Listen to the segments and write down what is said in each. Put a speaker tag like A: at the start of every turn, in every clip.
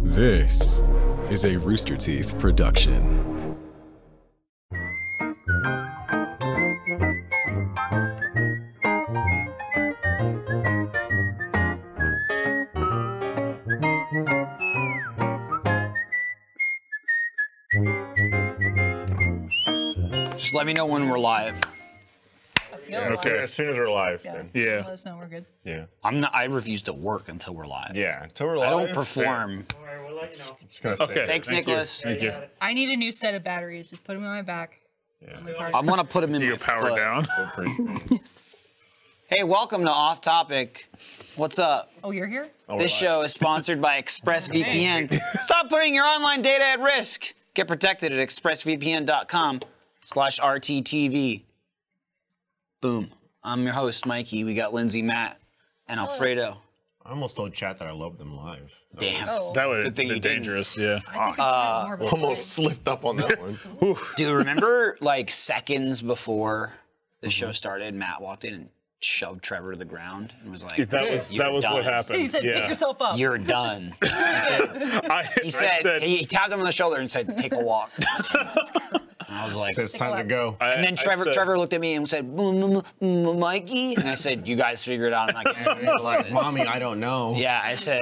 A: This is a Rooster Teeth production.
B: Just let me know when we're live.
C: I feel it.
D: Okay.
C: Okay.
D: As soon as we're live,
C: Yeah.
D: then.
C: Let
E: Yeah.
C: us know we're good.
D: Yeah.
B: I'm not. I refuse to work until we're live.
D: Yeah. Until we're live.
B: I don't perform.
D: It's gonna stay.
E: Okay.
B: Thanks,
E: Thank you.
B: Nicholas.
E: Thank you.
C: I need a new set of batteries. Just put them on my back.
B: I want to put them in
E: You
B: my
E: go power
B: foot.
E: down.
D: We're pretty-
B: Hey, welcome to Off Topic. What's up?
C: Oh, you're here?
D: we're
B: this
D: live.
B: show is sponsored by ExpressVPN. Stop putting your online data at risk. Get protected at expressvpn.com/rttv. Boom. I'm your host, Mikey. We got Lindsay, Matt, and Alfredo.
D: I almost told chat that I love them live.
B: Damn.
C: Oh,
E: That would have
B: thing you
E: been
B: didn't.
E: dangerous. Yeah.
C: I think I did more
B: Uh,
C: before.
D: Almost slipped up on that one.
B: Dude, remember like seconds before the
E: Mm-hmm.
B: show started, Matt walked in and shoved Trevor to the ground and was like,
E: That was
B: "You're
E: that was
B: done.
E: what happened.
C: He said, pick
E: yeah.
C: yourself up.
B: You're done.
E: I,
B: He said, he, he tapped him on the shoulder and said, "Take a walk." and I was like,
D: it's time to go.
B: and then Trevor Trevor looked at me and said, "Mm, mm, mm, "Mikey," and I said, "You guys figure it out." I'm not gonna like,
D: Mommy, I don't know.
B: Yeah, I said,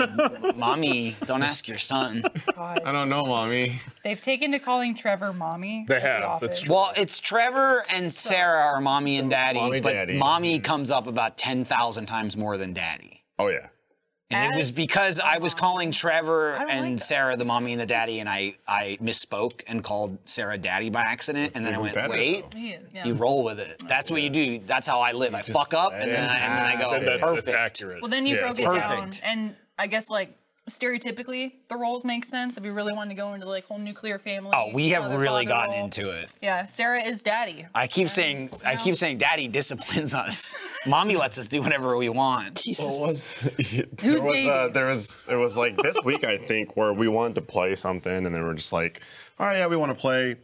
B: "Mommy, don't ask your son."
C: God.
D: I don't know, mommy.
C: They've taken to calling Trevor mommy.
E: They
C: at the
E: have. That's
C: office.
B: Well, it's Trevor and Sarah are mommy and daddy,
D: Mommy,
B: but
D: daddy.
B: mommy comes up about ten thousand times more than daddy.
D: Oh yeah.
B: And it was
C: As
B: because I was calling Trevor
C: don't
B: and
C: like that.
B: Sarah the mommy and the daddy, and I, I misspoke and called Sarah daddy by accident, and then I
D: even
B: went,
D: better,
B: wait.
D: though.
C: Yeah, yeah.
B: You roll with it. That's what you do. That's how I live. I
D: just
B: fuck up,
D: let
B: and
D: it
B: then, I, and then I go,
D: happen.
E: That's,
B: perfect.
E: that's accurate.
C: well, then you
E: Yeah,
C: broke it
E: that's
C: down.
B: perfect.
C: And I guess, like, stereotypically, the roles make sense if you really want to go into, like, whole nuclear family.
B: Oh, we have
C: mother,
B: really
C: father
B: gotten
C: role.
B: into it.
C: Yeah, Sarah is daddy.
B: I keep saying, I
C: no.
B: keep saying, daddy disciplines us. Mommy lets us do whatever we want.
C: Jesus.
D: What was? there
C: Who's
D: was, uh,
C: baby?
D: there was. It was like this week, I think, where we wanted to play something, and they were just like, "All right, yeah, we want to play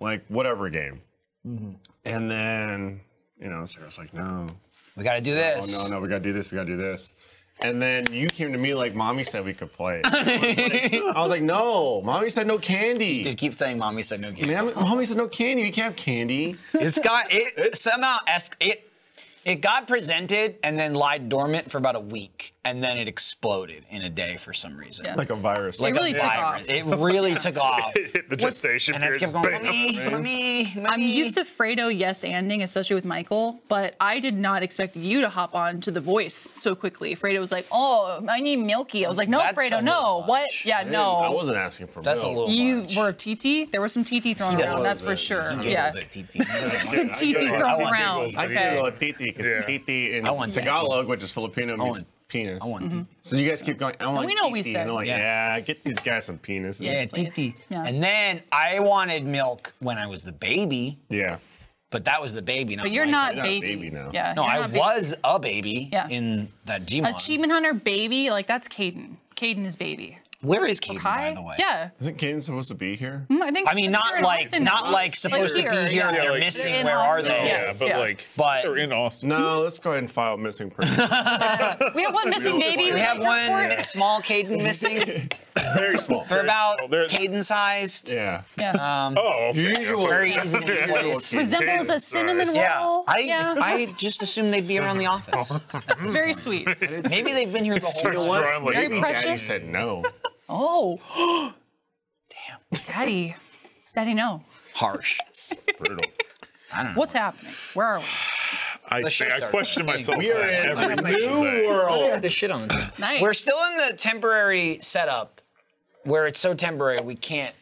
D: like whatever game," and then you know, Sarah's like, "No,
B: We got to do
D: oh
B: this.
D: no, no, we gotta do this, we gotta do this. And then you came to me like, mommy said we could play. I was like, I was like, no, mommy said no
B: Dude,
D: candy.
B: keep saying, mommy said no. game.
D: Ma'am, mommy said no candy. We can't have candy.
B: It's got it somehow es- it it got presented and then lied dormant for about a week and then it exploded in a day for some reason.
C: Yeah.
D: Like a virus.
C: Like It really
B: a
C: took
B: virus.
C: off.
B: It really took off.
E: Hit the gestation
B: And I just kept
E: period.
B: going,
E: Bam.
B: mommy, mommy, mommy.
C: I'm used to Fredo yes anding, especially with Michael, but I did not expect you to hop on to the voice so quickly. Fredo was like, "Oh, I need Milky." I was like, "No,
B: That's a
C: Fredo, no.
B: little much.
C: What? Yeah,
D: I
C: no."
D: wasn't asking for
B: That's a
D: milk.
B: little
C: You
B: much.
C: were TT. There was some TT thrown
B: He does
C: around.
B: what
C: Oh, That's
B: is
C: for
B: it?
C: sure.
B: He giggles
C: Yeah,
B: at TT. He doesn't
C: some
B: like
C: TT
B: it.
C: thrown
B: I want
C: around.
E: giggles. I
D: I
C: Okay.
D: gave it a titi because
E: Yeah.
D: titi in
B: I want that.
D: Tagalog, which is Filipino, means
B: want-
D: penis. Mm-hmm.
B: I want
C: Mm-hmm.
B: titi.
D: So you guys keep going. I want
C: we know what we
D: titi,"
C: said.
D: And I'm like,
B: Yeah.
D: yeah. get these guys some penises.
B: Yeah,
C: please.
B: TT.
C: Yeah.
B: And then I wanted milk when I was the baby,
D: yeah.
B: but that was the baby.
C: But you're not
D: not
C: baby.
D: baby now.
C: Yeah.
B: No,
C: you're
B: I
C: not baby.
B: was a baby
C: Yeah.
B: in that Gmon.
C: Achievement Hunter baby. Like that's Caden. Caden is baby.
B: Where is Katie, by
C: Hi.
B: the way?
C: Yeah.
D: Isn't Caden supposed to be here?
B: Hmm?
C: Mm, I think.
B: I mean,
C: think they're
B: not
C: in
B: like
C: Austin now.
B: not like supposed to
C: here,
B: be here.
C: yeah.
B: and They're
E: Yeah, like-
B: missing.
C: They're in
B: Where are
C: Austin,
B: they?
E: Yeah,
C: Yes,
E: but
C: yeah.
E: like
B: But-
E: they're in Austin.
D: No, let's go ahead and file missing person.
C: We have one missing baby.
B: We have
C: like to
B: one
C: report.
B: small Caden missing.
D: Very small.
B: They're about
E: small. They're-
B: Caden sized.
D: Yeah.
B: Uh,
C: Yeah.
E: Oh, okay.
D: Usual.
B: Very easy to displace.
C: Resembles a
E: Jesus
C: cinnamon
E: Christ.
B: Yeah,
C: roll.
B: I Mm. I just assumed they'd be around the office.
C: Very sweet.
B: Maybe they've been here the whole
E: Starts drawing like-
C: Very
D: Daddy
C: precious.
D: said no.
C: Oh. Damn. Daddy. Daddy, no.
B: Harsh.
D: Brutal.
B: I don't know.
C: What's happening? Where are we?
E: I,
B: Let's
E: think-
B: just
E: I
B: start.
E: question myself.
D: We are
E: on
D: in
E: every
D: a
E: single
D: new
E: day.
B: I
D: world.
B: had the shit on the table.
C: Nice.
B: We're still in the temporary setup where it's so temporary we can't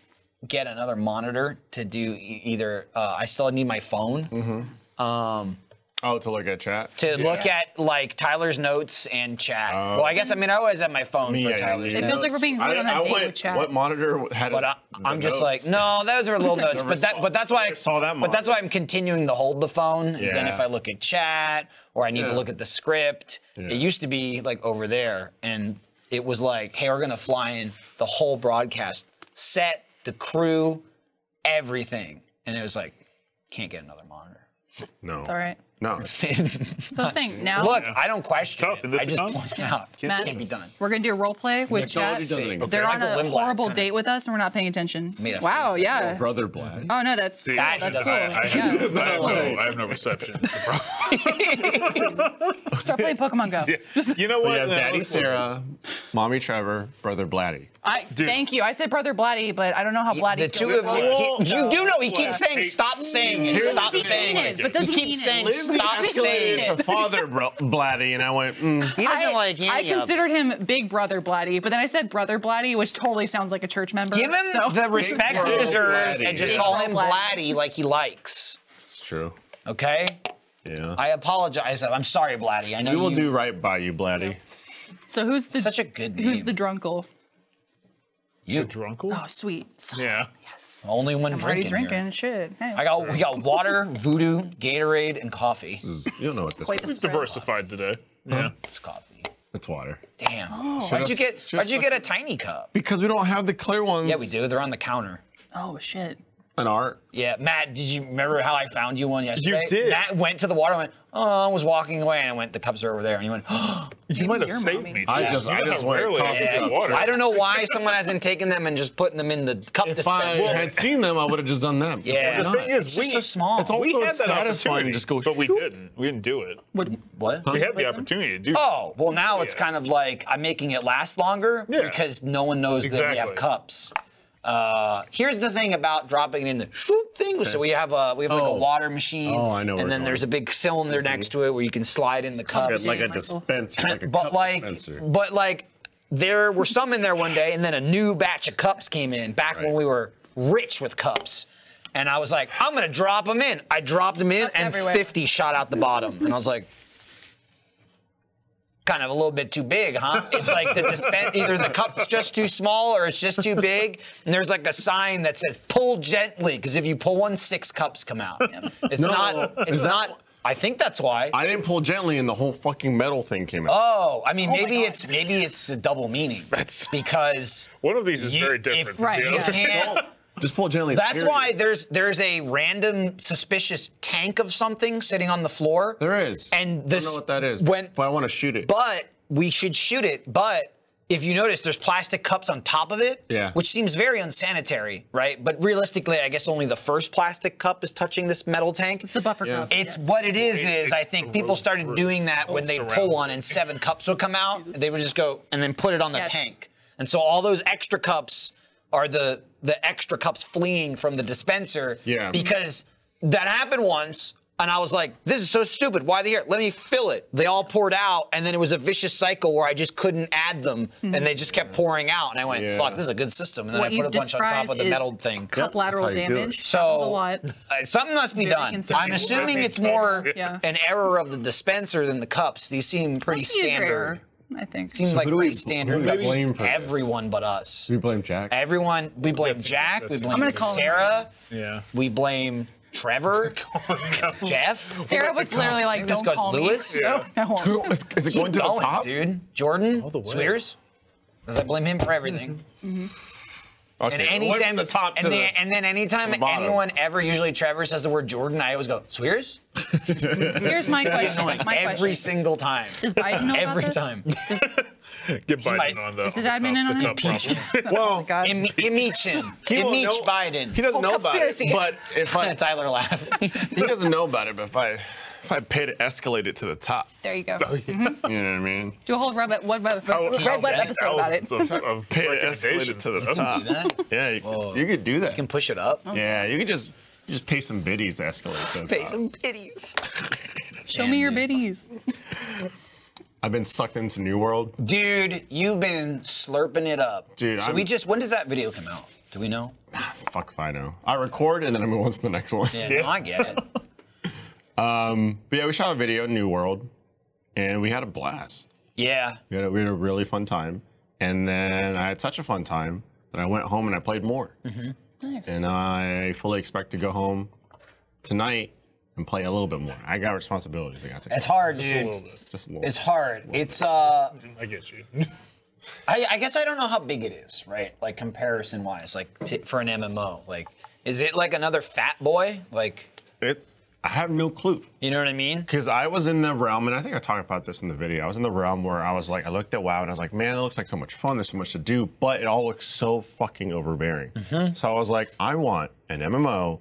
B: get another monitor to do e- either. Uh, I still need my phone um,
D: Oh, to look at chat.
B: to look at like Tyler's notes and chat. well, I guess I mean I always have my phone for
D: yeah,
B: Tyler's
D: yeah,
C: it
B: notes.
C: feels like we're being rude on a date
D: went-
C: with chat.
D: What monitor had?
B: but I, I'm just like, no, those were little notes. But that, but that's why I
D: never saw that
B: But that's
D: monitor.
B: why I'm continuing to hold the phone. Is then
D: Yeah.
B: if I look at chat or I need to
D: Yeah.
B: look at the script, it used to be like over there, and it was like, hey, we're gonna fly in the whole broadcast, set the crew, everything, and it was like, can't get another monitor.
D: No.
C: It's all right.
D: No.
B: It's-
C: So I'm saying now
B: Look, I don't question
E: tough
B: it.
E: in this
B: I just
E: economy.
B: point out.
C: Matt,
B: can't be done.
C: We're gonna do a role play with chat.
B: That's
F: doesn't
B: sick.
F: exist.
C: They're on
B: Michael
C: a
B: Lindblad
C: horrible
B: kinda
C: date with us and we're not paying attention.
B: made a
C: Wow,
B: face at
C: yeah.
F: Brother Black.
C: Oh no, that's cool.
E: I-
C: that's cool.
E: I, I,
C: yeah.
E: I have no, I have no reception.
C: Start playing Pokemon Go.
E: you know
D: We
E: what?
D: have
E: That
D: Daddy
E: was-
D: Sarah, Mommy Trevor, Brother Blatty.
C: I thank you. I said brother Blatty, but I don't know how Blatty.
B: The two
C: feels
B: of
C: about
B: you,
C: it.
B: he- you do know he
E: Yeah.
B: keeps saying, "Stop saying it,
D: Here's
B: stop
D: the
B: saying
D: thing.
B: it."
C: But doesn't
B: He keeps
C: mean
B: saying,
C: it.
B: "Stop
C: Doesn't
B: saying
C: mean
B: it."
C: it.
D: to Father Bro- Blatty, and I went, mm.
B: He doesn't
C: I,
B: like any
C: I
B: of it.
C: considered him Big Brother Blatty, but then I said Brother Blatty, which totally sounds like a church member.
B: Give him
C: so.
B: the respect he
D: bro
B: deserves and
D: Blatty.
B: just
D: Big
B: call
C: bro
B: him
C: Blatty.
B: Blatty like he likes.
D: It's true.
B: Okay?
D: Yeah.
B: I apologize. I'm sorry, Blatty. I know
D: we will
B: you,
D: do right by you, Blatty.
C: So who's the
B: such a good name.
C: who's the drunkle?
B: you
E: Drunkle?
C: Oh, sweet. So-
E: Yeah.
B: only one
C: I'm already
B: drinking. here.
C: drinking. Shit. Hey.
B: I got we got water, voodoo, Gatorade, and coffee.
D: You don't know what this
C: Quite the
D: is.
C: spread.
E: Diversified today. Yeah.
B: It's coffee.
D: It's water.
B: Damn.
C: Oh.
B: Why'd you get
D: Should've-
B: Why'd you get a tiny cup?
D: Because we don't have the clear ones.
B: Yeah, we do. They're on the counter.
C: Oh shit.
D: An art.
B: Yeah, Matt, did you remember how I found you one yesterday?
E: did.
B: Matt went to the water and went, oh, I was walking away and I went, the cups are over there. And he went, oh,
E: You might have
C: your
E: saved
C: mommy.
E: me.
D: I
E: too.
D: just-
E: You
D: I
E: know
D: just
E: how
D: went
E: rarely
D: coffee
E: drink
D: cup.
E: water.
B: I don't know why someone hasn't taken them and just putting them in the cup
D: If I
B: dispenser.
D: had seen them, I would have just done that.
B: Yeah.
D: Why
E: The
D: not?
E: thing is,
B: It's
E: we,
B: just so small.
D: It's all-
E: we
D: also
E: had
D: it's
E: that
D: satisfying
E: opportunity,
D: to just go,
E: but we
D: shoop.
E: didn't. We didn't do it.
C: Would
B: what?
E: We had the
C: Wisdom?
E: opportunity to do.
B: Oh, well, now it's
E: Yeah.
B: kind of like I'm making it last longer
E: Yeah.
B: because no one knows that we have
E: Exactly.
B: cups. Uh, here's the thing about dropping it in the shoop thing. So we have a we have like
D: Oh.
B: a water machine,
D: Oh, I know where
B: and then
D: we're
B: there's a
D: going.
B: big cylinder next to it where you can slide in the
C: Cup,
B: cups.
C: yeah.
D: like a
C: Michael.
D: dispenser, like a
B: but
D: cup
B: like,
D: dispenser.
B: but like, there were some in there one day, and then a new batch of cups came in back when
D: Right.
B: we were rich with cups. And I was like, I'm gonna drop them in. I dropped them in,
C: Cups
B: and
C: everywhere.
B: 50 shot out the bottom. And I was like, kind of a little bit too big, huh? It's like the dispen- either the cup's just too small or it's just too big. And there's like a sign that says pull gently, because if you pull one, six cups come out. It's
D: No,
B: not. It's
D: is that-
B: not. I think that's why.
D: I didn't pull gently, and the whole fucking metal thing came out.
B: Oh, I mean,
C: my
B: maybe
C: God.
B: it's maybe it's a double meaning.
D: That's-
B: because
E: One of these is
B: you-
E: very
B: if-
E: different. than
C: right,
E: the
B: you
E: other.
C: yeah.
B: can't.
D: Just pull gently.
B: That's
D: period.
B: why there's there's a random suspicious tank of something sitting on the floor.
D: there is.
B: and
D: I
B: this
D: don't know what that is.
B: When
D: but I want to shoot it.
B: but we should shoot it. But if you notice, there's plastic cups on top of it,
D: Yeah.
B: which seems very unsanitary, right? But realistically, I guess only the first plastic cup is touching this metal tank.
C: the buffer
D: Yeah.
C: cup?
B: It's
C: yes.
B: what it is.
E: It-
B: Is
E: it
B: I think people
E: grows
B: started
E: through.
B: doing that when
E: It
B: they pull
E: surrounds
B: one
E: it.
B: and seven cups would come out.
C: Jesus.
B: They would just go and then put it on the
C: Yes.
B: tank, and so all those extra cups are the the extra cups fleeing from the dispenser.
D: Yeah.
B: Because that happened once. And I was like, this is so stupid. Why are they here? Let me fill it. They all poured out, and then it was a vicious cycle where I just couldn't add them, and they just kept pouring out. And I went,
D: Yeah.
B: fuck, this is a good system. And then
C: Hmm. What
B: I put
C: you
B: a bunch on top
C: described
B: of the
C: is
B: metal thing.
C: cup lateral
D: how you do it.
C: damage.
B: So
C: Happens a lot.
B: uh, something must be
C: Very
B: done.
C: concerning.
B: I'm assuming
E: Very
B: it's more
C: Yeah.
B: an error of the dispenser than the cups. These seem pretty
C: It's user error,
B: standard.
C: I think.
B: Seems
D: So
B: like
D: who do we-
B: pretty
D: who do
B: standard.
D: we
B: cups.
D: blame for this?
B: Everyone but us.
D: Do we blame Jack?
B: Everyone. We blame
E: That's-
B: Jack.
E: that's-
B: we blame
C: I'm gonna call him.
B: Sarah.
E: Yeah.
B: We blame Trevor. Jeff.
C: Sarah was literally like,
B: This
C: "Don't
B: guy
C: call
B: Lewis?
C: me."
E: Yeah.
C: No, no.
D: Who- is, is it going to the
B: Going,
D: top?
B: dude. Jordan.
E: the way.
B: Swears. Because I blame him for everything.
D: Okay.
B: And
D: it went
B: anytime
D: from the top
B: and
D: to
B: then,
D: the,
B: and then anytime
D: the bottom.
B: anyone ever, usually Trevor says the word Jordan, I always go Swears.
C: Here's my question.
B: Annoying.
C: My
B: every
C: question.
B: single time.
C: Does Biden know
B: every
C: about this?
B: time.
C: Does,
E: Get Biden
B: might-
E: on the.
C: is his
E: on
C: admin in
E: the
C: on it?
E: cup problem.
B: Oh
D: well,
C: God.
B: Im- impeach him.
D: he won't
B: impeach
D: know-
B: Biden.
D: He doesn't
C: Well,
D: know about it.
C: conspiracy.
D: But if I,
B: Tyler laughed.
D: he doesn't know about it. But if I, if I pay to escalate it to the top,
C: there you go.
B: Mm-hmm.
D: you know what I mean?
C: Do a whole red web, web, web, red web
B: that
C: episode about it.
E: Thousands of- of
D: Pay to escalate it
E: recommendations.
D: to the top.
B: that?
D: Yeah, you, you could do that.
B: Can push it up.
D: yeah, you could just you just pay some biddies to escalate to the
B: Pay
D: top.
B: some pities.
C: Show me your
B: Damn,
C: biddies.
D: I've been sucked into New World.
B: Dude, you've been slurping it up.
D: Dude,
B: so
D: I'm-
B: we just when does that video come out? Do we know?
D: Fuck if I know. I record and then I move on to the next one.
B: Yeah, No, I get it.
D: Um, But yeah, we shot a video in New World, and we had a blast.
B: Yeah.
D: We had a, we had a really fun time, and then I had such a fun time that I went home and I played more.
B: Mm-hmm.
C: Nice.
D: And I fully expect to go home tonight and play a little bit more. I got responsibilities. I got to.
B: It's hard,
E: A little
B: dude.
E: bit.
D: Just a little.
B: It's hard. It's uh
E: I get you.
B: I, I guess I don't know how big it is, right? Like comparison wise, like t- for an MMO, like is it like another Fat Boy? Like
D: It, I have no clue.
B: You know what I mean?
D: Because I was in the realm, and I think I talked about this in the video. I was in the realm where I was like, I looked at WoW and I was like, man, it looks like so much fun. There's so much to do, but it all looks so fucking overbearing.
B: Mm-hmm.
D: So I was like, I want an MMO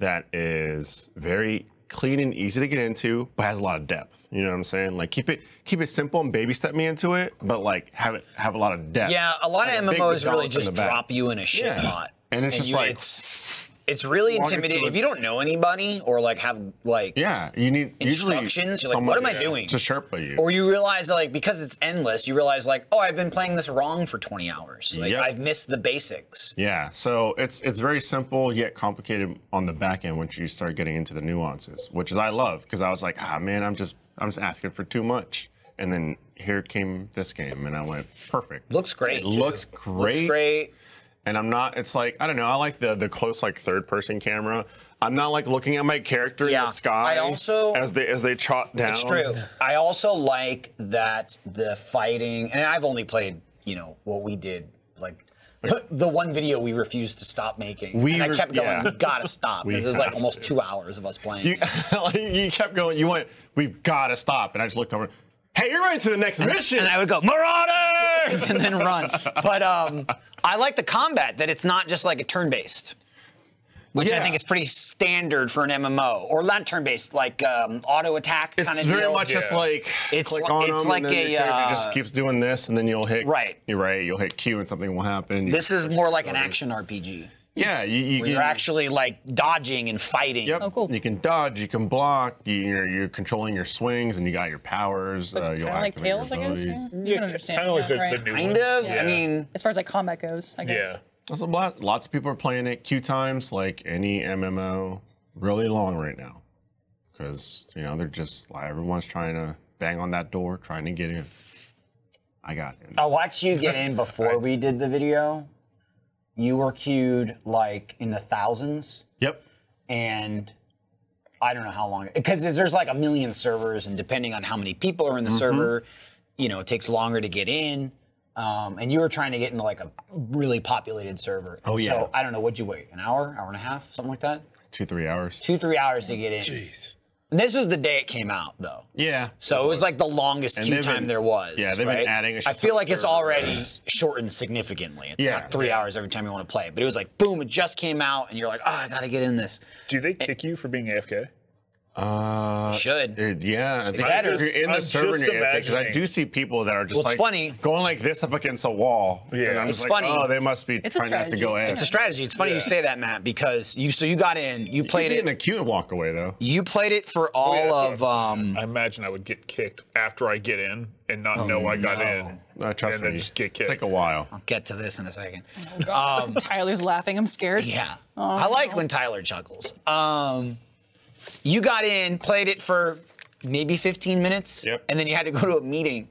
D: that is very clean and easy to get into, but has a lot of depth. You know what I'm saying? Like keep it keep it simple and baby step me into it, but like have it have a lot of depth.
B: Yeah, a lot
D: Like
B: of
D: big
B: MMOs
D: development
B: really
D: in
B: just
D: the back.
B: drop you in a shit
D: Yeah.
B: pot.
D: And it's just like-
B: it's, it's really
D: Walk into
B: intimidating.
D: a-
B: If you don't know anybody or like have like
D: Yeah, you need usually
B: Instructions? You're like, what am I
D: somebody
B: doing?
D: To Sherpa you.
B: or you realize like because it's endless, you realize like, oh, I've been playing this wrong for 20 hours. Like
D: Yep.
B: I've missed the basics.
D: Yeah, so it's it's very simple yet complicated on the back end once you start getting into the nuances, which is I love because I was like, ah man, I'm just I'm just asking for too much, and then here came this game, and I went perfect.
B: Looks great.
D: It looks
B: too.
D: great.
B: Looks great.
D: and I'm not. It's like I don't know. I like the the close like third person camera. I'm not like looking at my character in
B: Yeah,
D: the sky.
B: I also-
D: as they as they trot down.
B: It's true. I also like that the fighting, and I've only played, you know, what we did, like the one video we refused to stop making.
D: We
B: and I
D: re-
B: kept going,
D: yeah.
B: we gotta stop.
D: We
B: Because it was like
D: have
B: almost
D: to.
B: two hours of us playing.
D: You, like, you kept going. You went. We've got to stop. And I just looked over. Hey, you're right to the next mission.
B: and I would go Marauders and then run. But um, I like the combat that it's not just like a turn-based, which I
D: Yeah.
B: think is pretty standard for an MMO or not turn-based, like um, auto attack kind
D: It's
B: of
D: very
B: deal.
D: much just
E: Yeah.
D: like
B: It's
D: click
B: li-
D: on
B: it's
D: them,
B: like
D: and then
B: a,
D: your character
B: uh,
D: just keeps doing this, and then you'll hit
B: Right.
D: You're right. You'll hit Q, and something will happen. You-
B: This is more like an action RPG.
D: yeah. You, you
B: Where
D: can
B: you're actually like dodging and fighting.
D: yep.
C: Oh, cool.
D: You can dodge. You can block. You, you're you're controlling your swings, and you got your powers. uh,
C: kind
D: you'll
C: of like
D: activate your
C: Tails, I guess. Yeah.
D: abilities.
C: I
E: Yeah,
C: don't understand.
E: kind of like
C: yeah,
E: the,
C: right.
E: the new
B: Kind
E: ones.
B: of.
E: Yeah.
B: I mean,
C: as far as like combat goes, I guess.
E: yeah.
D: There's a lot. Lots of people are playing it. Q times like any MMO, really long right now, because you know they're just like everyone's trying to bang on that door, trying to get in. I got in.
B: I watched you get in before we did the video. You were queued like in the thousands.
D: Yep.
B: and I don't know how long because there's like a million servers, and depending on how many people are in
D: Mm-hmm.
B: the server, you know, it takes longer to get in. Um, and you were trying to get into like a really populated server.
D: Oh, yeah.
B: So I don't know. What'd you wait? An hour, hour and a half, something like that.
D: Two three hours.
B: Two, three hours to get in.
E: Jeez.
B: And this was the day it came out, though.
D: Yeah.
B: So it was like the longest
D: And
B: queue
D: they've
B: time
D: been-
B: there was.
D: yeah, they've been
B: right?
D: adding a
B: I
D: shit ton
B: feel
D: of
B: like it's
D: server
B: already
D: hours.
B: shortened significantly. It's
D: Yeah.
B: not three hours every time you want to play. But it was like boom, it just came out, and you're like, oh, I gotta get in this.
E: Do they kick you for being AFK?
D: Uh,
B: Should.
D: it- yeah, I think
B: better.
D: if you're in
E: I'm
D: the
E: just
D: server and you're because I
E: imagining.
D: do see people that are just
B: Well, it's
D: like
B: funny.
D: going like this up against a wall.
E: Yeah.
D: and I'm
B: It's
D: just
B: funny.
D: Like, oh, they must be
C: a
D: trying not to
C: strategy.
D: go in.
C: It's
B: It's a strategy. It's funny you
E: Yeah.
B: say that, Matt, because you so you got in, you
D: You
B: played
D: can be in the
B: it,
D: queue and walk away though.
B: you played it for all
E: that's what
B: of
E: I'm
B: um
E: I imagine I would get kicked after I get in and not know I got in.
D: Oh, No, Uh, trust
E: and then
D: me.
E: just get kicked.
D: Take a while.
B: get to this in a second.
D: Um,
C: Tyler's laughing. I'm scared.
B: Yeah. I like when Tyler chuckles. Um you got in, played it for maybe 15 minutes,
D: Yep.
B: and then you had to go to a meeting.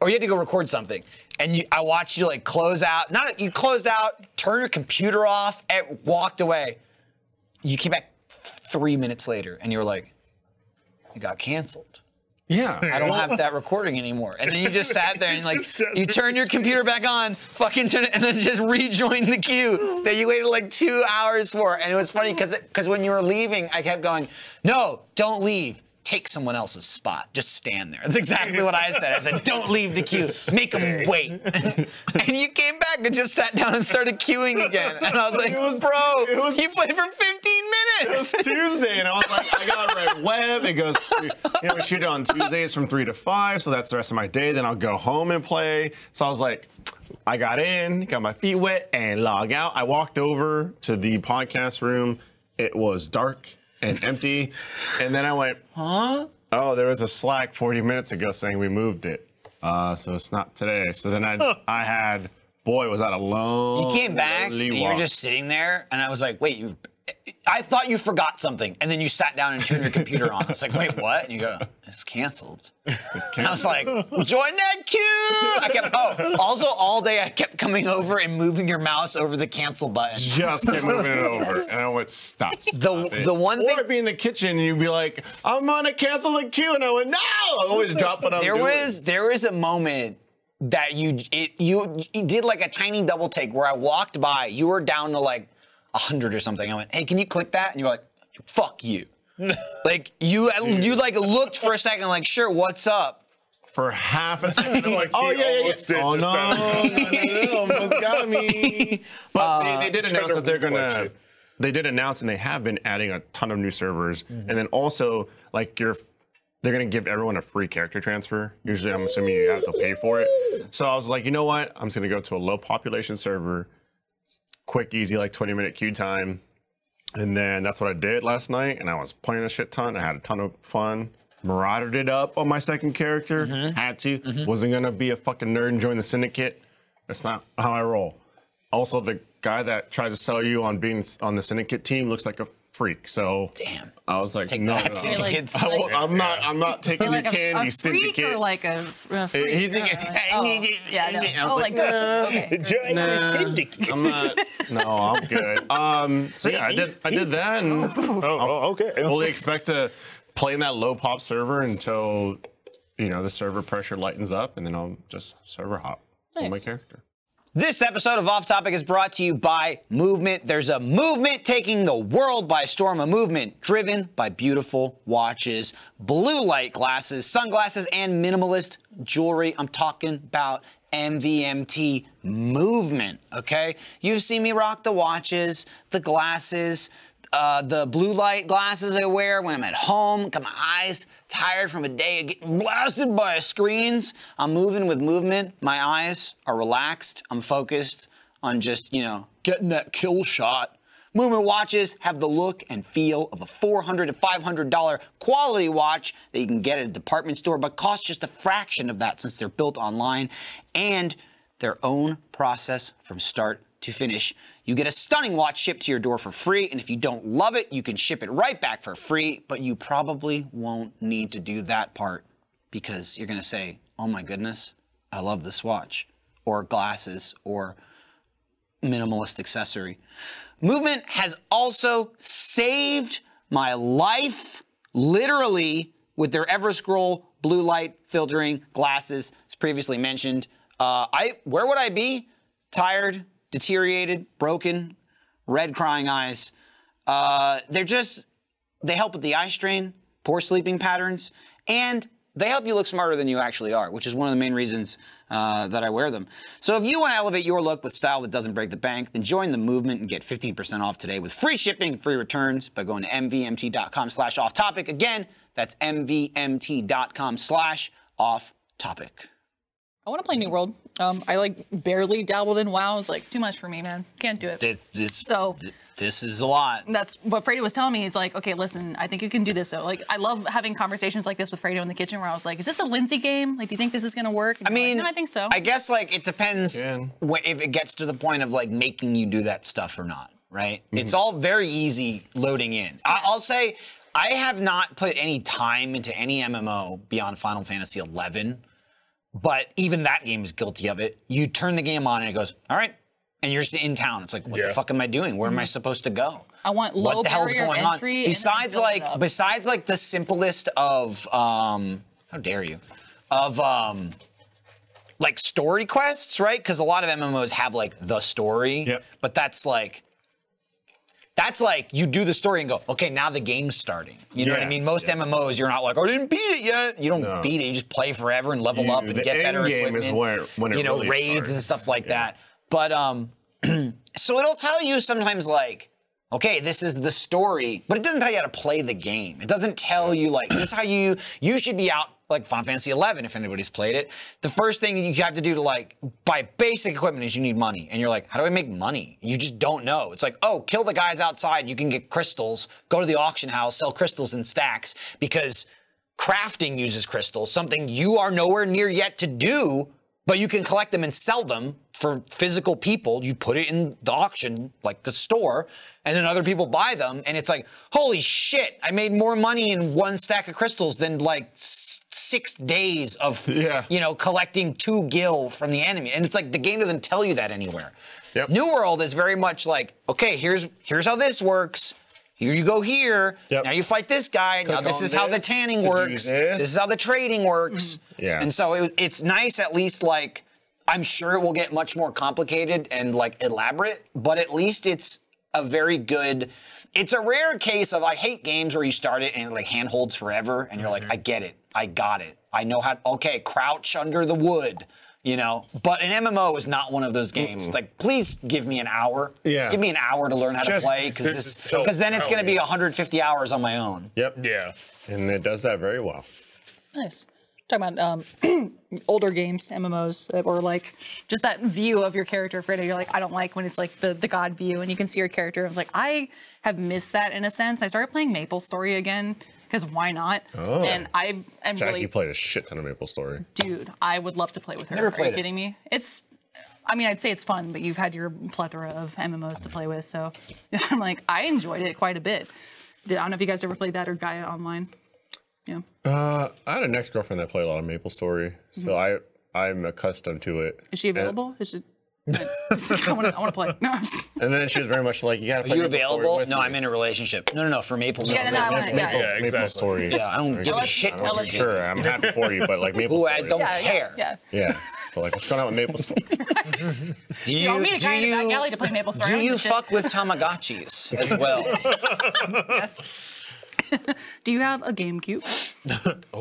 B: Or you had to go record something. And you, I watched you like close out. Not you closed out, turned your computer off, and walked away. You came back three minutes later and you were like, it got canceled.
D: Yeah.
B: I don't have that recording anymore. And then you just sat there and like
E: sat
B: you
E: there.
B: turn your computer back on, fucking turn it, and then just rejoin the queue that you waited like two hours for. And it was funny because because when you were leaving, I kept going, no, don't leave. Take someone else's spot. Just stand there. That's exactly what I said. I said, don't leave the queue. Make them wait. and you came back and just sat down and started queuing again. And I was like,
D: was-
B: bro,
D: it was-
B: you played for 15
D: It
B: minutes.
D: was Tuesday, and I was like, I got red web. It goes, you know, we shoot it on Tuesdays from three to five, so that's the rest of my day. Then I'll go home and play. So I was like, I got in, got my feet wet, and log out. I walked over to the podcast room. It was dark and empty, and then I went, huh? Oh, there was a Slack 40 minutes ago saying we moved it, uh, so it's not today. So then I, I had. Boy, was that a long.
B: You came back and
D: lonely
B: you were
D: walk.
B: just sitting there, and I was like, wait, you. I thought you forgot something, and then you sat down and turned your computer on. It's like, wait, what? And you go, it's canceled. And I was like, join that queue. I kept, oh, also all day I kept coming over and moving your mouse over the cancel button.
D: just kept moving it over, and I went stop. stop
B: The-
D: it."
B: the one
D: or
B: thing-
D: I'd be in the kitchen and you'd be like, "I'm gonna cancel the queue," and I went, "No!" I always drop what I'm
B: There
D: doing.
B: was there was a moment that you it, you you did like a tiny double take where I walked by, you were down to like hundred or something. I went, hey, can you click that? And you were like, fuck you. Like you, you like looked for a second, like sure, what's up?
D: for half a second. I'm
E: My
D: like, oh
E: feet
D: yeah, yeah, yeah.
E: almost did
D: Oh
E: just
D: no,
E: that.
D: no, no, no, almost got me. But
B: Uh,
D: they, they did
E: tried
D: announce
E: to
D: that they're gonna.
E: reflex it.
D: They did announce, and they have been adding a ton of new servers, and then also like your. They're gonna give everyone a free character transfer. Usually, I'm assuming you have to pay for it. So I was like, you know what? I'm just gonna go to a low population server, quick, easy, like 20 minute queue time, and then that's what I did last night, and I was playing a shit ton. I had a ton of fun. Marauded it up on my second character.
C: Mm-hmm.
D: Had to. Wasn't gonna be a fucking nerd and join the syndicate. That's not how I roll. Also, the guy that tries to sell you on being s- on the syndicate team looks like a freak. So
B: Damn.
D: I was like,
B: Take
D: no,
B: that,
D: no,
C: You're
D: no.
C: like-
B: syndicates.
D: I won't- I'm not. I'm not taking
C: like
D: your
C: a-
D: candy
C: a freak
D: syndicate.
C: or like a, f- a freak.
D: he's like,
C: Uh, oh, yeah, no.
D: I was
C: oh,
D: like,
C: like,
D: nah.
C: okay.
E: Join the syndicate.
D: I'm not. No, I'm good. Um. So yeah, I did. I did that. And
E: Oh, oh, okay.
D: fully expect to play in that low pop server until you know the server pressure lightens up, and then I'll just server hop on my
C: Nice.
D: character.
B: This episode of Off Topic is brought to you by Movement. There's a movement taking the world by storm, a movement driven by beautiful watches, blue light glasses, sunglasses, and minimalist jewelry. I'm talking about MVMT movement, okay? You've seen me rock the watches, the glasses, uh, the blue light glasses I wear when I'm at home, got my eyes tired from a day of getting blasted by screens. I'm moving with movement. My eyes are relaxed. I'm focused on just, you know, getting that kill shot. Movement watches have the look and feel of a $400 to $500 quality watch that you can get at a department store, but cost just a fraction of that since they're built online and their own process from start to finish. You get a stunning watch shipped to your door for free, and if you don't love it, you can ship it right back for free, but you probably won't need to do that part because you're gonna say, oh my goodness, I love this watch, or glasses, or minimalist accessory. Movement has also saved my life, literally, with their Ever Scroll blue light filtering glasses, as previously mentioned. Uh, I where would I be? Tired, deteriorated, broken, red crying eyes. Uh, they're just they help with the eye strain, poor sleeping patterns, and they help you look smarter than you actually are, which is one of the main reasons uh, that I wear them. So if you want to elevate your look with style that doesn't break the bank, then join the movement and get 15% off today with free shipping and free returns by going to mvmt.com slash off topic. Again, that's mvmt.com slash off topic.
C: I want to play New World. Um, I like barely dabbled in WoW. It's like too much for me, man. Can't do it.
B: This, this,
C: So-
B: this is a lot.
C: that's what Fredo was telling me. He's like, okay, listen, I think you can do this though. Like, I love having conversations like this with Fredo in the kitchen where I was like, is this a Lindsay game? Like, do you think this is gonna work? And
B: I
C: you're like,
B: mean,
C: no, I think so.
B: I guess like it depends
D: Can.
B: wh- if it gets to the point of like making you do that stuff or not, right? It's all very easy loading in. I- I'll say I have not put any time into any MMO beyond Final Fantasy XI, but even that game is guilty of it. You turn the game on and it goes, all right. And you're just in town. It's like, what the
E: Yeah.
B: fuck am I doing? Where am I supposed to go?
C: Mm-hmm. I want low
B: what the hell's
C: barrier
B: going on?
C: entry. and then
B: Besides,
C: build it
B: like,
C: up.
B: besides, like the simplest of, um, how dare you, of, um, like story quests, right? Because a lot of MMOs have like the story,
D: Yep.
B: but that's like. That's like you do the story and go, okay, now the game's starting. You know what I
D: Yeah,
B: mean? Most MMOs, you're not like, oh, I didn't beat it yet. You don't
D: No.
B: beat it. You just play forever and level
D: You-
B: up and
D: the
B: get
D: end
B: better
D: game is
B: equipment.
D: where- when it
B: you know,
D: really
B: raids and
D: starts.
B: stuff like that. But um, so it'll tell you sometimes like, okay, this is the story, but it doesn't tell you how to play the game. It doesn't tell you like this is how you you should be out like Final Fantasy XI if anybody's played it. The first thing you have to do to like buy basic equipment is you need money, and you're like, how do I make money? You just don't know. It's like, oh, kill the guys outside. You can get crystals. Go to the auction house, sell crystals in stacks because crafting uses crystals, something you are nowhere near yet to do, but you can collect them and sell them for physical people. You put it in the auction, like the store, and then other people buy them. And it's like, holy shit, I made more money in one stack of crystals than like s- six days of,
D: Yeah.
B: you know, collecting two gil from the enemy. And it's like the game doesn't tell you that anywhere.
D: Yep.
B: New World is very much like, okay, here's here's how this works. Here you go here.
D: Yep.
B: Now you fight this guy. now
D: Click
B: this
D: on
B: is how the
D: this
B: tanning
D: to do
B: works.
D: this. Mm-hmm.
B: is how the trading works.
D: Yeah.
B: And so it, it's nice at least like I'm sure it will get much more complicated and like elaborate, but at least it's a very good. It's a rare case of I hate games where you start it and it like handholds forever, and you're
D: Mm-hmm.
B: like, I get it, I got it, I know how. Okay, crouch under the wood. You know, but an MMO is not one of those games. It's Like, please give me an hour.
G: Yeah.
B: Give me an hour to learn how
G: Just-
B: to play, because
E: just tell-
B: because then it's
E: tell
B: going to be
E: me.
B: 150 hours on my own.
D: Yep.
E: Yeah.
D: And it does that very well.
C: Nice. Talking about um, older games, MMOs that were like just that view of your character. Fredo, you're like, I don't like when it's like the the god view and you can see your character. I was like, I have missed that in a sense. I started playing Maple Story again because why not?
D: Oh.
C: And I am
D: Jackie
C: really
D: played a shit ton of Maple Story.
C: dude. I would love to play with her.
B: Never
C: Are you
B: played it.
C: kidding me? It's. I mean, I'd say it's fun, but you've had your plethora of MMOs to play with, so I'm like, I enjoyed it quite a bit. Did- I don't know if you guys ever played that or Gaia Online. Yeah.
D: Uh, I had an ex girlfriend that played a lot of Maple Story, so I I'm accustomed to it.
C: Hmm.
B: Uh,
C: Is she available? Is she? I want to play. No, I'm just,
D: And then she was very much like, "You gotta."
B: Are
D: Play
B: you
D: Maple Story
B: available?
D: with
B: No,
D: me."
B: I'm in a relationship. No, no, no, for Maple
C: yeah, no, no, I want to. Yeah.
D: Maple,
E: Yeah,
D: Oh, Maple
E: exactly.
D: Story.
B: Yeah, I don't give a
C: Unless-
B: shit.
D: I don't
B: what
D: give a
C: unless-
B: you
C: you-
B: do.
D: sure. I'm happy for you, but like Maple
B: Ooh, I
D: Story.
B: don't
C: Yeah, yeah,
B: care.
C: yeah.
D: Yeah. So like, what's going on with Maple Story?
B: Do
C: You, want me to
B: do
C: carry in the back
B: you-
C: alley to play Maple Story? I
B: Do
C: don't give
B: you
C: a shit.
B: fuck with Tamagotchis as well?
C: Yes. Do you have a GameCube?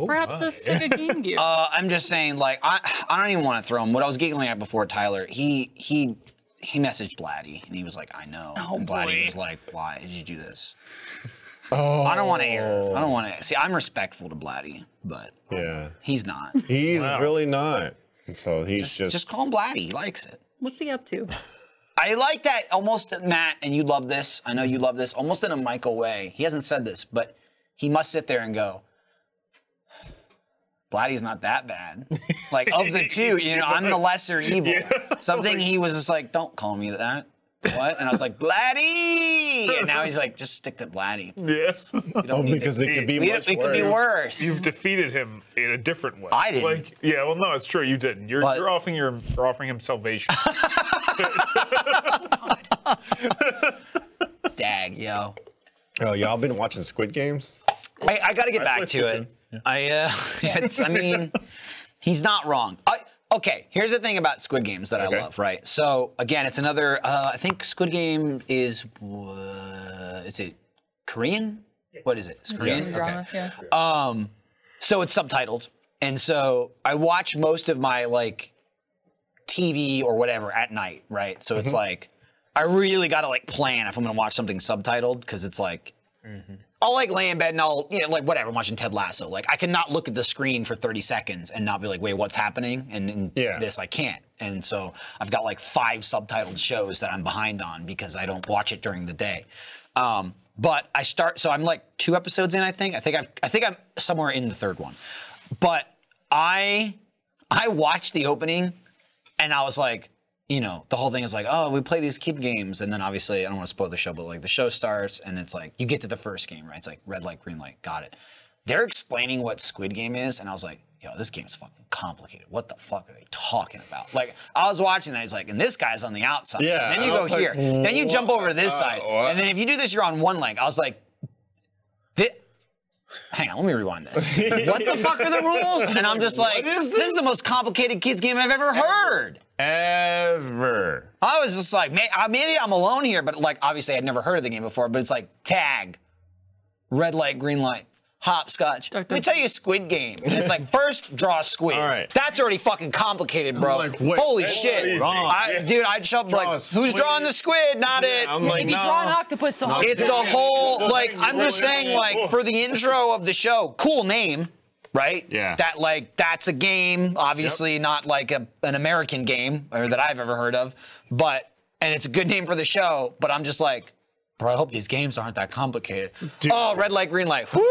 C: Perhaps a Sega GameCube.
B: Oh, Uh, I'm just saying, like, I, I don't even want to throw him. What I was giggling at before, Tyler, he he he messaged Blatty, and he was like, "I know."
C: Oh,
B: and Blatty
E: boy.
B: was like, "Why did you do this?" Oh. I don't want to air. I don't want to. See, I'm respectful to Blatty, but
D: Yeah.
B: he's not.
D: He's really not. And So he's just,
B: just, just call him Blatty. He likes it.
C: What's he up to?
B: I like that almost Matt, and you love this. I know you love this almost in a Michael way. He hasn't said this, but he must sit there and go, Blatty's not that bad. Like of the two, you know, I'm the lesser evil. Something he was just like, don't call me that. What? And I was like, Blatty! And now he's like, just stick to Blatty.
E: Yes.
D: oh, because it could be
B: We-
D: much
B: it could be
E: You've
B: worse.
E: defeated him in a different way.
B: I didn't.
E: Like, yeah, well, no, it's true. You didn't. You're,
B: But-
E: you're offering your you're offering him salvation.
B: Dag, yo.
D: Oh, y'all been watching Squid Games?
B: I, I got to get back
E: switched
B: to
E: it
B: it. I, uh, it's, I mean, he's not wrong. I, okay, here's the thing about Squid Games that I
D: Okay.
B: love, right? So again, it's another. Uh, I think Squid Game is uh, is it Korean? What is it? It's Korean.
C: Drama, yeah.
B: Um, so it's subtitled, and so I watch most of my like TV or whatever at night, right? So it's like I really gotta like plan if I'm gonna watch something subtitled because it's like I'll like lay in bed and I'll you know like whatever I'm watching Ted Lasso. Like I cannot look at the screen for 30 seconds and not be like, wait, what's happening? And, and
D: Yeah.
B: this I can't. And so I've got like five subtitled shows that I'm behind on because I don't watch it during the day. Um, but I start so I'm like two episodes in, I think. I think I've I think I'm somewhere in the third one. But I I watched the opening and I was like, you know, the whole thing is like, oh, we play these kid games, and then obviously I don't want to spoil the show, but like the show starts and it's like you get to the first game, right? It's like red light, green light, got it. They're explaining what Squid Game is, and I was like, yo, this game's fucking complicated. What the fuck are they talking about? Like I was watching that, he's like, and this guy's on the outside.
D: Yeah,
B: And then you
D: I
B: go
D: was like,
B: here. Then you jump over to this
D: uh,
B: side.
D: what?
B: And then if you do this, you're on one leg. I was like, thi- Hang on, let me rewind this. what the fuck are the rules? And I'm just like,
D: is
B: this is the most complicated kids game I've ever heard.
D: Ever.
B: I was just like, may- uh, maybe I'm alone here, but like, obviously, I'd never heard of the game before. But it's like tag, red light, green light, hopscotch. Let me tell you, Squid Game. And it's like, first draw squid.
D: All right.
B: That's already fucking complicated, bro.
D: like, wait,
B: Holy
D: that's
E: not
B: shit,
E: easy.
B: I, dude! I'd shove
D: a
B: like, who's
D: squid."
B: drawing the squid? Not it.
D: I'm like,
C: If you
D: no.
C: draw an octopus to hold
B: It's a whole like I'm just saying like for the intro of the show, cool name, right?
D: Yeah.
B: That like that's a game, obviously not like a, an American game or that I've ever heard of, but and it's a good name for the show. But I'm just like, bro, I hope these games aren't that complicated. Oh, red light, green light. Whoo!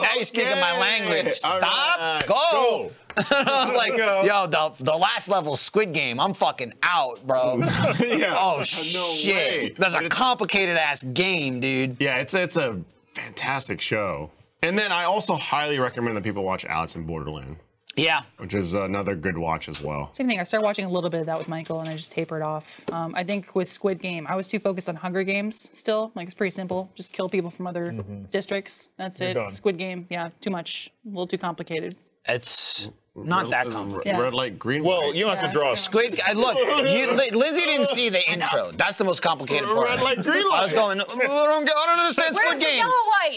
B: Now you're speaking my
D: Okay.
B: language.
D: All
B: Stop.
D: right.
B: Go.
D: Go.
B: I was like,
D: Go.
B: yo, the, the last level Squid Game. I'm fucking out, bro.
D: yeah.
B: Oh
D: No
B: shit!
D: way.
B: That's
D: But
B: a
D: it's-
B: complicated ass game, dude.
D: Yeah, it's it's a fantastic show. And then I also highly recommend that people watch Alice in Borderland,
B: Yeah.
D: which is another good watch as well.
C: Same thing. I started watching a little bit of that with Michael, and I just tapered off. Um, I think with Squid Game, I was too focused on Hunger Games. Still, like it's pretty simple. Just kill people from other
B: Mm-hmm.
C: districts. That's it.
E: done.
C: Squid Game. Yeah, too much. A little too complicated.
B: It's Not that complicated.
C: Yeah.
D: Red light, green light.
E: Well, you don't have to
C: Yeah.
E: draw.
B: Squid. I, look, you, Li- Lindsay didn't see the intro. That's the most complicated part.
D: Red light, green
B: I was
D: light.
B: going. I don't, get- I don't understand
C: Where's
B: Squid
C: the
B: Game.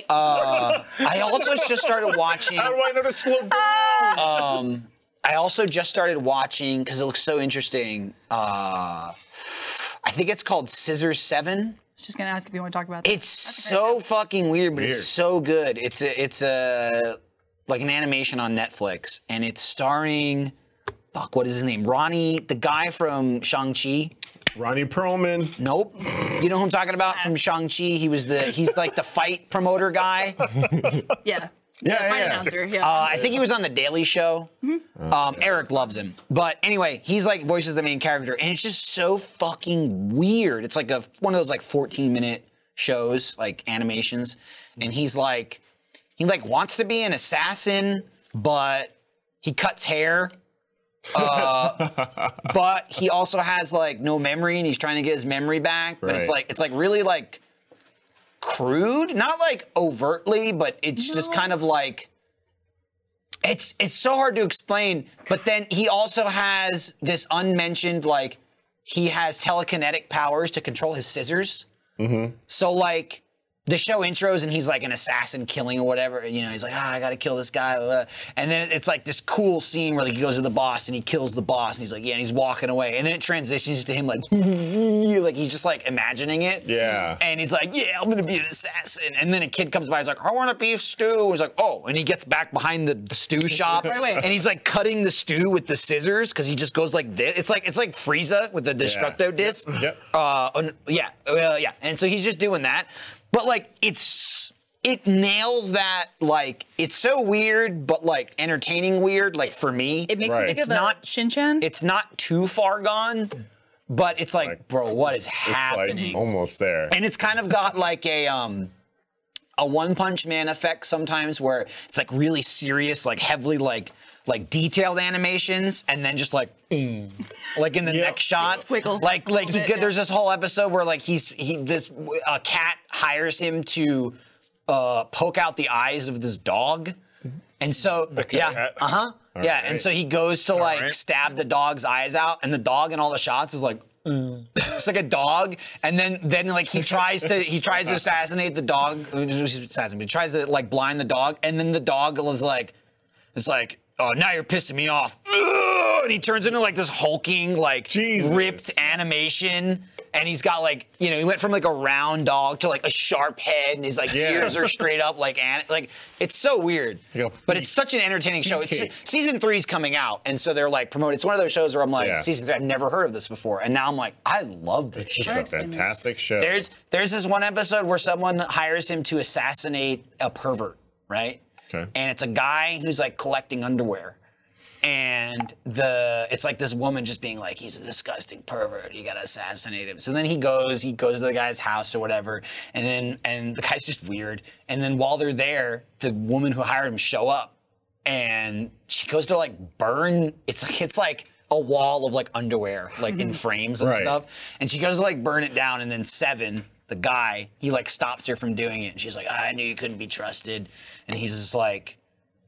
B: Uh,
C: yellow light?
B: I also just started watching. um,
E: How do I know to slow down?
B: I also just started watching because it looks so interesting. Uh, I think it's called Scissors Seven.
C: I was just gonna ask if you want to talk about that.
B: It's so fucking weird, but it's so good. It's a, it's a like an animation on Netflix, and it's starring. Fuck, what is his name? Ronnie, the guy from Shang Chi.
D: Ronnie Perlman.
B: Nope. You know who I'm talking about from Shang Chi? He was the he's like the fight promoter guy.
C: yeah.
D: yeah,
C: Fine
D: yeah.
C: announcer. Yeah.
B: Uh, I think he was on the Daily Show. Um, Eric loves him, but anyway, he's like voices the main character, and it's just so fucking weird. It's like a one of those like 14 minute shows, like animations, and he's like, he like wants to be an assassin, but he cuts hair. Uh, but he also has like no memory, and he's trying to get his memory back. But it's
D: Right.
B: like it's like really like crude, not like overtly, but it's just kind of like it's it's so hard to explain. But then he also has this unmentioned like he has telekinetic powers to control his scissors. So like the show intros and he's like an assassin killing or whatever. You know, he's like, ah, I gotta kill this guy. blah, blah." And then it's like this cool scene where like he goes to the boss and he kills the boss and he's like, yeah, and he's walking away. And then it transitions to him like, like he's just like imagining it.
D: Yeah.
B: And he's like, yeah, I'm gonna be an assassin. And then a kid comes by, he's like, I want a beef stew. He's like, oh, and he gets back behind the, the stew shop
C: away.
B: and he's like cutting the stew with the scissors because he just goes like this. It's like it's like Frieza with the destructo disc.
D: Yep.
B: Uh, un- yeah, uh, yeah. And so he's just doing that, but like it's it nails that like it's so weird, but like entertaining weird. Like for me,
C: it makes me
D: Right.
C: think
B: It's
C: of uh, the
B: not-
C: Shin Chan.
B: it's not too far gone, but it's like, bro, what is happening?
D: Like almost there.
B: and it's kind of got like a um a one punch man effect sometimes where it's like really serious like heavily like like detailed animations and then just like mm, like in the next shot
C: Squiggles
B: like
C: a
B: like he
C: little bit,
B: could,
C: yeah.
B: there's this whole episode where like he's he this a cat hires him to uh poke out the eyes of this dog and so yeah
E: cat.
B: uh-huh yeah and so he goes to like
E: right.
B: stab the dog's eyes out and the dog in all the shots is like mm. it's like a dog, and then then like he tries to he tries to assassinate the dog. Assassinate, he tries to like blind the dog, and then the dog was like, it's like, oh now you're pissing me off, and he turns into like this hulking like
D: Jesus.
B: ripped animation. And he's got like, you know, he went from like a round dog to like a sharp head, and his like ears are straight up, like, an- like it's so weird.
D: Like a
B: But it's such an entertaining show. It's, season three's coming out, and so they're like promoting. It's one of those shows where I'm like,
D: Yeah.
B: season three, I've never heard of this before, and now I'm like, I love this show.
C: It's been
D: Fantastic show.
B: There's there's this one episode where someone hires him to assassinate a pervert, right?
D: Okay.
B: And it's a guy who's like collecting underwear. And the it's like this woman just being like, he's a disgusting pervert. You gotta assassinate him. So then he goes, he goes to the guy's house or whatever, and then and the guy's just weird. And then while they're there, the woman who hired him show up, and she goes to like burn. It's like it's like a wall of like underwear, like in frames and
D: Right.
B: stuff. And she goes to like burn it down, and then Seven, the guy, he like stops her from doing it, and she's like, "I knew you couldn't be trusted," and he's just like,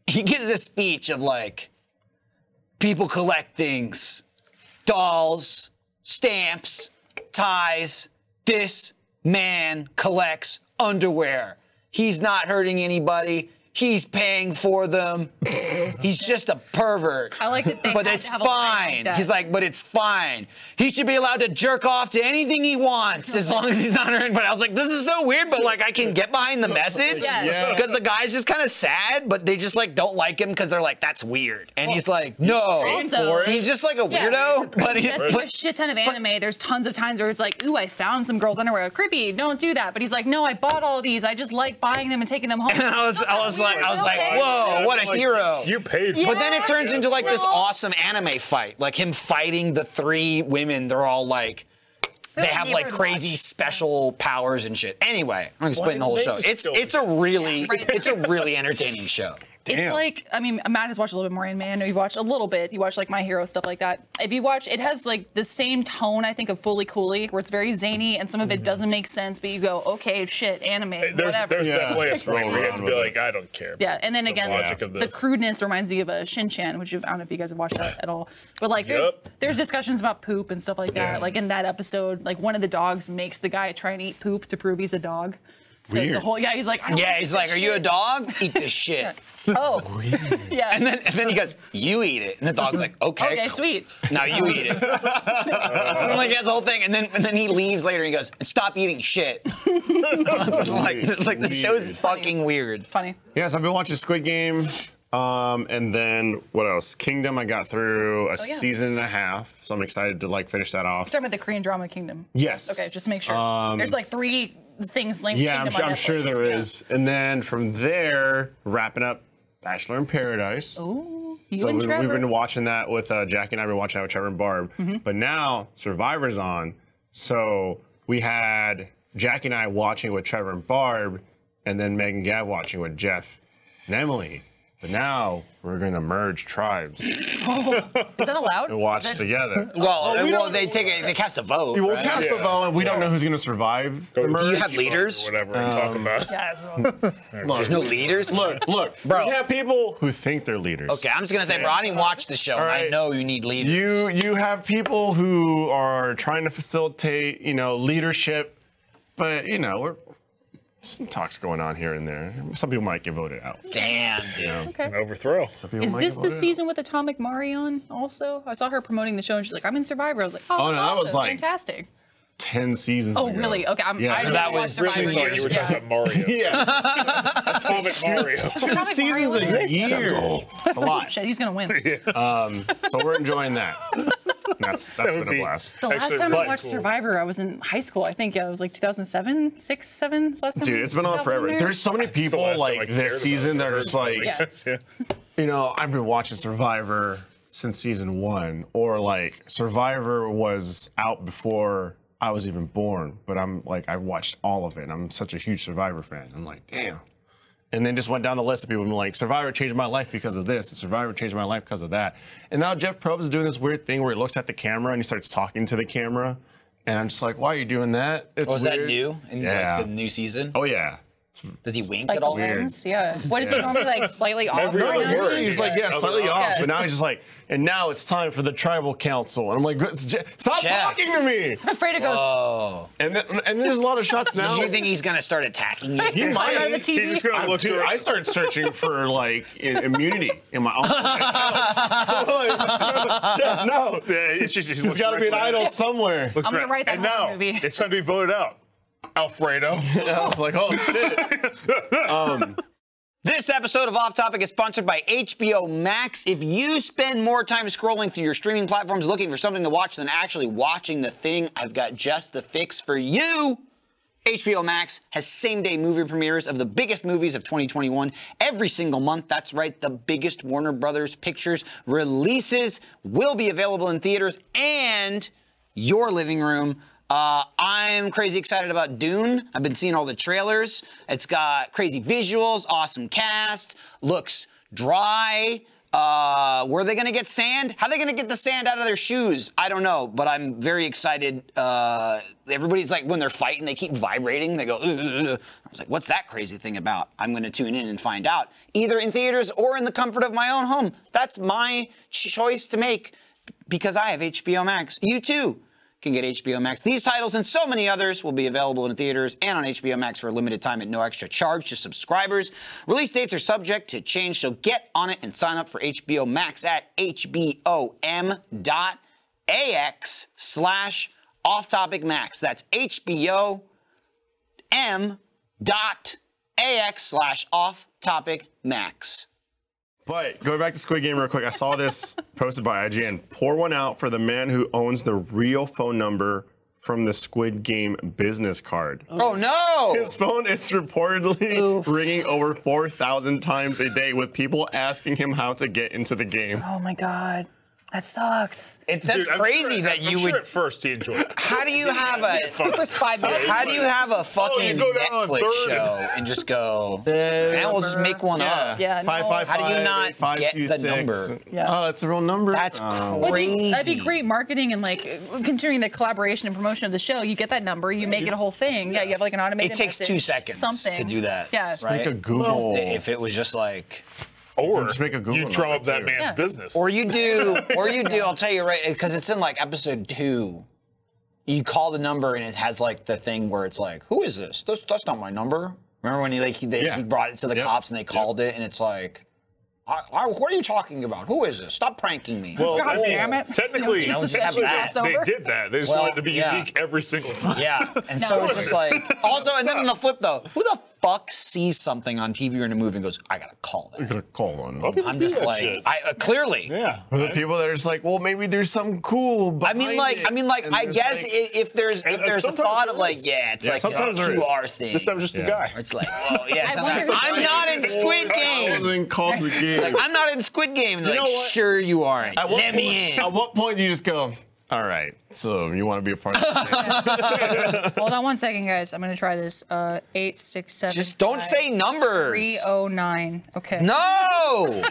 B: he gives a speech of like, people collect things, dolls, stamps, ties. This man collects underwear. He's not hurting anybody. He's paying for them. He's just a pervert.
C: I like that they
B: But
C: had to
B: it's
C: have a line like
B: fine.
C: that.
B: He's like, but it's fine. He should be allowed to jerk off to anything he wants as long as he's not hurting. But I was like, this is so weird, but like I can get behind the message.
C: Yeah. Yeah.
B: Because the guy's just kind of sad, but they just like don't like him because they're like, that's weird. And he's like, no.
C: Also-
B: he's just like a
C: Yeah.
B: weirdo, but he,
C: Yes,
B: but
C: there's a shit ton of anime. there's tons of times where it's like, ooh, I found some girls' underwear. Creepy, don't do that. But he's like, no, I bought all these. I just like buying them and taking them home.
B: I was, I was like, I was like,
C: Okay.
B: whoa, what a
E: Like,
B: hero.
E: You paid. for
C: Yeah.
B: But then it turns into like this
C: Well-
B: awesome anime fight, like him fighting the three women. They're all like, they
C: like
B: have like
C: neighborhood
B: crazy
C: watch.
B: special powers and shit. Anyway, I'm gonna explain the
E: didn't
B: whole
E: they
B: show.
E: just
B: It's
E: film
B: it's
E: it?
B: a really
C: Yeah, right.
B: it's a really entertaining show.
C: It's
G: Damn.
C: like I mean, Matt has watched a little bit more anime. I know you've watched a little bit. You watch like My Hero stuff like that. If you watch, it has like the same tone I think of Fully Cooley, where it's very zany and some
B: Mm-hmm.
C: of it doesn't make sense, but you go, okay, shit, anime,
E: There's,
C: whatever.
E: there's
D: Yeah.
E: definitely a point where you have to be
D: Roll around with
E: like, I don't care. about
C: Yeah, and then
E: the
C: again,
E: logic of
C: the
E: this.
C: crudeness reminds me of a Shin Chan, which I don't know if you guys have watched that at all. But like, there's
E: Yup.
C: there's discussions about poop and stuff like that.
E: Yeah.
C: Like in that episode, like one of the dogs makes the guy try and eat poop to prove he's a dog. So it's a
D: Weird.
C: whole yeah. He's like, I don't
B: Yeah,
C: wanna eat
B: he's
C: that
B: like, "Are you a
C: shit."
B: dog? Eat this shit."
C: Oh, yeah.
B: And then, and then he goes, "You eat it," and the dog's like, "Okay,
C: Okay, sweet.
B: Now you eat it." and like that's the whole thing, and then and then he leaves later. and He goes, and "Stop eating shit." it's just like it's like the show's
D: Weird.
B: fucking weird.
C: it's funny.
D: Yes, I've been watching Squid Game. Um, and then what else? Kingdom. I got
C: Oh,
D: through a season and a half, so I'm excited to like finish that off.
C: Talking about the Korean drama Kingdom.
D: Yes.
C: Okay, just to make sure.
D: Um,
C: There's like three things linked.
D: Yeah, I'm,
C: Kingdom
D: su-
C: on
D: I'm sure
C: Netflix.
D: there
C: Yeah.
D: is. And then from there, wrapping up Bachelor in Paradise.
C: Ooh, you
D: So
C: and
D: we,
C: Trevor. Mm-hmm.
D: have been watching that with uh, Jackie and I. We've been watching that with Trevor and Barb. But now Survivor's on, so we had Jackie and I watching with Trevor and Barb, and then Megan Gabb watching with Jeff and Emily. But now we're gonna merge tribes
C: is that allowed?
D: and watch
C: Is that-
D: together.
B: Well, well, they take a, they cast a vote.
D: We'll
B: right?
D: cast a
E: Yeah.
D: vote, and we don't know who's gonna survive the
B: Do
E: Do
B: you
D: merge.
B: have
E: Or
B: leaders?
E: whatever I'm
D: Um,
E: talking about.
C: Yeah, it's-
B: There's no leaders.
D: Look, look,
B: Bro.
D: We have people who think they're leaders.
B: Okay, I'm just gonna say, bro, I didn't watch the show. and I
D: right.
B: know you need leaders.
D: You you have people who are trying to facilitate, you know, leadership, but you know, we're some talks going on here and there. Some people might get voted out.
B: Damn, dude.
E: An overthrow.
D: Some people
C: Is
D: might
C: this
D: get
C: the
D: voted out.
C: season with Atomic Marion also? I saw her promoting the show and she's like, I'm in Survivor. I was like, oh,
D: Oh,
C: that's
D: no, that was
C: awesome.
D: like-
C: fantastic.
D: Ten seasons.
C: Oh,
D: ago.
C: really? Okay, I'm,
D: Yeah.
C: I
D: So
B: that
C: that was
B: was
E: I
C: Survivor
B: really
E: thought you
C: years.
E: were
C: Yeah.
E: talking about Mario.
D: Yeah.
E: Atomic Mario.
D: Two
C: Atomic
D: seasons
C: Mario.
D: a year. That's a lot.
C: Shit, he's gonna win.
D: So we're enjoying that. And That's that's
E: would
D: been a
E: be-
D: blast.
C: The last
E: Actually,
C: time I
E: really
C: watched
E: cool.
C: Survivor, I was in high school. I think yeah, it was like 2007, six, seven. was the Last time.
D: Dude, it's been on
C: Something
D: forever.
C: there.
D: There's so many people
E: last time I
D: like
E: cared
D: their
E: about
D: season
E: it.
D: that are just like
C: Yeah.
E: yeah.
D: you know, I've been watching Survivor since season one, or like Survivor was out before I was even born, but I'm like, I watched all of it. And I'm such a huge Survivor fan. I'm like, damn. And then just went down the list of people and like, Survivor changed my life because of this, and Survivor changed my life because of that. And now Jeff Probst is doing this weird thing where he looks at the camera and he starts talking to the camera. And I'm just like, why are you doing that? It's
B: Was Oh, that
D: weird."
B: new? In
D: Yeah.
B: like, the new season?
D: Oh, yeah.
B: Does he wink
C: Like
B: at all?
C: lens, yeah. What is it normally like? Slightly off.
E: Every
C: right
E: other
C: now?
E: word.
D: He's like, yeah, slightly off, but now he's just like, and now it's time for the tribal council. And I'm like, "It's Je- stop
B: Jeff.
D: talking to me.
C: Freda goes.
D: And then, and there's a lot of shots now.
B: Do you think he's gonna start attacking you?
D: he
C: Climb over the
D: might.
C: TV.
E: He's just gonna
D: I'm-
E: look
D: dude,
E: around.
D: I started searching for like i- immunity in my office. I'm like, Jeff, no,
E: Yeah, it's just, he's
D: there's got to be an idol somewhere.
C: I'm gonna write that
E: and
C: whole
E: now,
C: movie.
E: It's time to be voted out. Alfredo.
D: And I was like, oh shit.
B: This episode of Off Topic is sponsored by HBO Max. If you spend more time scrolling through your streaming platforms looking for something to watch than actually watching the thing, I've got just the fix for you. HBO Max has same day movie premieres of the biggest movies of 2021 every single month. That's right, the biggest Warner Brothers Pictures releases will be available in theaters and your living room. Uh, I'm crazy excited about Dune. I've been seeing all the trailers. It's got crazy visuals, awesome cast, looks dry. Uh, were they going to get sand? How are they going to get the sand out of their shoes? I don't know, but I'm very excited. Uh, everybody's like, when they're fighting, they keep vibrating. They go, "Ugh, ugh, ugh." I was like, what's that crazy thing about? I'm going to tune in and find out, either in theaters or in the comfort of my own home. That's my ch- choice to make because I have HBO Max. You too can get HBO Max. These titles and so many others will be available in theaters and on HBO Max for a limited time at no extra charge to subscribers. Release dates are subject to change, so get on it and sign up for HBO Max at hbom.ax slash off topic max. That's HBO M dot AX slash off topic max.
D: But going back to Squid Game real quick, I saw this posted by IGN. Pour one out for the man who owns the real phone number from the Squid Game business card.
B: Oh no!
D: His phone is reportedly ringing over 4,000 times a day with people asking him how to get into the game.
C: Oh my god. That sucks.
B: It, that's
E: Dude, I'm
B: crazy
E: sure-
B: that
E: I'm
B: you
E: sure
B: would.
E: At first, he enjoyed it.
B: how do you have a?
C: First five minutes.
B: How do you have a
E: you
B: fucking
E: go down on
B: Netflix
E: third.
B: show and just go? and we'll just make one up.
C: Yeah,
D: Five,
C: no.
D: five,
B: How do you
D: five,
B: not
D: five,
B: get
D: two,
B: the
D: six.
B: number?
C: Yeah.
D: Oh, that's a real number.
B: That's
D: Oh.
C: Would
B: crazy.
C: be- That'd be great marketing and like continuing the collaboration and promotion of the show. You get that number, you make it a whole thing. Yeah, you have like an automated.
B: It takes two
C: message,
B: seconds
C: Something
B: to do that.
C: Yeah.
B: right?
D: Make a Google.
B: If it was just like,
E: Or
D: just make a Google
E: you drum
D: number,
E: up that
D: too.
E: man's
C: Yeah.
E: business.
B: or you do, or you do. I'll tell you right because it's in like episode two. You call the number and it has like the thing where it's like, who is this? That's, that's not my number. Remember when he like he, they,
D: Yeah.
B: he brought it to the
D: Yep.
B: cops and they called it and it's like, I, I, what are you talking about? Who is this? Stop pranking me.
E: well,
C: God
E: I mean,
C: damn it.
E: Technically,
C: That was
E: technically
B: just
E: they,
C: crossover.
E: they did that. They just
B: Well,
E: wanted to be
B: yeah.
E: unique every single time.
B: Yeah, and
C: No.
B: so it's just like also, and then on the flip though, who the fuck sees something on TV or in a movie and goes, "I gotta call
D: You
B: that."
D: could call one.
E: people
B: I'm
E: do
B: just
E: that
B: like,
E: shit.
B: I uh, clearly.
E: yeah.
D: The people that are just like, well, maybe there's something cool.
B: I mean,
D: behind
B: like,
D: it.
B: I mean, like,
D: And
B: I
D: there's
B: guess
D: like-
B: i- if there's
E: And-
B: if
E: and
B: there's a
E: sometimes
B: thought
E: there
B: of like,
E: is.
B: yeah, it's
D: Yeah,
B: like
D: sometimes
B: a
D: there is.
B: QR thing.
E: This time was just a
D: Yeah.
E: guy.
B: It's like, oh yeah,
C: I wonder
B: sometimes,
C: if-
B: I'm not in Squid Game.
D: Then call the game.
B: Like, I'm not in Squid Game. They're
D: You
B: like,
D: know what?
B: sure you aren't.
D: At what
B: Let me
D: point-
B: in.
D: At what point do you just go? All right, so you want to be a part of this? thing?"
C: Hold on one second, guys. I'm gonna try this. Uh, eight, six, seven.
B: Just don't say numbers.
C: Three oh nine. Okay.
B: No.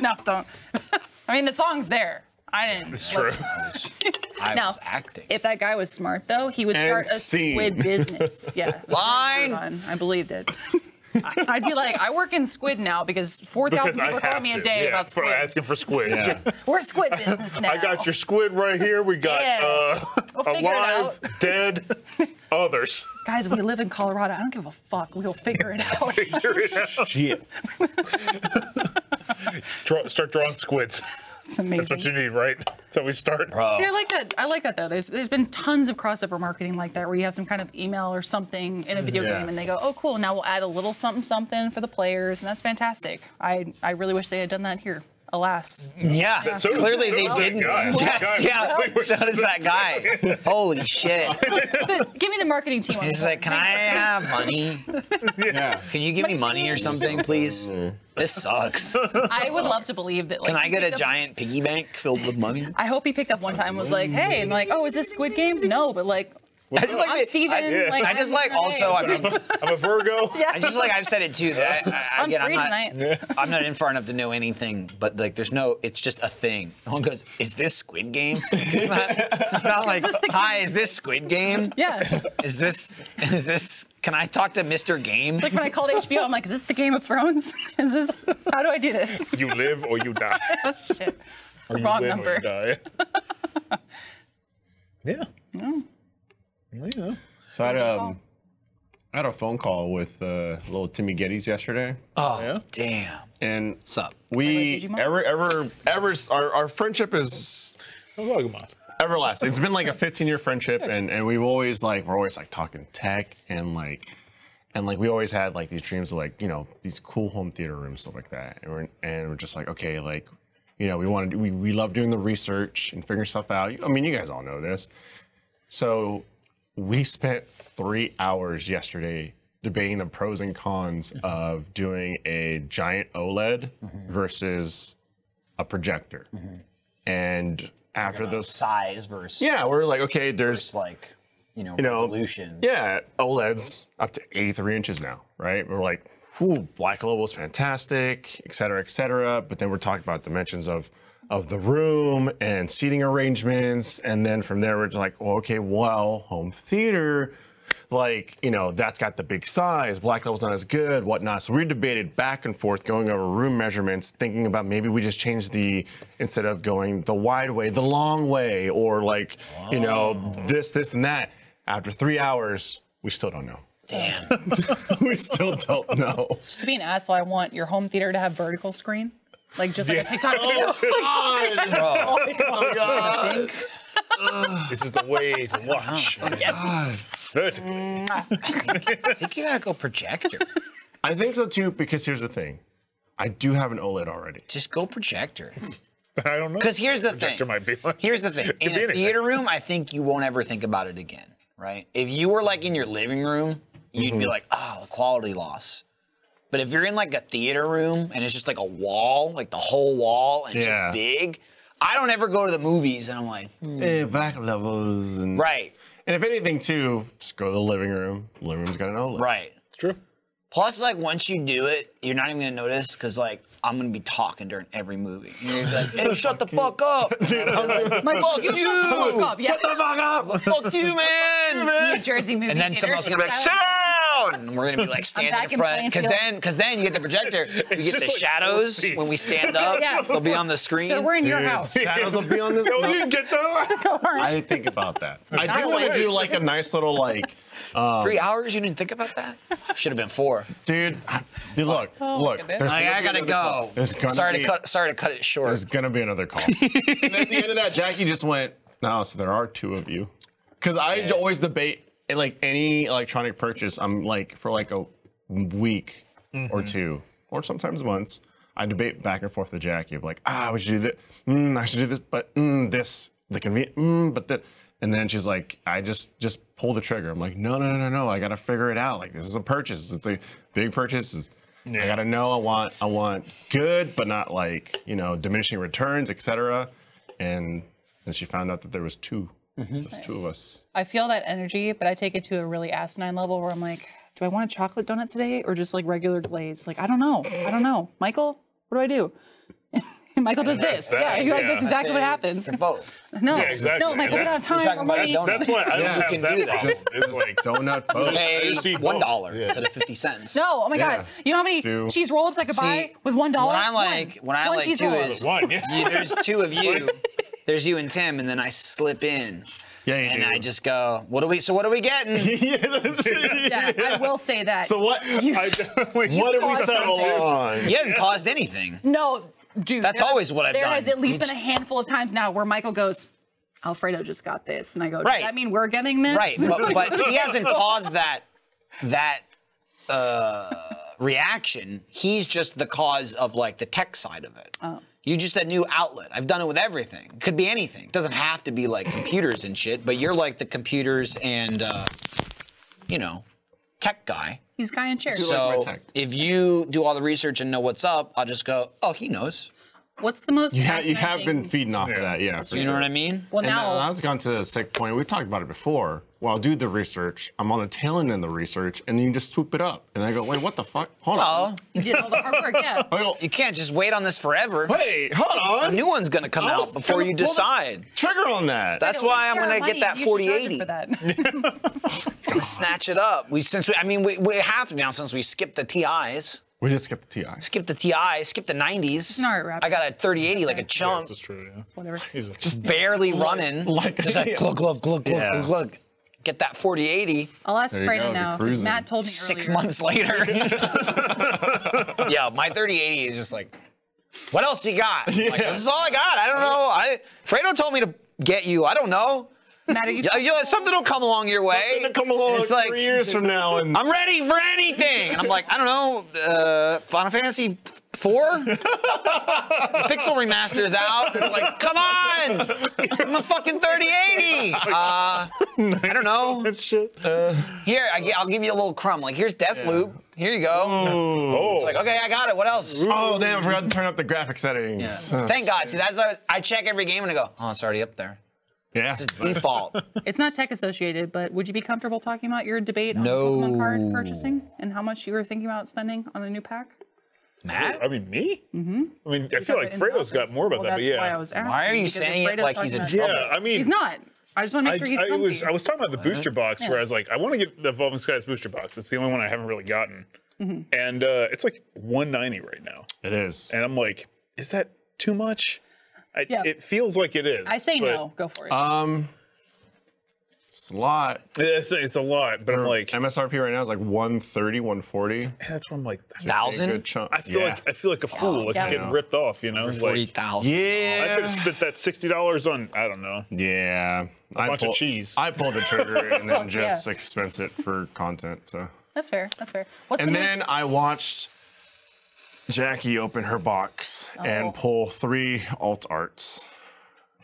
C: no, don't. I mean, the song's there. I didn't.
E: It's true.
B: I
C: No.
B: was acting.
C: If that guy was smart, though, he would
D: And
C: start a
D: scene.
C: squid business. Yeah.
B: Line.
C: Run. I believed it. I- I'd be like, I work in squid now because
E: Because
C: 4,000
E: I
C: people call
E: have
C: me a
E: to.
C: day
E: yeah,
C: about
E: for
C: squid.
E: asking for squid.
C: We're squid business now.
E: I got your squid right here. We got
C: Yeah.
E: uh,
C: We'll figure it
E: alive, dead, others.
C: Guys, we live in Colorado. I don't give a fuck. We'll figure it out.
E: Figure it out.
D: Shit.
E: Draw, start drawing squids.
C: It's
E: That's
C: amazing.
E: what you need, right? That's how we start.
C: See, I like that. I like that though. There's there's been tons of crossover marketing like that where you have some kind of email or something in a video
D: Yeah.
C: game and they go, "Oh, cool. Now we'll add a little something something for the players." And that's fantastic. I I really wish they had done that here. Alas.
B: Yeah,
E: So does-
B: clearly
E: so
B: they
E: does that
B: didn't.
E: guy.
B: Yes,
E: That
B: yeah.
E: guy really
B: So does that guy. Holy shit.
C: The- give me the marketing team. on
B: He's
C: board.
B: like, can I have money?
D: Yeah.
B: Can you give me money or something, please?
E: Mm.
B: This sucks.
C: I would love to believe that. Like,
B: Can I
C: he
B: get
C: picked
B: a
C: up-
B: giant piggy bank filled with money?
C: I hope he picked up one time and was like, "Hey," and like, "Oh, is this Squid Game?" No, but like,
B: I just
C: I'm
B: like, that-
C: Steven,
B: I,
C: like,
B: I just
C: I'm
B: like
C: your
B: also, I mean,
E: I'm a Virgo. Yeah.
B: I just like I've said it too. That I, I,
C: I'm
B: again,
C: free
B: I'm not,
C: tonight.
B: I'm not in far enough to know anything, but like, there's no. It's just a thing. No one goes, "Is this Squid Game?" It's not. It's not like, "Hi, is this Squid Game?"
C: yeah.
B: Is this? Is this? Can I talk to Mr. Game?
C: Like when I called HBO, I'm like, "Is this the Game of Thrones? Is this? How do I do this?"
E: You live or you die.
C: Shit.
E: Or you
C: Wrong
E: live Or
C: number.
E: you die. yeah.
D: So I had, um, I had a phone call with uh, little Timmy Geddes yesterday,
B: Oh, damn.
D: and
B: What's up?
D: we
C: Digimon?
D: ever, ever, ever, our, our friendship is
E: Pokemon.
D: everlasting. It's been like a 15 year friendship, and and we've always like we're always like talking tech and like and like we always had like these dreams of like you know these cool home theater rooms stuff like that, and we're and we're just like okay like you know we want to we we love doing the research and figuring stuff out. I mean you guys all know this, so we spent three hours yesterday debating the pros and cons of doing a giant OLED versus a projector. And after those
B: size versus
D: yeah, we're like, okay, there's
B: like you know,
D: know,
B: resolution.
D: yeah, OLEDs up to 83 inches now, right? We're like, whew, black level's fantastic, et cetera, et cetera. But then we're talking about dimensions of of the room and seating arrangements, and then from there we're just like, well, okay, well, home theater, like you know, that's got the big size, black level's not as good, whatnot. So we debated back and forth, going over room measurements, thinking about maybe we just change the instead of going the wide way, the long way, or like you know, this, this, and that. After three hours, we still don't know.
B: Damn.
D: we still don't know.
C: Just to be an asshole, I want your home theater to have vertical screen, like just like a TikTok. video.
E: This is the way to watch. Vertically.
B: I think you gotta go projector.
D: I think so too, because here's the thing. I do have an OLED already.
B: Just go projector.
E: I don't know.
B: Because here's the
E: Projector
B: thing.
E: might be like-
B: Here's the thing.
E: Could
B: In
E: be
B: a
E: anything.
B: theater room, I think you won't ever think about it again, right? If you were like in your living room, you'd
E: Mm-hmm.
B: be like, oh, the quality loss. But if you're in like a theater room and it's just like a wall, like the whole wall, and it's
D: Yeah.
B: just big, I don't ever go to the movies, and I'm like,
E: Hmm.
D: Eh, black levels and
B: right,
D: And if anything, too, just go to the living room. Living room's got an E outlet.
B: right.
E: True.
B: Plus, like once you do it, you're not even gonna notice because like I'm gonna be talking during every movie. And you're gonna be like, hey, shut the fuck up.
C: My
B: Fuck you!
C: Shut the fuck up. Yeah.
D: Shut the fuck up!
B: Fuck you, man!
C: New Jersey movie
B: And then
C: theater.
B: someone else is gonna be like, sit down! And we're gonna be like standing
C: back
B: in
C: in
B: front. Cause
C: Plainfield.
B: then cause then you get the projector, you get the
E: just like
B: shadows
E: four seats.
B: when we stand up.
C: Yeah.
B: They'll be on the screen.
C: So we're in your house.
D: Shadows will be on this.
E: Yo, you get the
D: I didn't think about that. I
C: not
D: do want to
C: like-
D: do like a nice little like,
B: Three hours? You didn't think about that? Should have been four.
D: dude. I- dude, look,
C: Oh,
D: look. There's
B: Like, I
D: gonna
B: gotta
D: be another
B: go.
D: call. There's gonna
B: Sorry
D: be-
B: to cut sorry to cut it short.
D: There's gonna be another call. and at the end of that, Jackie just went, "No, so there are two of you." Because I always debate in like any electronic purchase. I'm like for like a week or two, or sometimes months. I debate back and forth with Jackie of like, "Ah, we should do this. Mm, I should do this, but mm, this the convenient. Mm, but the." And then she's like, "I just just pull the trigger." I'm like, "No, no, no, no, no. I gotta figure it out. Like this is a purchase. It's a big purchase." It's- I gotta know I want I want good, but not like you know diminishing returns, etc. And then she found out that there was 2
B: Mm-hmm.
D: There's two of us.
C: I feel that energy, but I take it to a really asinine level where I'm like, do I want a chocolate donut today or just like regular glaze? Like, I don't know. I don't know. Michael, what do I do? And Michael does this.
E: that,
C: yeah, you're like,
E: yeah.
C: that's exactly what happens.
B: They're both.
C: No,
E: Yeah, exactly.
C: no, Michael, we don't have
E: That's- we're
C: time or
B: talking about
C: money.
B: donut.
E: That's why I don't
B: You
E: have
B: can
E: that
B: do that.
E: problem. It's like
D: Donut both.
B: Pay
E: just eat
B: one
E: both.
B: dollar instead of fifty cents.
C: No, oh my
D: Yeah.
C: God. You know how many
D: Two.
C: cheese roll ups I could buy
B: See,
C: with one dollar?
B: What I like,
C: One.
B: what I
C: One
B: like
C: cheese
B: too
C: roll-up.
B: is
E: one. Yeah.
B: you- there's two of you. There's you and Tim, and then I slip in.
D: Yeah, you
B: And
D: do.
B: I just go, what are we? So what are we getting?
D: yeah, that's it.
C: Yeah, I will say that.
D: So what?
E: I definitely-
D: what did we
C: thought
D: settle
C: something.
D: on?
B: You haven't caused anything.
C: No, dude.
B: That's always what I've
C: there
B: done.
C: has at least been a handful of times now where Michael goes, Alfredo just got this. And I go, does
B: Right.
C: that mean we're getting this?
B: Right, but, but he hasn't caused that that uh, reaction. He's just the cause of like the tech side of it. You just a new outlet. I've done it with everything. Could be anything. Doesn't have to be like computers and shit. But you're like the computers and uh, you know tech guy.
C: He's guy in chair.
B: So
D: tech.
B: if you do all the research and know what's up, I'll just go. Oh, he knows.
C: What's the most?
D: You, ha- you
C: fascinating-
D: have been feeding off of that, yeah. For
B: You know what I mean?
C: Well,
D: And
C: now
D: now that's gone to the sick point. We talked about it before. Well, I'll do the research. I'm on the tail end of the research, and then you just swoop it up. And I go, wait, what the fuck? Hold
B: Oh,
D: on.
C: you did all the hard work. Yeah.
D: I go,
B: you can't just wait on this forever.
D: wait, hold
B: A
D: on.
B: new one's gonna come
D: I
B: out
D: was
B: before
D: gonna
B: you
D: pull the-
B: decide.
D: Trigger on that.
B: That's
C: Don't
B: why
C: waste
B: I'm
C: your
B: gonna
C: money.
B: get that
C: You
B: 4080.
C: should charge him For that.
B: snatch it up. We since we, I mean we, we have now since we skipped the TIs,
D: We just skipped the TI.
B: skipped the TI, skipped the 90s.
C: not a wrap.
B: I got a 3080 like a
E: Yeah,
B: chump,
E: That's true. Yeah.
C: Whatever.
E: He's a, just
B: barely running.
D: like-
B: just like glug glug glug glug
D: Yeah.
B: glug glug. Get that 4080
C: I'll ask
D: There you
C: Fredo
D: go,
C: now.
D: the
C: 'cause
D: cruising.
C: Matt told me
B: six
C: earlier.
B: months later. yeah, my 3080 is just like, what else you got? I'm Like, this is all I got. I don't know. I Fredo told me to get you. I don't know.
C: Matt, are you?
B: Yeah, yeah, something will come along your way.
D: Gonna come along
B: It's like-
D: three years from now and
B: I'm ready for anything. And I'm like, I don't know, uh, Final Fantasy four? Pixel remaster's out. It's like, come on! I'm a fucking 3080. Uh, I don't know.
D: shit. Uh,
B: Here, I, gi- I'll give you a little crumb. Like, here's Deathloop. Here you go.
E: oh.
B: It's like, okay, I got it. What else?
D: oh damn! I forgot to turn up the graphic settings.
B: Yeah.
D: Uh,
B: Thank God. See, that's always, I check every game and I go, oh, it's already up there.
D: yeah.
B: It's default.
C: It's not tech associated, but would you be comfortable talking about your debate on
B: No.
C: Pokemon card purchasing and how much you were thinking about spending on a new pack?
B: Matt?
E: I mean, me? Mm-hmm. I mean, I feel like
C: In the
E: Fredo's got
C: office.
E: more about
C: well,
E: that,
C: That's
E: but yeah.
C: why I was asking.
B: Why are you
C: because if
B: saying it
C: Fredo's
B: like
C: talking
B: he's in
C: about-
B: trouble?
E: yeah, I mean,
C: He's not. I just want to make sure he's
E: I, I
C: comfy. Uh-huh.
E: was I was talking about the booster box
C: Yeah.
E: where I was like, I want to get the Evolving Skies booster box. It's the only one I haven't really gotten,
C: Mm-hmm.
E: and uh, it's like 190 right now,
D: It is.
E: and I'm like, is that too much? I,
C: Yeah.
E: It feels like it is.
C: I say
E: but-
C: no. Go for
B: Uh,
C: it.
D: Um, slot
E: It's, it's a lot, but I'm
D: Mm.
E: like,
D: MSRP right now is like 130, 140.
E: that's what I'm like. that's-
B: Thousand?
D: Good chunk.
E: I feel
D: yeah.
E: like I feel like a fool, like
C: yeah.
E: getting ripped off. You know, like
B: 40,000.
E: I could
D: yeah.
E: have spent that sixty dollars on I don't know.
D: Yeah. I
E: bunch of
D: pull-
E: cheese.
D: I pulled the trigger and then
C: yeah.
D: just expense it for content. So.
C: that's fair. That's fair. What's
D: And
C: the
D: then
C: most?
D: I watched Jackie open her box
C: Oh.
D: and pull three alt arts.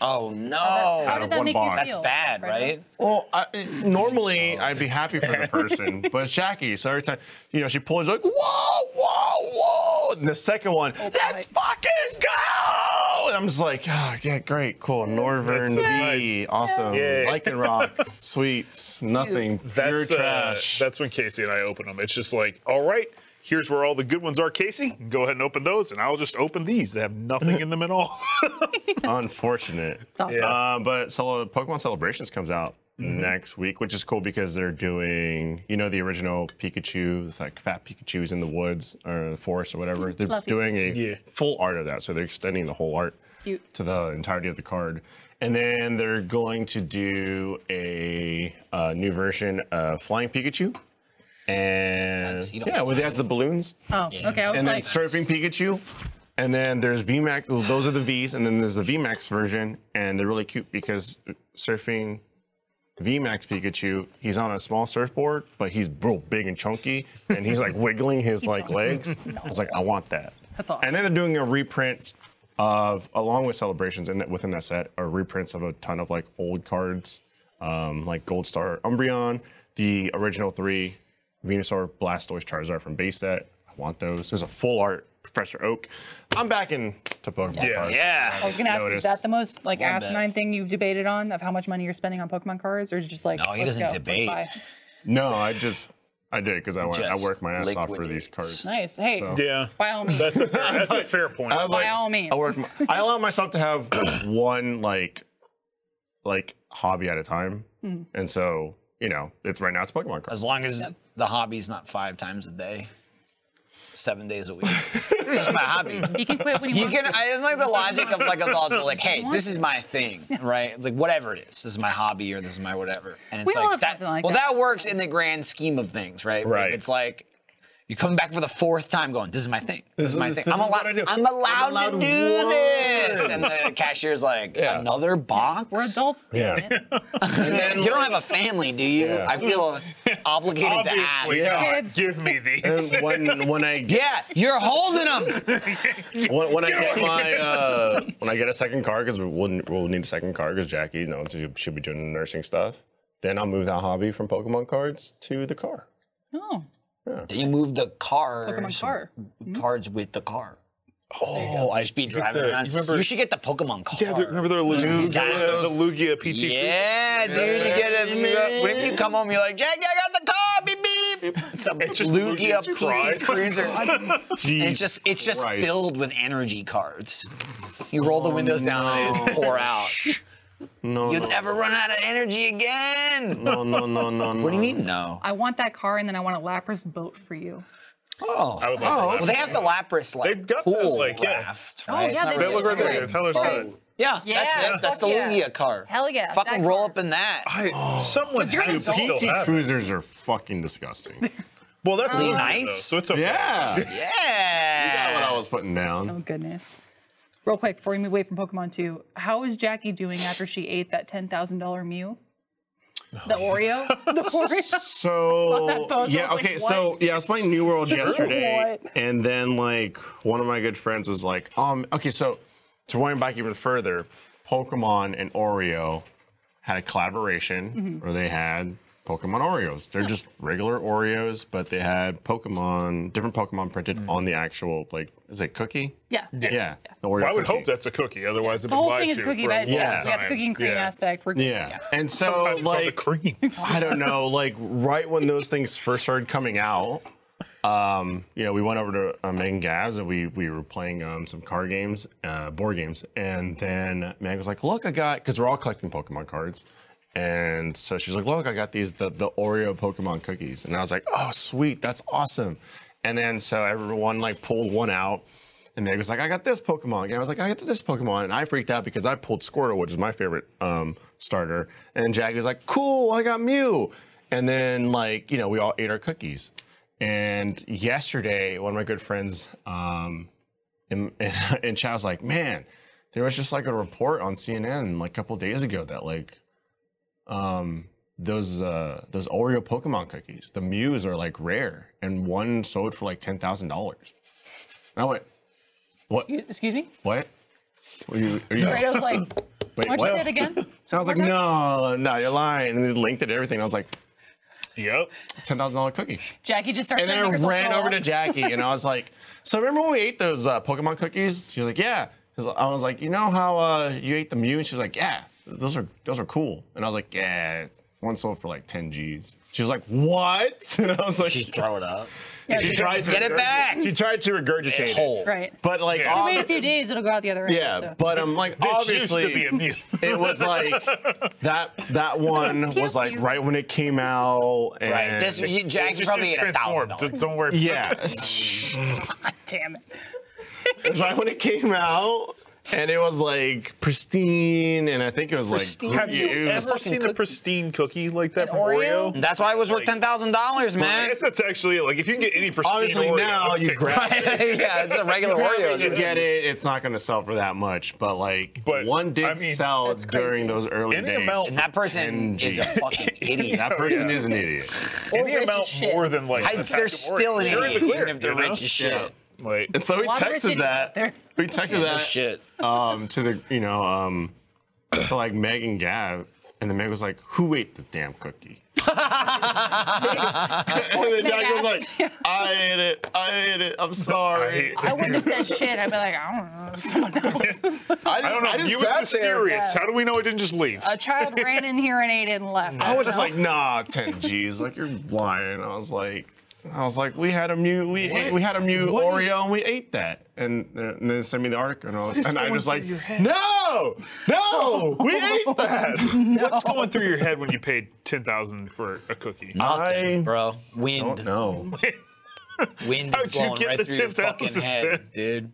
B: Oh, no.
C: how
D: out
C: did
D: of
C: that
D: one
C: make
D: box.
C: you
D: That's
C: feel?
B: That's bad,
C: Fredo?
B: right?
D: Well, I, normally I'd be happy for the person, but it's Jackie. So every time, you know, she pulls
E: Oh,
D: like, whoa, whoa, whoa. And the second one, let's fucking go. oh, and I'm just like, oh, yeah, great, cool. Northern
E: That's
D: V,
E: nice.
D: awesome.
E: Yay.
D: Lycanroc, sweets, nothing, pure
E: That's uh,
D: trash.
E: that's when Casey and I open them. It's just like, all right, here's where all the good ones are. Casey, go ahead and open those, and I'll just open these that have nothing in them at all.
D: Unfortunate.
C: It's awesome.
D: Uh, but so Pokemon Celebrations comes out next week, which is cool because they're doing, you know, the original Pikachu, it's like Fat Pikachu's in the woods or the forest or whatever. They're
C: Fluffy.
D: doing a
E: Yeah.
D: full art of that, so they're extending the whole art
C: Cute.
D: to the entirety of the card. And then they're going to do a, uh new version of Flying Pikachu. And
B: Nice, you don't-
D: yeah, with it has the balloons
C: Oh, okay. I was
D: and then
C: like,
D: surfing Pikachu. And then there's VMAX. well, Those are the V's, and then there's the VMAX version, and they're really cute because surfing VMAX Pikachu, he's on a small surfboard, but he's real big and chunky, and he's like wiggling his like legs. I was like, I want that.
C: That's awesome.
D: And then they're doing a reprint of, along with celebrations, in that within that set, are reprints of a ton of like old cards, um, like Gold Star Umbreon, the original three, Venusaur, Blastoise, Charizard from base set. I want those. There's a full art Professor Oak. I'm back in to Pokemon
E: Yeah.
D: cards.
C: I was gonna ask,
D: noticed.
C: is that the most like
B: Love that.
C: asinine thing you've debated on of how much money you're spending on Pokemon cards, or is it just like
B: No, he
C: let's
B: doesn't
C: go, let's
B: debate.
C: buy?
D: No, I just I did because I went, I
B: Just
D: worked my ass off for
B: liquidates.
D: these cards.
C: Nice. Hey,
E: yeah,
C: by all means.
E: that's a fair, that's a fair point.
D: I was
C: By
D: like,
C: all means.
D: I, work, I allow myself to have one like, like hobby at a time,
C: Hmm.
D: and so you know, it's right now it's Pokemon cards.
B: As long as the hobby's not five times a day, seven days a week. it's just my hobby.
C: you can quit when you,
B: You
C: want.
B: can. I- It's like the logic of like adults are like, hey, this is my thing, right? Like whatever it is, this is my hobby or this is my whatever. And it's
C: We all
B: like,
C: have something like
B: well,
C: that.
B: that. works in the grand scheme of things, right?
D: Right.
B: It's like. You come back for the fourth time, going, "This is my thing. This, is my
D: this
B: thing. I'm,
D: is what
B: allo-
D: I do.
B: I'm allowed,
D: I'm
B: to
D: allowed
B: do
D: one."
B: this." And the cashier's like,
D: Yeah.
B: "Another box?
C: We're adults. damn
D: Yeah.
C: it.
B: You don't have a family, do you?
D: Yeah.
B: I feel obligated to ask."
E: Obviously,
D: Yeah.
E: not.
C: Kids.
E: give me these.
D: And when when I get
B: Yeah, you're holding them.
D: when, when I get my uh, when I get a second car because we'll we'll need a second car because Jackie you know she should be doing the nursing stuff. Then I'll move that hobby from Pokemon cards to the car.
C: Oh,
B: You move the cars.
C: Pokemon car.
B: Cards with the car.
D: Oh,
B: I just be driving
E: the-
B: around.
E: you remember-
B: you should get the Pokemon card.
E: yeah, the- remember the Lugia,
B: Those-
E: the Lugia PT?
B: Yeah, dude, you get it. You go, what if you come home, you're like, Jack, I got the car, beep beep. It's a
E: just
B: Lugia
E: Lugia's cry.
B: PT Cruiser. and it's just, it's just
D: Christ.
B: filled with energy cards. You roll the windows down and they just pour out.
D: no,
B: You'll never run out of energy again.
D: no, no, no, no, no.
B: What do you mean, no?
C: I want that car, and then I want a Lapras boat for you.
B: Oh,
E: I would like oh,
B: well, they have the Lapras like
E: They've got the,
B: pool
E: like, yeah.
B: raft, right? It's
C: Oh, yeah,
B: not
C: they
E: That
B: really-
E: look
B: it's not
E: right there.
B: really
E: That's Heller's
B: boat. Yeah,
C: Yeah,
B: that's it. That's
C: fuck
B: the
C: yeah.
B: Lugia car.
C: Hell yeah,
B: Fucking
C: that
B: roll
C: car.
B: up in that.
E: I, someone
C: you're
E: has
C: an
E: to
C: adult.
E: still
D: PT
E: have it.
D: cruisers are fucking disgusting.
E: Well, that's Lugia,
B: nice.
E: though, so it's okay.
D: yeah, that's what
B: yeah.
D: I was putting
C: Oh
D: down.
C: goodness. Real quick, before we move away from Pokemon 2, how is Jackie doing after she ate that ten thousand dollar Mew?
D: Oh.
C: The Oreo. the Oreo.
D: So
C: that post, I
D: yeah,
C: was like,
D: okay. so
C: what?
D: yeah, I was playing New World yesterday,
C: What?
D: and then like one of my good friends was like, um, okay, so to wind back even further, Pokemon and Oreo had a collaboration
C: Mm-hmm.
D: where they had Pokemon Oreos. They're just regular Oreos, but they had Pokemon, different Pokemon printed
E: Mm.
D: on the actual like, is it cookie?
C: Yeah.
D: Yeah. the Oreo
E: Well, I would
D: cookie.
E: hope that's a cookie. Otherwise, it'd
C: The
E: be
C: whole
E: lied
C: thing is
E: to
C: cookie,
E: for a
C: but
E: long
C: yeah,
D: Yeah.
C: yeah, the
E: time.
C: cookie and cream
E: Yeah.
C: aspect. We're
D: Yeah. And so
E: Sometimes it's all the
D: like
E: cream.
D: I don't know, like right when those things first started coming out, um, you know, we went over to uh, Megan Gavs and we we were playing um, some card games, uh, board games, and then Meg was like, "Look, I got," because we're all collecting Pokemon cards, and so she's like, "Look, I got these the the Oreo Pokemon cookies," and I was like, "Oh, sweet, that's awesome," and then so everyone like pulled one out. And Meg was like, I got this Pokemon. And I was like, I got this Pokemon. And I freaked out because I pulled Squirtle, which is my favorite um, starter. And Jackie was like, cool, I got Mew. And then, like, you know, we all ate our cookies. And yesterday, one of my good friends um, in, in chat was like, man, there was just like a report on CNN like a couple days ago that like um, those uh, those Oreo Pokemon cookies, the Mews are like rare, and one sold for like ten thousand dollars. And I went, what?
C: You- Excuse me?
D: What? Are you, are you,
C: Right, I was like,
D: wait,
C: why'd you say it again?
D: So I was like, no, no, you're lying. And they linked it to everything. I was like,
E: Yep.
D: ten thousand dollar cookie.
C: Jackie just started.
D: And then
C: making
D: I
C: herself
D: ran
C: throw
D: over to
C: up.
D: Jackie and I was like, so remember when we ate those uh, Pokemon cookies? She was like, yeah. 'Cause I was like, you know how uh, you ate the Mew? And she was like, yeah, those are those are cool. And I was like, yeah, one sold for like 10 G's. She was like, what? And I was like,
B: Just throw it up.
D: she tried to
B: Get it
D: regurg-
B: back.
D: She tried to regurgitate it.
B: Whole.
C: Right.
D: But like,
E: Yeah.
D: ob-
C: Wait a few days, it'll go out the other end.
D: yeah,
C: so.
D: but I'm like,
E: This
D: obviously,
E: used to be a Mew.
D: it was like that. That one was like
C: please.
D: right when it came out, and
B: Right. This you, Jack, you
E: It's
B: probably
E: just
B: ate a thousand
E: transformed.
B: dollars.
E: Just Don't worry.
D: yeah,
C: Damn it.
D: It was right when it came out, and it was like pristine, and I think it was like
B: Pristine?
D: gr-
E: Have you
D: it was-
E: ever seen a pristine cookie like
C: An
E: that from Oreo?
C: Oreo?
B: That's why it was worth ten thousand dollars,
E: I
B: man.
E: guess that's actually like if you can get any pristine
D: Obviously
E: Oreo,
D: now
E: that's
D: you
E: good.
D: grab it.
B: yeah, it's a regular Oreo.
D: You get it. It's not going to sell for that much, but like
E: But,
D: one did
E: I mean,
D: sell
C: that's crazy.
D: during those early
E: Any
D: days.
E: amount-
B: And that person
D: 10
B: is a
D: G's.
B: fucking idiot.
D: that person
E: yeah.
D: is an idiot.
C: Or
E: any
C: rich
E: amount
C: as shit.
E: more than like
B: I-
E: the
B: they're
E: pack of
B: still an
E: Oreos. You're in the
B: idiot,
E: clear,
B: even if they're
E: you know?
B: rich as shit.
E: Like
D: And so we
C: Lot of rich
D: texted
C: idiots
D: that.
C: out there.
D: We texted
B: Oh,
D: that
B: shit.
D: um, to the you know um, to like Meg and Gab, and then Meg was like, "Who ate the damn cookie?" and then Jack was like, "I ate it. I ate it. I'm sorry.
C: I wouldn't have said shit. I'd be like, I don't know. Someone else.
D: I,
E: I don't know. you were mysterious. How do we know it didn't just leave?
C: A child ran in here and ate it and left.
D: I was just like, nah, 10 G's. Like, you're lying. I was like, I was like, we had a mute, we ate, we had a mute
E: What is-
D: Oreo, and we ate that. And, and then they sent me the article, and I was,
E: is
D: and I
E: going
D: was
E: through
D: like,
E: your head?
D: no, no, we ate that.
E: What's going through your head when you paid ten thousand for a cookie?
D: I
B: Nothing, bro.
D: don't
B: Wind.
D: know.
B: Wind
E: How'd
B: is
E: you
B: blowing
E: get
B: right
E: the
B: through your fucking
E: 10,000,
B: head,
E: man?
B: dude.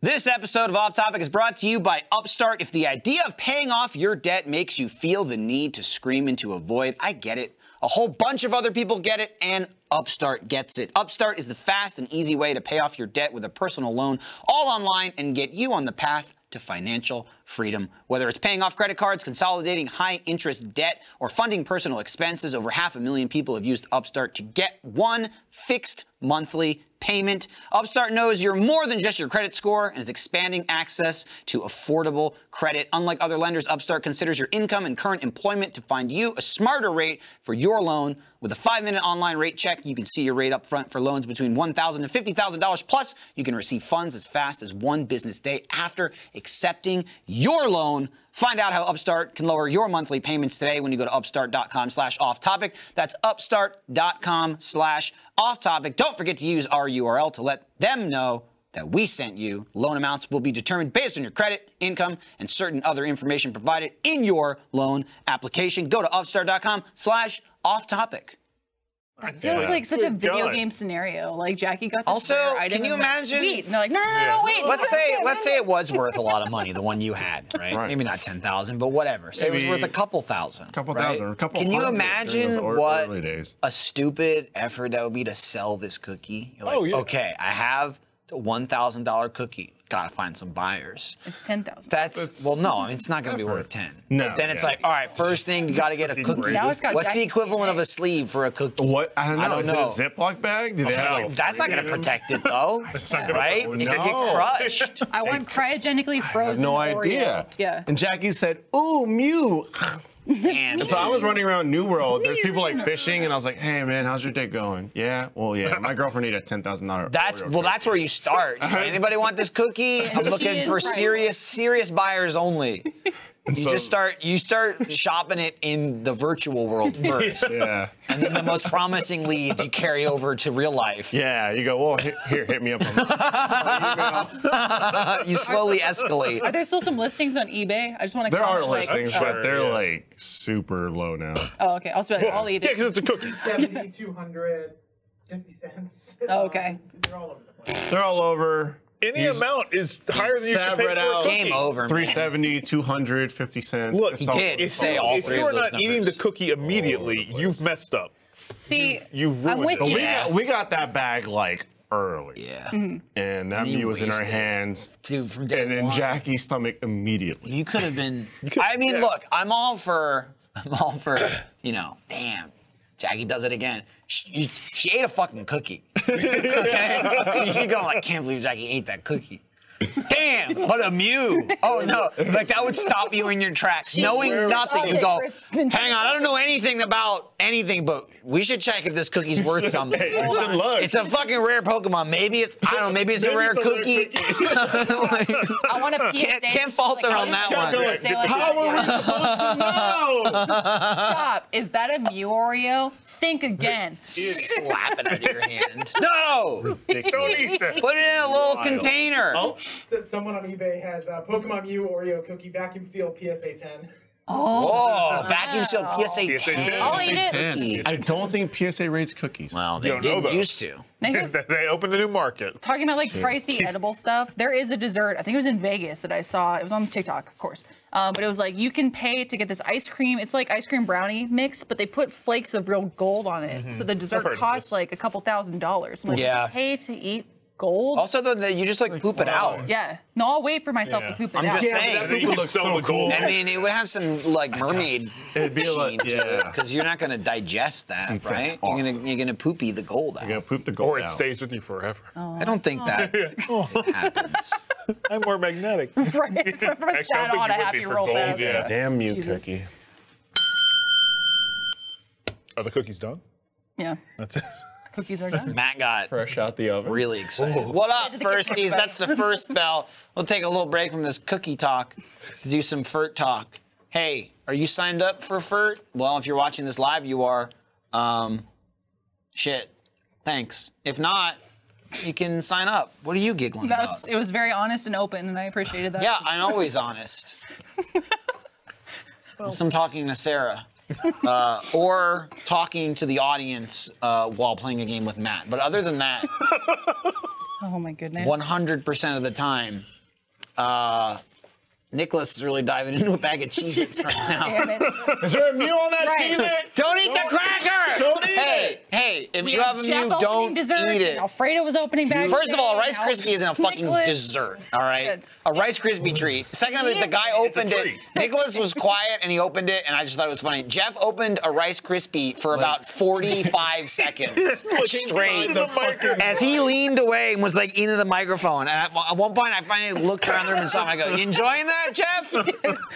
B: This episode of Off Topic is brought to you by Upstart. If the idea of paying off your debt makes you feel the need to scream into a void, I get it. A whole bunch of other people get it, and Upstart gets it. Upstart is the fast and easy way to pay off your debt with a personal loan, all online, and get you on the path to financial freedom. Whether it's paying off credit cards, consolidating high interest debt, or funding personal expenses, over half a million people have used Upstart to get one fixed monthly payment. Upstart knows you're more than just your credit score and is expanding access to affordable credit. Unlike other lenders, Upstart considers your income and current employment to find you a smarter rate for your loan. With a five minute online rate check, you can see your rate up front for loans between $1,000 and $50,000. Plus, you can receive funds as fast as one business day after accepting your loan. Find out how Upstart can lower your monthly payments today when you go to upstart.com slash off topic. That's upstart.com slash off topic. Don't forget to use our URL to let them know that we sent you. Loan amounts will be determined based on your credit, income, and certain other information provided in your loan application. Go to upstart.com slash off topic.
C: That feels like such a
E: Good
C: video
E: God.
C: game scenario. Like Jackie got this
B: Also,
C: rare item
B: can you
C: and that's
B: imagine-
C: Sweet. And they're like, no, no, no, no, wait.
B: Let's say let's say it was worth a lot of money, the one you had, right? Maybe not ten thousand, but whatever. Say it
D: Maybe
B: was worth a couple thousand.
D: Couple
B: right?
D: thousand, or a couple
B: Can you
D: hundred during
B: imagine
D: those ear-
B: what
D: early days.
B: a stupid effort that would be to sell this cookie? You're like,
E: Oh, yeah.
B: okay, I have the one thousand dollar cookie. Gotta find some buyers.
C: it's ten thousand.
B: That's, well, no, I mean, it's not gonna be worth ten.
D: No,
B: But then it's
D: yeah.
B: like, all right, first thing you gotta get a cookie.
C: Now it's got
B: What's the
C: Jack-
B: equivalent of a sleeve for a cookie?
D: What? I don't know.
B: I don't
D: is
B: know.
D: it a Ziploc bag? Do they have like,
B: That's not gonna protect it though,
E: gonna-
B: right? It's gonna get
D: No.
B: crushed.
C: I want cryogenically frozen.
D: no
C: Oreo.
D: idea.
C: Yeah.
D: And Jackie said, ooh, Mew.
B: And
D: So I was running around New World. There's people like fishing, and I was like, "Hey man, how's your day going?" Yeah, well, yeah. My girlfriend ate a ten thousand dollar.
B: That's well. That's where you start. You know, Anybody want this cookie? I'm looking
C: is
B: for
C: pricey.
B: serious, serious buyers only. You just start. You start shopping it in the virtual world first,
D: Yeah,
B: and then the most promising leads you carry over to real life.
D: yeah. You go, well, he- here, hit me up. On
B: Uh, You slowly escalate.
C: Are there still some listings on eBay? I just want to.
D: there are listings,
E: sure,
D: but they're
E: yeah.
D: like super low now.
C: Oh, okay. I'll, just be like, I'll eat
E: Yeah,
C: it.
E: because it's a cookie.
H: 7,200, 50 cents. Um,
C: Oh, okay.
H: They're all over the place.
D: They're all over.
E: Any amount is higher than you should
D: Stab
E: pay
D: right
E: for
D: out.
E: a cookie.
B: Game over. man.
D: 370, 200, 50 cents.
E: Look,
D: It's
E: he
D: all-
B: did.
E: If
B: Say
E: you-
B: all
E: if
B: three
E: you
B: of
E: are
B: those
E: not eating the
B: numbers.
E: cookie immediately, you've messed up.
C: See,
E: you
C: I'm
E: ruined
C: with
E: it.
C: you.
D: We got we got that bag like early.
B: Yeah,
C: Mm-hmm.
D: And that Mew was in our
B: wasted it.
D: hands,
B: dude. From day
D: and in
B: one.
D: Jackie's stomach immediately.
B: You could have been. I mean, look, I'm all for. I'm all for. You know, damn. Jackie does it again. She, you- she ate a fucking cookie. okay? you go. I can't believe Jackie ate that cookie. Damn, what a mew. Oh no, like that would stop you in your tracks. Knowing nothing, you go, hang on, I don't know anything about anything, but we should check if this cookie's worth something.
E: Hey, we should look.
B: It's a fucking rare Pokemon. Maybe it's, I don't know, maybe it's a
E: Maybe
B: rare
E: it's a rare
B: cookie.
C: I want a PSA.
B: Can't- can't
C: that's
B: falter
C: I
B: on
C: just
B: that
C: want
B: one.
C: a
E: Go
C: PSA
E: ahead.
C: like
E: How
C: that,
E: are we
C: yeah.
B: Oh,
E: supposed to know?
C: Stop. Is that a Mew Oreo? Think again.
B: Slap it out of your hand. No!
E: Don't eat that.
B: Put it in a little container. Oh,
H: So someone on eBay has uh, Pokemon U Oreo cookie vacuum seal PSA 10.
B: Oh, vacuum seal PSA
E: PSA
B: 10.
C: I'll eat it.
B: Cookie.
D: I don't think PSA rates cookies.
B: Well, they
E: You don't know
B: didn't
E: those.
B: used to.
C: Now here's
E: they opened a new market.
C: talking about like pricey edible stuff, there is a dessert. I think it was in Vegas that I saw. It was on TikTok, of course. Um, but it was like you can pay to get this ice cream. It's like ice cream brownie mix, but they put flakes of real gold on it. So the
E: Mm-hmm. I've
C: dessert
E: heard of
C: costs
E: this.
C: like a couple thousand dollars. I'm like,
B: Yeah.
C: Pay to eat gold?
B: Also, though, that you just like poop it out.
C: yeah. No, I'll wait for myself to
E: Yeah.
C: poop it
B: I'm
C: out.
B: just saying.
E: And then you can sell the gold.
B: I mean, it would have some like mermaid It'd
D: be like- yeah.
B: because you're not gonna digest that,
D: Dude, that's
B: right? You're
D: awesome.
B: gonna you're gonna poopy the gold out.
D: I gotta poop the gold
E: Or it
D: out.
E: stays with you forever.
C: Oh.
B: I don't think that happens.
E: I'm more magnetic.
C: Right. It's went from a
E: Actually, I
C: sad
E: don't
C: on to
E: think
C: happy
E: you would be for
C: real
E: gold,
C: fast.
E: yeah.
D: Damn you, cookie.
E: Are the cookies done?
C: Yeah.
E: That's it.
C: Cookies are done.
B: Matt got
D: Fresh out the oven.
B: really excited. What up,
C: Had to get
B: firsties?
C: back.
B: That's the first bell. We'll take a little break from this cookie talk to do some FERT talk. Hey, are you signed up for FERT? Well, if you're watching this live, you are. Um, shit. Thanks. If not, you can sign up. What are you giggling
C: That
B: about?
C: was, it was very honest and open, and I appreciated that.
B: Yeah, I'm always honest. Unless I'm talking to Sarah. Uh, or talking to the audience uh, while playing a game with Matt. But other than that,
C: Oh my goodness.
B: 100% of the time, uh, Nicholas is really diving into a bag of Cheez-Its right now.
C: Damn it.
D: Is there a meal on that
C: Right.
D: cheese?
B: Don't eat the cracker!
D: Don't eat
B: hey, hey, if you have a
C: Jeff
B: meal,
C: opening
B: don't
C: dessert,
B: eat it.
C: and Alfredo was opening bags.
B: First of all, Rice
C: Krispies
B: Krispie isn't a fucking dessert, all right?
C: Good.
B: A Rice Krispie treat. Second of it, the guy
E: It's a
B: opened it.
E: treat.
B: Nicholas was quiet and he opened it, and I just thought it was funny. Jeff opened a Rice Krispie for about 45 seconds straight.
E: the microphone.
B: As he leaned away and was like into the microphone, and at, at one point I finally looked around the room and saw him. I go, "You enjoying that, Jeff?"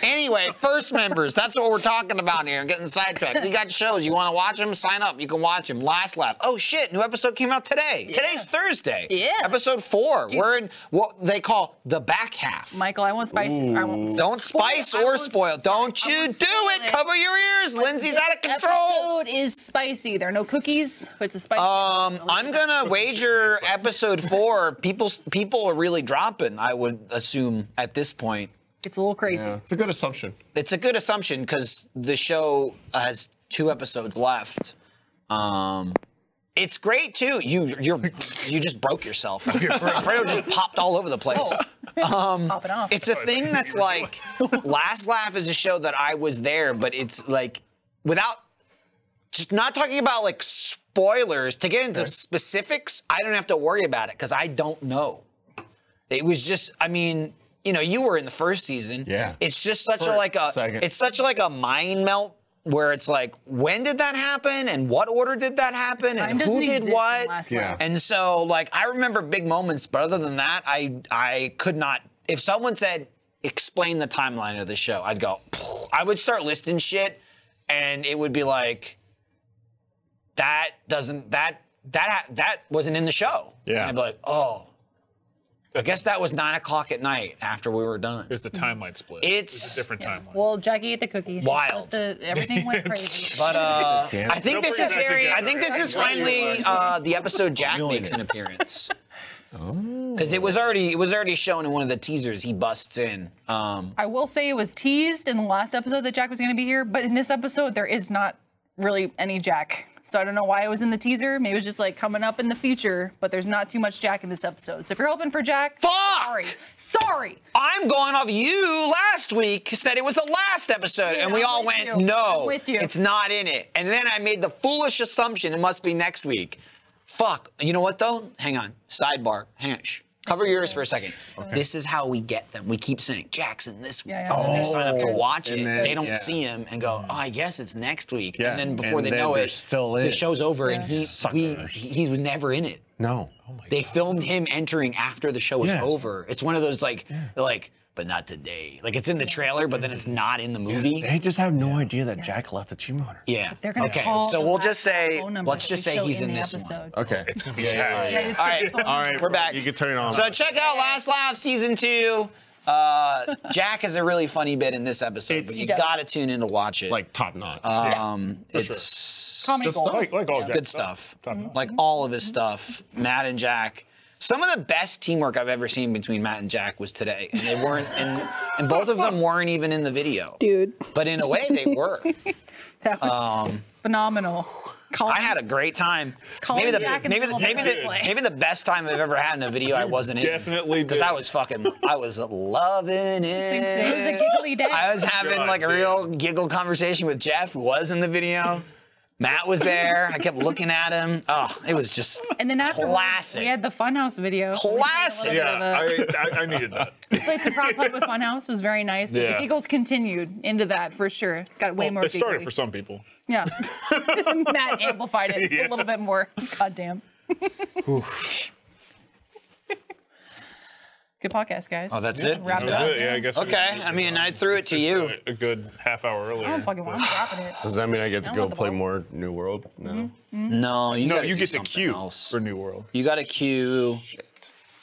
B: anyway, first members, that's what we're talking about here. Getting sidetracked. We got shows. You want to watch them? Sign up. You can watch them. Last laugh. Oh shit! New episode came out today. Today's Thursday.
C: Yeah.
B: Episode four. We're in what they call the back half.
C: Michael, I won't spice. I won't
B: don't spice
C: I
B: or
C: won't-
B: spoil.
C: sorry,
B: Don't
C: I
B: you do
C: won't spoil
B: it. Cover your ears. Lindsay's out of
C: This
B: control.
C: Episode is spicy. There are no cookies, but it's a spicy.
B: Um,
C: episode.
B: I'm gonna wager episode four. People, people are really dropping. I would assume at this point,
C: It's a little crazy.
D: It's a good assumption.
B: it's a good assumption because the show has two episodes left. Um, it's great too. You, you're, you just broke yourself. Fredo just popped all over the place.
C: Popping off.
B: It's a
D: Oh,
B: thing that's like Last Laugh is a show that I was there, but it's like without just not talking about like spoilers to get into specifics, I don't have to worry about it because I don't know. It was just, I mean, you know, you were in the first season.
D: Yeah.
B: It's just such a
D: First,
B: like a
D: second.
B: it's such like a mind melt where it's like, when did that happen? And what order did that happen?
C: Time
B: And
C: doesn't
B: who did
C: exist in
B: what?
C: Last
D: Yeah.
C: Laugh.
B: And so like I remember big moments, but other than that, I I could not if someone said explain the timeline of the show, I'd go "Pfft." I would start listing shit and it would be like that doesn't that that ha- that wasn't in the show.
D: Yeah.
B: And I'd be like, "Oh, I guess that was nine o'clock at night after we were done.
E: There's the timeline split.
B: It's-
E: There's a different
C: Yeah.
E: timeline.
C: Well, Jackie ate the cookie. She
B: Wild.
C: split the- everything went crazy.
B: But uh, I
D: Don't
B: think this
E: bring
B: is
E: that together.
B: I think this is
E: That's what you
B: finally uh, the episode Jack makes an appearance. Because it was already it was already shown in one of the teasers. He busts in. Um,
C: I will say it was teased in the last episode that Jack was going to be here, but in this episode there is not really any Jack. So I don't know why it was in the teaser. Maybe it was just like coming up in the future, but there's not too much Jack in this episode. So if you're hoping for Jack,
B: Fuck!
C: sorry, sorry.
B: I'm going off you last week said it was the last episode,
C: Yeah,
B: and we
C: I'm
B: all
C: with
B: went,
C: you.
B: no,
C: I'm with you."
B: it's not in it. And then I made the foolish assumption it must be next week. Fuck. You know what though? Hang on. Sidebar. Hang on. Shh. Cover yours for a second. This is how we get them. We keep saying Jackson this week.
C: Yeah, Mm-hmm. yeah.
B: And they sign up to
C: Oh,
B: watch it.
D: and then-
B: they don't
D: yeah.
B: see him and go, oh, I guess it's next week.
D: Yeah,
B: And then before
D: and
B: they
D: then
B: know
D: they're
B: it,
D: still
B: the
D: in.
B: show's over and he, we,
D: Suckers.
B: he was never in it.
D: No.
B: They filmed him entering after the show was
D: Yeah.
B: over. It's one of those like like but not today. Like it's in the trailer, but then it's not in the movie.
D: They just have no idea that Jack left the team hunter.
B: Yeah.
I: They're gonna
B: okay.
I: call
B: so
I: the
B: we'll
I: last
B: just say
I: phone number
B: let's
I: that
B: just
I: they
B: say
I: show
B: he's in
I: the
B: this one.
I: episode.
D: Okay.
I: Yeah, it's
B: All
I: the
B: right.
I: phone
G: All
I: number.
G: right,
B: We're back.
G: You can turn it on.
B: So check out Last Laugh season two. Uh, Jack is a really funny bit in this episode, but you
I: He does.
B: gotta tune in to watch it.
D: Like top notch.
B: um, it's
I: Comedy gold.
E: Like, like all
B: good
E: Jack's
B: stuff. Like
I: Mm-hmm.
B: all of his stuff. Matt and Jack. Some of the best teamwork I've ever seen between Matt and Jack was today, and they weren't, and, and both of them weren't even in the video.
C: Dude.
B: But in a way, they were.
I: That was
B: Um,
I: phenomenal. Call
B: I had a great time.
C: called
B: Maybe the
C: Jack and
B: maybe the,
C: Jill
B: maybe
C: Bad
B: the
C: Play.
B: maybe the best time I've ever had in a video I wasn't in.
E: Definitely
B: because
E: did.
B: I was fucking I was loving
I: It was a
B: it.
I: giggly day.
B: I was having like a real giggle conversation with Jeff, who was in the video. Matt was there. I kept looking at him. Oh, it was just
I: and then after
B: classic.
I: we had the Funhouse video.
B: Classic.
I: We had a little bit of a-
E: Yeah, I, I, I needed that.
I: played some prop play with Funhouse was very nice. But
E: Yeah.
I: the giggles continued into that for sure. Got way more.
E: it started
I: giggly.
E: for some people.
I: Yeah. Matt amplified it a little bit more. Goddamn. Good podcast, guys.
B: oh, that's it.
I: Wrap
E: That
I: it
E: was
I: up.
E: it. Yeah, I guess. we-
B: Okay, I mean, I threw it to you.
E: uh, a good half hour earlier.
I: I don't fucking want. I'm dropping it.
D: Does that mean I get to
I: I
D: go
I: want the
D: play
I: ball.
D: more New World? No.
B: Mm-hmm. No, you
E: No,
B: gotta
E: you
B: do
E: get to
B: something
E: queue
B: else.
E: for New World.
B: You got to queue,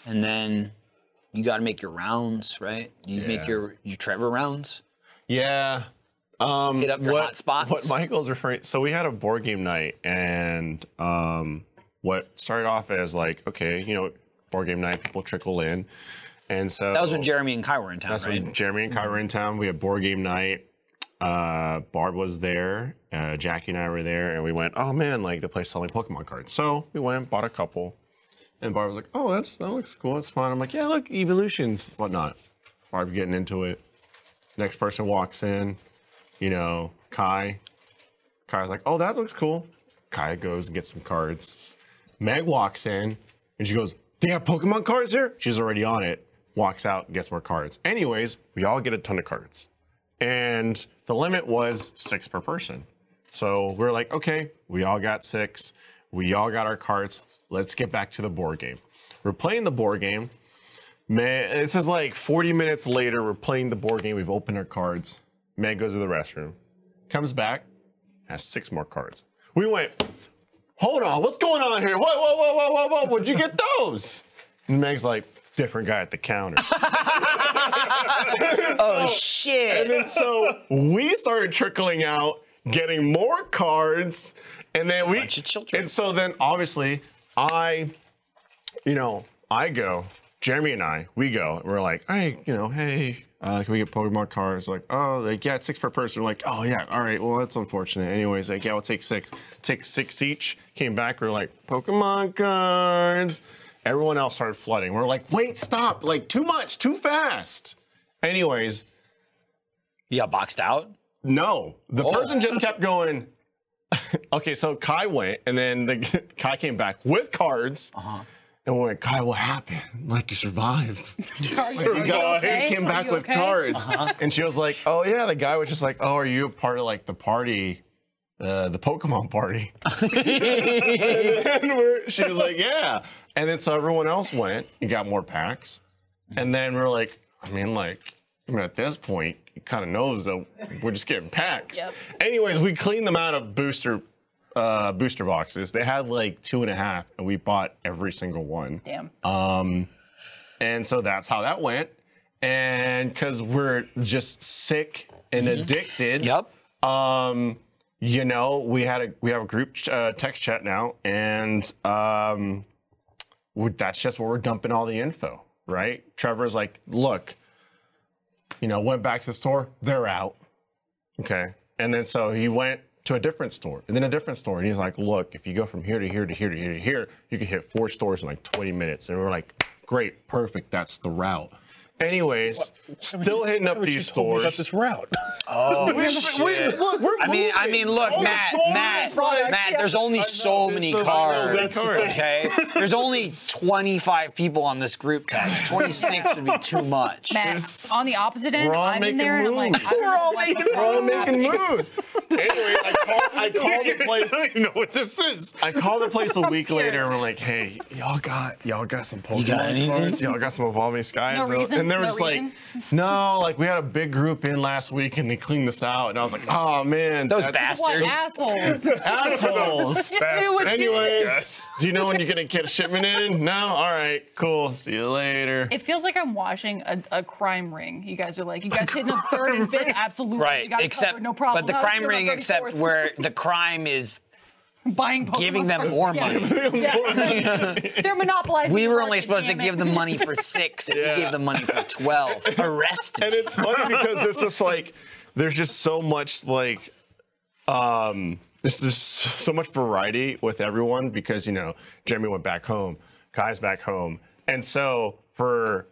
B: and then you got to make your rounds, right? You make
D: Yeah.
B: your your Trevor rounds.
D: Yeah. Um,
B: Hit up your
D: what,
B: hot spots.
D: What Michael's referring, so we had a board game night, and um, what started off as like, okay, you know, board game night, people trickle in, and so
B: That was when Jeremy and Kai were in town,
D: Oh. That's
B: right?
D: when Jeremy and Kai were in town. We had board game night. Uh, Barb was there. Uh, Jackie and I were there, and we went, "Oh man, like the place selling Pokemon cards." So we went, bought a couple, and Barb was like, "Oh, that's that looks cool. It's fun." I'm like, "Yeah, look, evolutions, whatnot." Barb getting into it. Next person walks in, you know, Kai. Kai's like, "Oh, that looks cool." Kai goes and gets some cards. Meg walks in and she goes, They have Pokemon cards here? She's already on it, walks out, gets more cards. Anyways, we all get a ton of cards. And the limit was six per person. So we're like, okay, we all got six. We all got our cards. Let's get back to the board game. We're playing the board game. Man, this is like 40 minutes later. We're playing the board game. We've opened our cards. Man goes to the restroom, comes back, has six more cards. We went, hold on, what's going on here? Whoa, whoa, whoa, whoa, whoa, whoa, where'd you get those? And Meg's like, different guy at the counter.
B: Oh shit!
D: and then so we started trickling out, getting more cards, and then we
B: Bunch of children.
D: And so then obviously I, you know, I go. Jeremy and I, we go. and We're like, hey, you know, hey, uh, can we get Pokemon cards? Like, oh, like yeah, it's six per person. We're like, oh yeah, all right. Well, that's unfortunate. Anyways, like yeah, we'll take six. Take six each. Came back. We're like, Pokemon cards. Everyone else started flooding. We're like, wait, stop! Like too much, too fast. Anyways,
B: You got boxed out.
D: no, the person just kept going. Oh. okay, so Kai went, and then the, Kai came back with cards.
I: Uh-huh.
D: And we went, Kai, what happened? Like, you survived.
I: Are you okay?
D: He came
I: Are
D: back
I: you
D: with
I: okay? Uh-huh.
D: cards. And she was like, oh, yeah. The guy was just like, oh, are you a part of, like, the party? Uh, the Pokemon party. and then we're, she was like, yeah. And then so everyone else went and got more packs. And then we're like, I mean, like, I mean, at this point, you kind of knows that we're just getting packs.
I: Yep.
D: Anyways, we cleaned them out of booster uh, booster boxes. They had like two and a half, and we bought every single one.
I: Damn.
D: Um, and so that's how that went. And because we're just sick and addicted.
B: Yep.
D: Um, you know, we had a we have a group ch- uh, text chat now, and um, we- that's just where we're dumping all the info, right? Trevor's like, look, you know, went back to the store, they're out. Okay. And then so he went to a different store and then a different store. And he's like, look, if you go from here to here to here to here to here, you can hit four stores in like 20 minutes. And we're like, great, perfect. That's the route. Anyways, still hitting up these
E: told me
D: stores.
E: about this route.
D: Oh,
B: I mean, I mean, look, Matt, Matt, Matt. There's only so many cards.
E: that's correct.
B: Okay, there's only 25 people on this group text. 26 would be too much.
I: Matt, on the opposite end,
D: We're all
I: I'm in
D: making
I: there and I'm like,
D: moves.
I: I don't
B: We're
I: know
B: all
I: what the
B: making
I: fuck is
D: I'm making moves. anyway, I called, I called the
E: I
D: place.
E: don't even know what this is.
D: I called the place a week later and we're like, hey, y'all got y'all got some Pokemon
B: got anything?
D: cards? Y'all got some evolving skies.
I: No reason?
D: And they were
I: No
D: just
I: reason?
D: like, no, like we had a big group in last week and they cleaned this out. And I was like, oh man,
B: Those
D: that's-
B: bastards.
I: What assholes?
D: assholes.
E: Bastard.
D: Anyways, do you know when you're gonna get a shipment in? No? Alright, cool. See you later.
I: It feels like I'm watching a, a crime ring. You guys are like, you guys hitting up third and fifth? Absolutely.
B: Right,
I: You got it
B: except
I: covered, no problem.
B: but the
I: How you
B: crime
I: doing on 34th?
B: ring, except where the crime is
I: buying Pokemon
B: giving them
I: cards.
B: more
I: Yeah.
B: money.
I: Yeah. They're monopolizing.
B: We
I: the
B: were only
I: market,
B: supposed to
I: damn it.
B: give them money for six, and we gave them money for twelve. Arrest me.
D: and it's funny because it's just like there's just so much like um there's just so much variety with everyone because you know Jeremy went back home, Kai's back home, and so for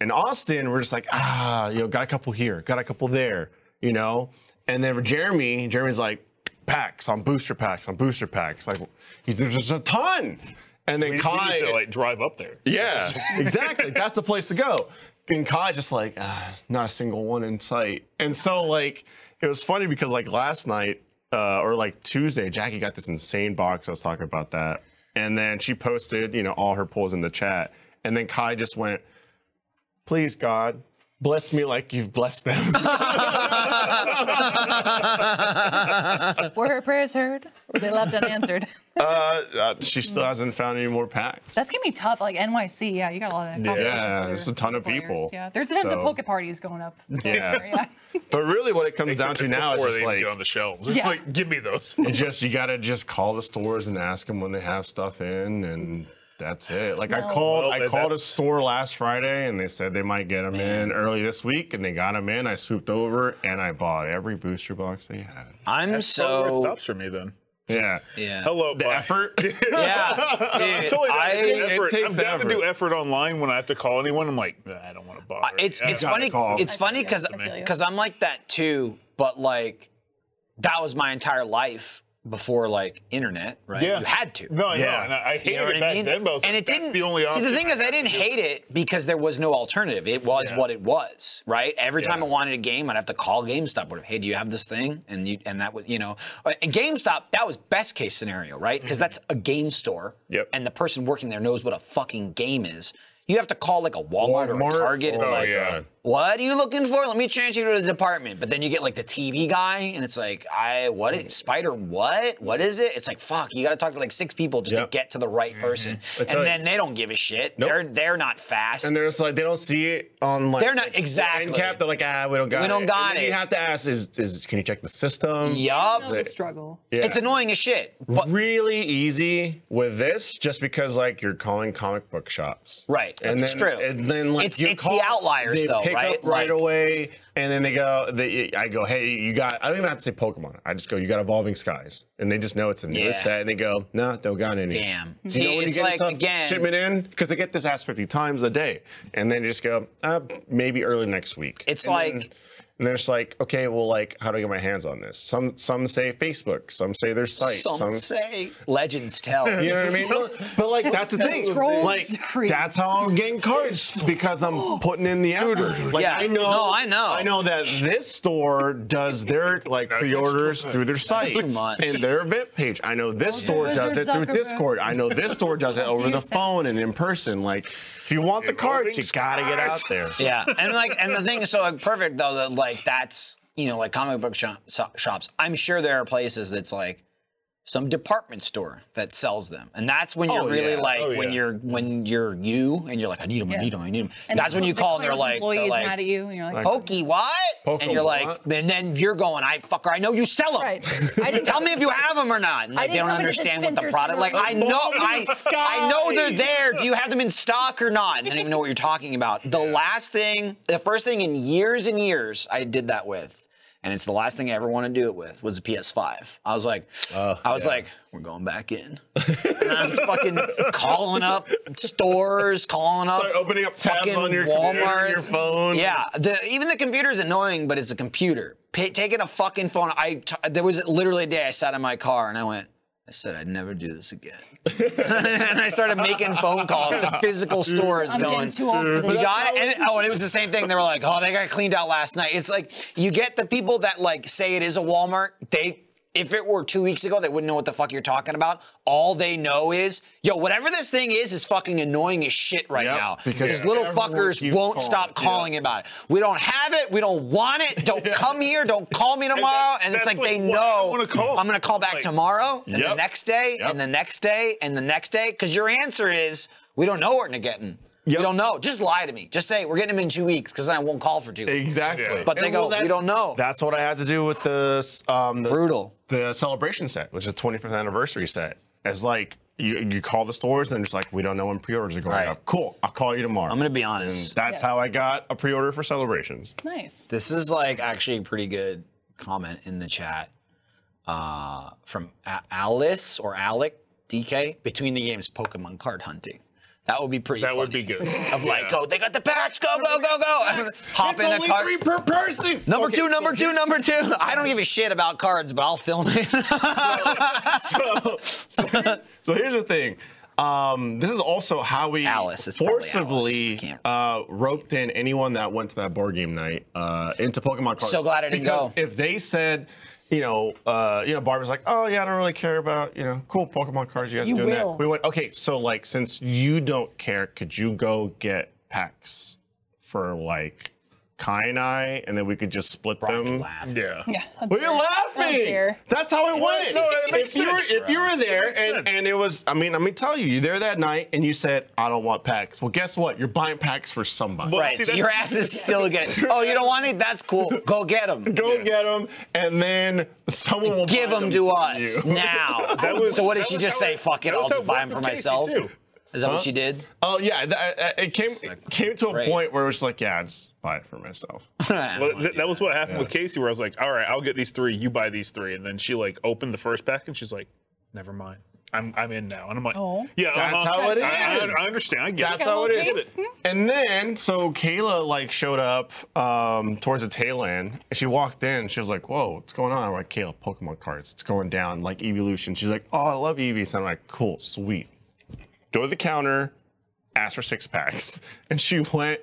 D: in Austin we're just like ah you know got a couple here, got a couple there, you know, and then for Jeremy, Jeremy's like packs on booster packs on booster packs like he- there's just a ton, and then
E: We need
D: Kai
E: to like drive up there.
D: yeah, exactly. That's the place to go. And Kai just like, ah, not a single one in sight. And so like, it was funny because like last night uh, or like Tuesday, Jackie got this insane box. I was talking about that, and then she posted, you know, all her pulls in the chat, and then Kai just went, "Please God, bless me like you've blessed them." Uh,
I: Were her prayers heard? Were they left unanswered?
D: uh, uh, she still hasn't found any more packs.
I: That's gonna be tough. Like NYC, yeah, you got a lot of that.
D: Yeah,
I: competition with
D: there's
I: other
D: a ton of
I: players,
D: people.
I: Yeah, there's tons of
D: So-
I: poke parties going up.
D: yeah.
I: Yeah.
D: But really, what it comes down
E: Except
D: to
E: it's
D: now is
E: before
D: just
E: they
D: like
E: get on the shelves.
I: Yeah.
E: Like, give me those.
D: You just you gotta just call the stores and ask them when they have stuff in, and that's it. Like I called,
E: Well,
D: I
E: that-
D: called a
E: that's-
D: store last Friday, and they said they might get them in early this week, and they got them in. I swooped over and I bought every booster box they had.
B: I'm
E: Probably where it
B: so
E: stops for me then.
D: Yeah,
B: yeah.
E: Hello,
D: the
E: bye.
D: effort.
B: Yeah,
E: I'm
B: dude,
E: totally down
B: I-
E: to do
D: it
E: effort.
D: takes
E: I'm down
D: effort.
E: to do effort online when I have to call anyone. I'm like, nah, I don't want to bother.
B: Uh, it's
E: Yeah.
B: it's
D: gotta
B: funny
D: call.
B: it's funny
I: you.
B: because
I: I feel you.
B: because I'm like that too, but like that was my entire life before like internet, right?
E: Yeah.
B: You had to.
E: No, I know.
D: Yeah.
E: And I, I hated
B: You know what
E: it
B: I
E: back
B: mean?
E: then, but I was
B: and
E: like,
B: it
E: that's
B: didn't.
E: the only
B: see,
E: option.
B: the thing is, I
E: have to
B: didn't
E: do.
B: hate it because there was no alternative. It was
E: Yeah.
B: what it was, right? Every time I
E: Yeah.
B: wanted a game, I'd have to call GameStop. Would have, hey, do you have this thing? And you and that would, you know, Uh, and GameStop. That was best case scenario, right?
E: Mm-hmm.
B: Because that's a game store,
D: Yep.
B: and the person working there knows what a fucking game is. You have to call like a Walmart, or a Target. It's
D: Oh,
B: like,
D: yeah.
B: what are you looking for? Let me transfer you to the department. But then you get like the TV guy, and it's like, I what is spider what? What is it? It's like fuck, you gotta talk to like six people just
D: Yep. Mm-hmm.
B: to get to the right person.
D: tell
B: And
D: you.
B: then they don't give a shit.
D: Nope.
B: They're they're not fast.
D: and they're just like they don't see it on like
B: They're not-
D: the
B: exactly.
D: end cap. They're like ah, we don't got
B: We
D: it.
B: don't got
D: And then
B: it.
D: You have to ask is is can you check the system?
B: yup.
I: the struggle.
D: Yeah.
B: It's annoying as shit. But
D: really easy with this just because like you're calling comic book shops.
B: Right,
D: And
B: that's
D: then,
B: true.
D: And then like
B: It's-
D: you
B: it's
D: call,
B: the outliers,
D: they
B: though,
D: pick
B: right?
D: Up
B: Like-
D: right away and then they go they I go, "Hey, you got I don't even have to say Pokemon. I just go, "You got Evolving Skies." And they just know it's a newest
B: Yeah.
D: set and they go, "No, nah, don't got any."
B: Damn.
D: You
B: See,
D: know when
B: it's
D: you get
B: like,
D: stuff
B: again-
D: shipment in because they get this ass 50 times a day and then you just go, uh, maybe early next week.
B: It's
D: And then-
B: like-
D: and then it's like, okay, well, like, how do I get my hands on this? Some some say Facebook, some say their site,
B: some, say legends tell.
D: you know what I mean? but like that's the thing.
I: scrolls
D: Like
I: decrease.
D: that's how I'm getting cards because I'm putting in the effort. Like
B: Yeah.
D: I know.
B: No, I know.
D: I know that this store does their like pre-orders through their site
B: too much.
D: and their event page. I know this store
I: it,
D: does it through
I: Zuckerberg.
D: Discord. I know this store does it over
I: do
D: the
I: that.
D: phone and in person. Like if you want the cards, you gotta get out there.
B: yeah and like and the thing is so like, perfect though that like that's you know like comic book shop, so- shops i'm sure there are places that's like some department store that sells them and that's when you're
D: Oh,
B: really
D: yeah.
B: like
E: Oh,
B: when
E: yeah.
B: you're when you're you and you're like i need them i
I: Yeah.
B: need them i need them
I: And
B: that's when
I: the-
B: you
I: the
B: call and they're
I: Claire's
B: like,
I: employee
B: they're
I: is
B: like
I: mad at you, and you're like,
B: pokey what and
D: Pokey
B: you're like
D: what?
B: and then you're going i fucker i know you sell them
I: Right. I didn't
B: tell me if you have them or not and like, they
I: didn't
B: don't
I: come into
B: understand what the
I: dispensers
B: product
I: for
B: like i
I: nothing.
B: know I, I know they're there do you have them in stock or not and i don't even know what you're talking about the last thing the first thing in years and years i did that with and it's the last thing I ever want to do it with was a PS5. I was like,
D: Oh,
B: I was like, we're going back in. and I was fucking calling up stores, calling up,
D: Start opening up tabs
B: fucking
D: on your computer,
B: Walmart,
D: your phone.
B: Yeah, the, even the computer's annoying, but it's a computer. Pa taking a fucking phone. I t- there was literally a day I sat in my car and I went. I said I'd never do this again, and I started making phone calls to physical stores,
J: I'm
B: going,
J: getting too old for
B: we
J: this.
B: got it. And, oh, and it was the same thing. They were like, oh, they got cleaned out last night. It's like you get the people that like say it is a Walmart. They, if it were two weeks ago, they wouldn't know what the fuck you're talking about. All they know is, yo, whatever this thing is, is fucking annoying as shit right
D: Yep,
B: now.
D: because
B: Because little
D: everyone
B: fuckers
D: keeps
B: won't
D: calling
B: stop
D: it,
B: calling about it. We don't have it. We don't want it. Don't come here. Don't call me tomorrow.
E: that's-
B: And, it's
E: that's
B: like, they
E: like, well, I don't
B: know
E: wanna call.
B: I'm gonna call back
E: Like,
B: tomorrow and the
D: yep,
B: next day
D: yep.
B: and the next day and the next day. Because your answer is, we don't know what we're getting.
D: Yep.
B: We don't know. Just lie to me. Just say we're getting them in two weeks because then I won't call for two. weeks.
D: Exactly.
E: Yeah.
B: But they go, "We
D: that's-
B: don't know."
D: That's what I had to do with the um the,
B: Brutal.
D: the celebration set, which is 25th anniversary set. As like you you call the stores and it's like we don't know when pre-orders are going
B: Right.
D: up. Cool, I'll call you tomorrow.
B: I'm gonna be honest.
D: And
C: Yes.
D: that's how I got a pre-order for celebrations.
C: Nice.
B: This is like actually a pretty good comment in the chat uh, from A- Alice or Alec DK between the games Pokemon card hunting. That would be pretty.
E: That would be
B: funny.
E: good.
B: Of like, oh, they got the patch. Go, go, go, go. Hop
D: it's
B: in
D: only
B: a card.
D: three per person.
B: Number
D: Okay,
B: two,
D: so
B: number two, number two. I don't give a shit about cards, but I'll film
D: Um,
B: it.
D: so, so, so here's the thing. Um, this is also how we
B: Alice, it's probably
D: forcibly
B: Alice. Can't-
D: uh, roped in anyone that went to that board game night uh, into Pokemon cards.
B: So glad I didn't
D: because
B: go.
D: if they said, you know, uh, you know, Barbara's like, oh yeah, I don't really care about, you know, cool Pokemon cards. You guys
C: You
D: are doing
C: will.
D: that. We went, okay, so like, since you don't care, could you go get packs for like Kainai, and then we could just split them.
E: Yeah.
C: Yeah.
D: Well, you're laughing.
C: dear.
D: That's how it went.
E: no, it makes
D: if, you were,
E: sense,
D: if you were there
E: makes sense.
D: and, and it was, I mean, let me tell you, you there that night and you said, I don't want packs. Well, guess what? You're buying packs for somebody.
E: Well,
B: Right,
E: see,
B: so
E: that's-
B: your ass is still getting. Oh, you don't want it? That's cool. Go get them.
D: Go get 'em, get them, and then someone will
B: Give
D: buy
B: them to
D: for
B: us
D: you.
B: now.
E: That was-
B: so what did
E: that
B: she
E: was
B: just
E: how
B: say?
E: it-
B: Fuck it,
E: that
B: I'll
E: was how
B: just
E: it
B: buy them
E: worked
B: for
E: with Casey,
B: myself.
E: too.
B: Is that what she did?
D: Oh yeah, th- I- I- it came it came to a
B: Great.
D: point where it was like, yeah, I'll just buy it for myself.
E: Well, th- that was what happened with Casey, where I was like, "All right, I'll get these three. You buy these three. And then she like opened the first pack, and she's like, "Never mind, I'm I'm in now." And I'm like,
C: Oh.
E: yeah,
D: That's
E: uh-huh.
D: how it
E: I, I-
D: is.
E: I understand. I get
D: That's
E: it.
D: how it
C: little
D: is. And then, so Kayla like showed up um, towards the tail end, and she walked in. She was like, "Whoa, what's going on?" I'm like, "Kayla, Pokemon cards. It's going down like evolution." She's like, "Oh, I love Eevees." And I'm like, "Cool, sweet." Go to the counter, ask for six packs, and she went.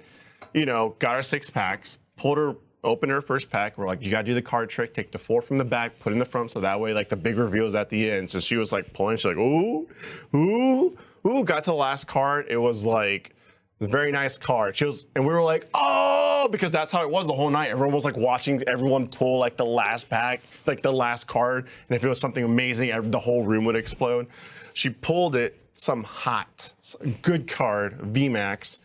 D: You know, got her six packs, pulled her. opened her first pack. We're like, you gotta do the card trick. Take the four from the back, put in the front, so that way, like, the big reveal is at the end. So she was like pulling. She's like, ooh, ooh, ooh. Got to the last card. It was like a very nice card. She was, and we were like, oh, because that's how it was the whole night. Everyone was like watching everyone pull like the last pack, like the last card. And if it was something amazing, ev- the whole room would explode. She pulled it, some hot, s- good card, VMAX,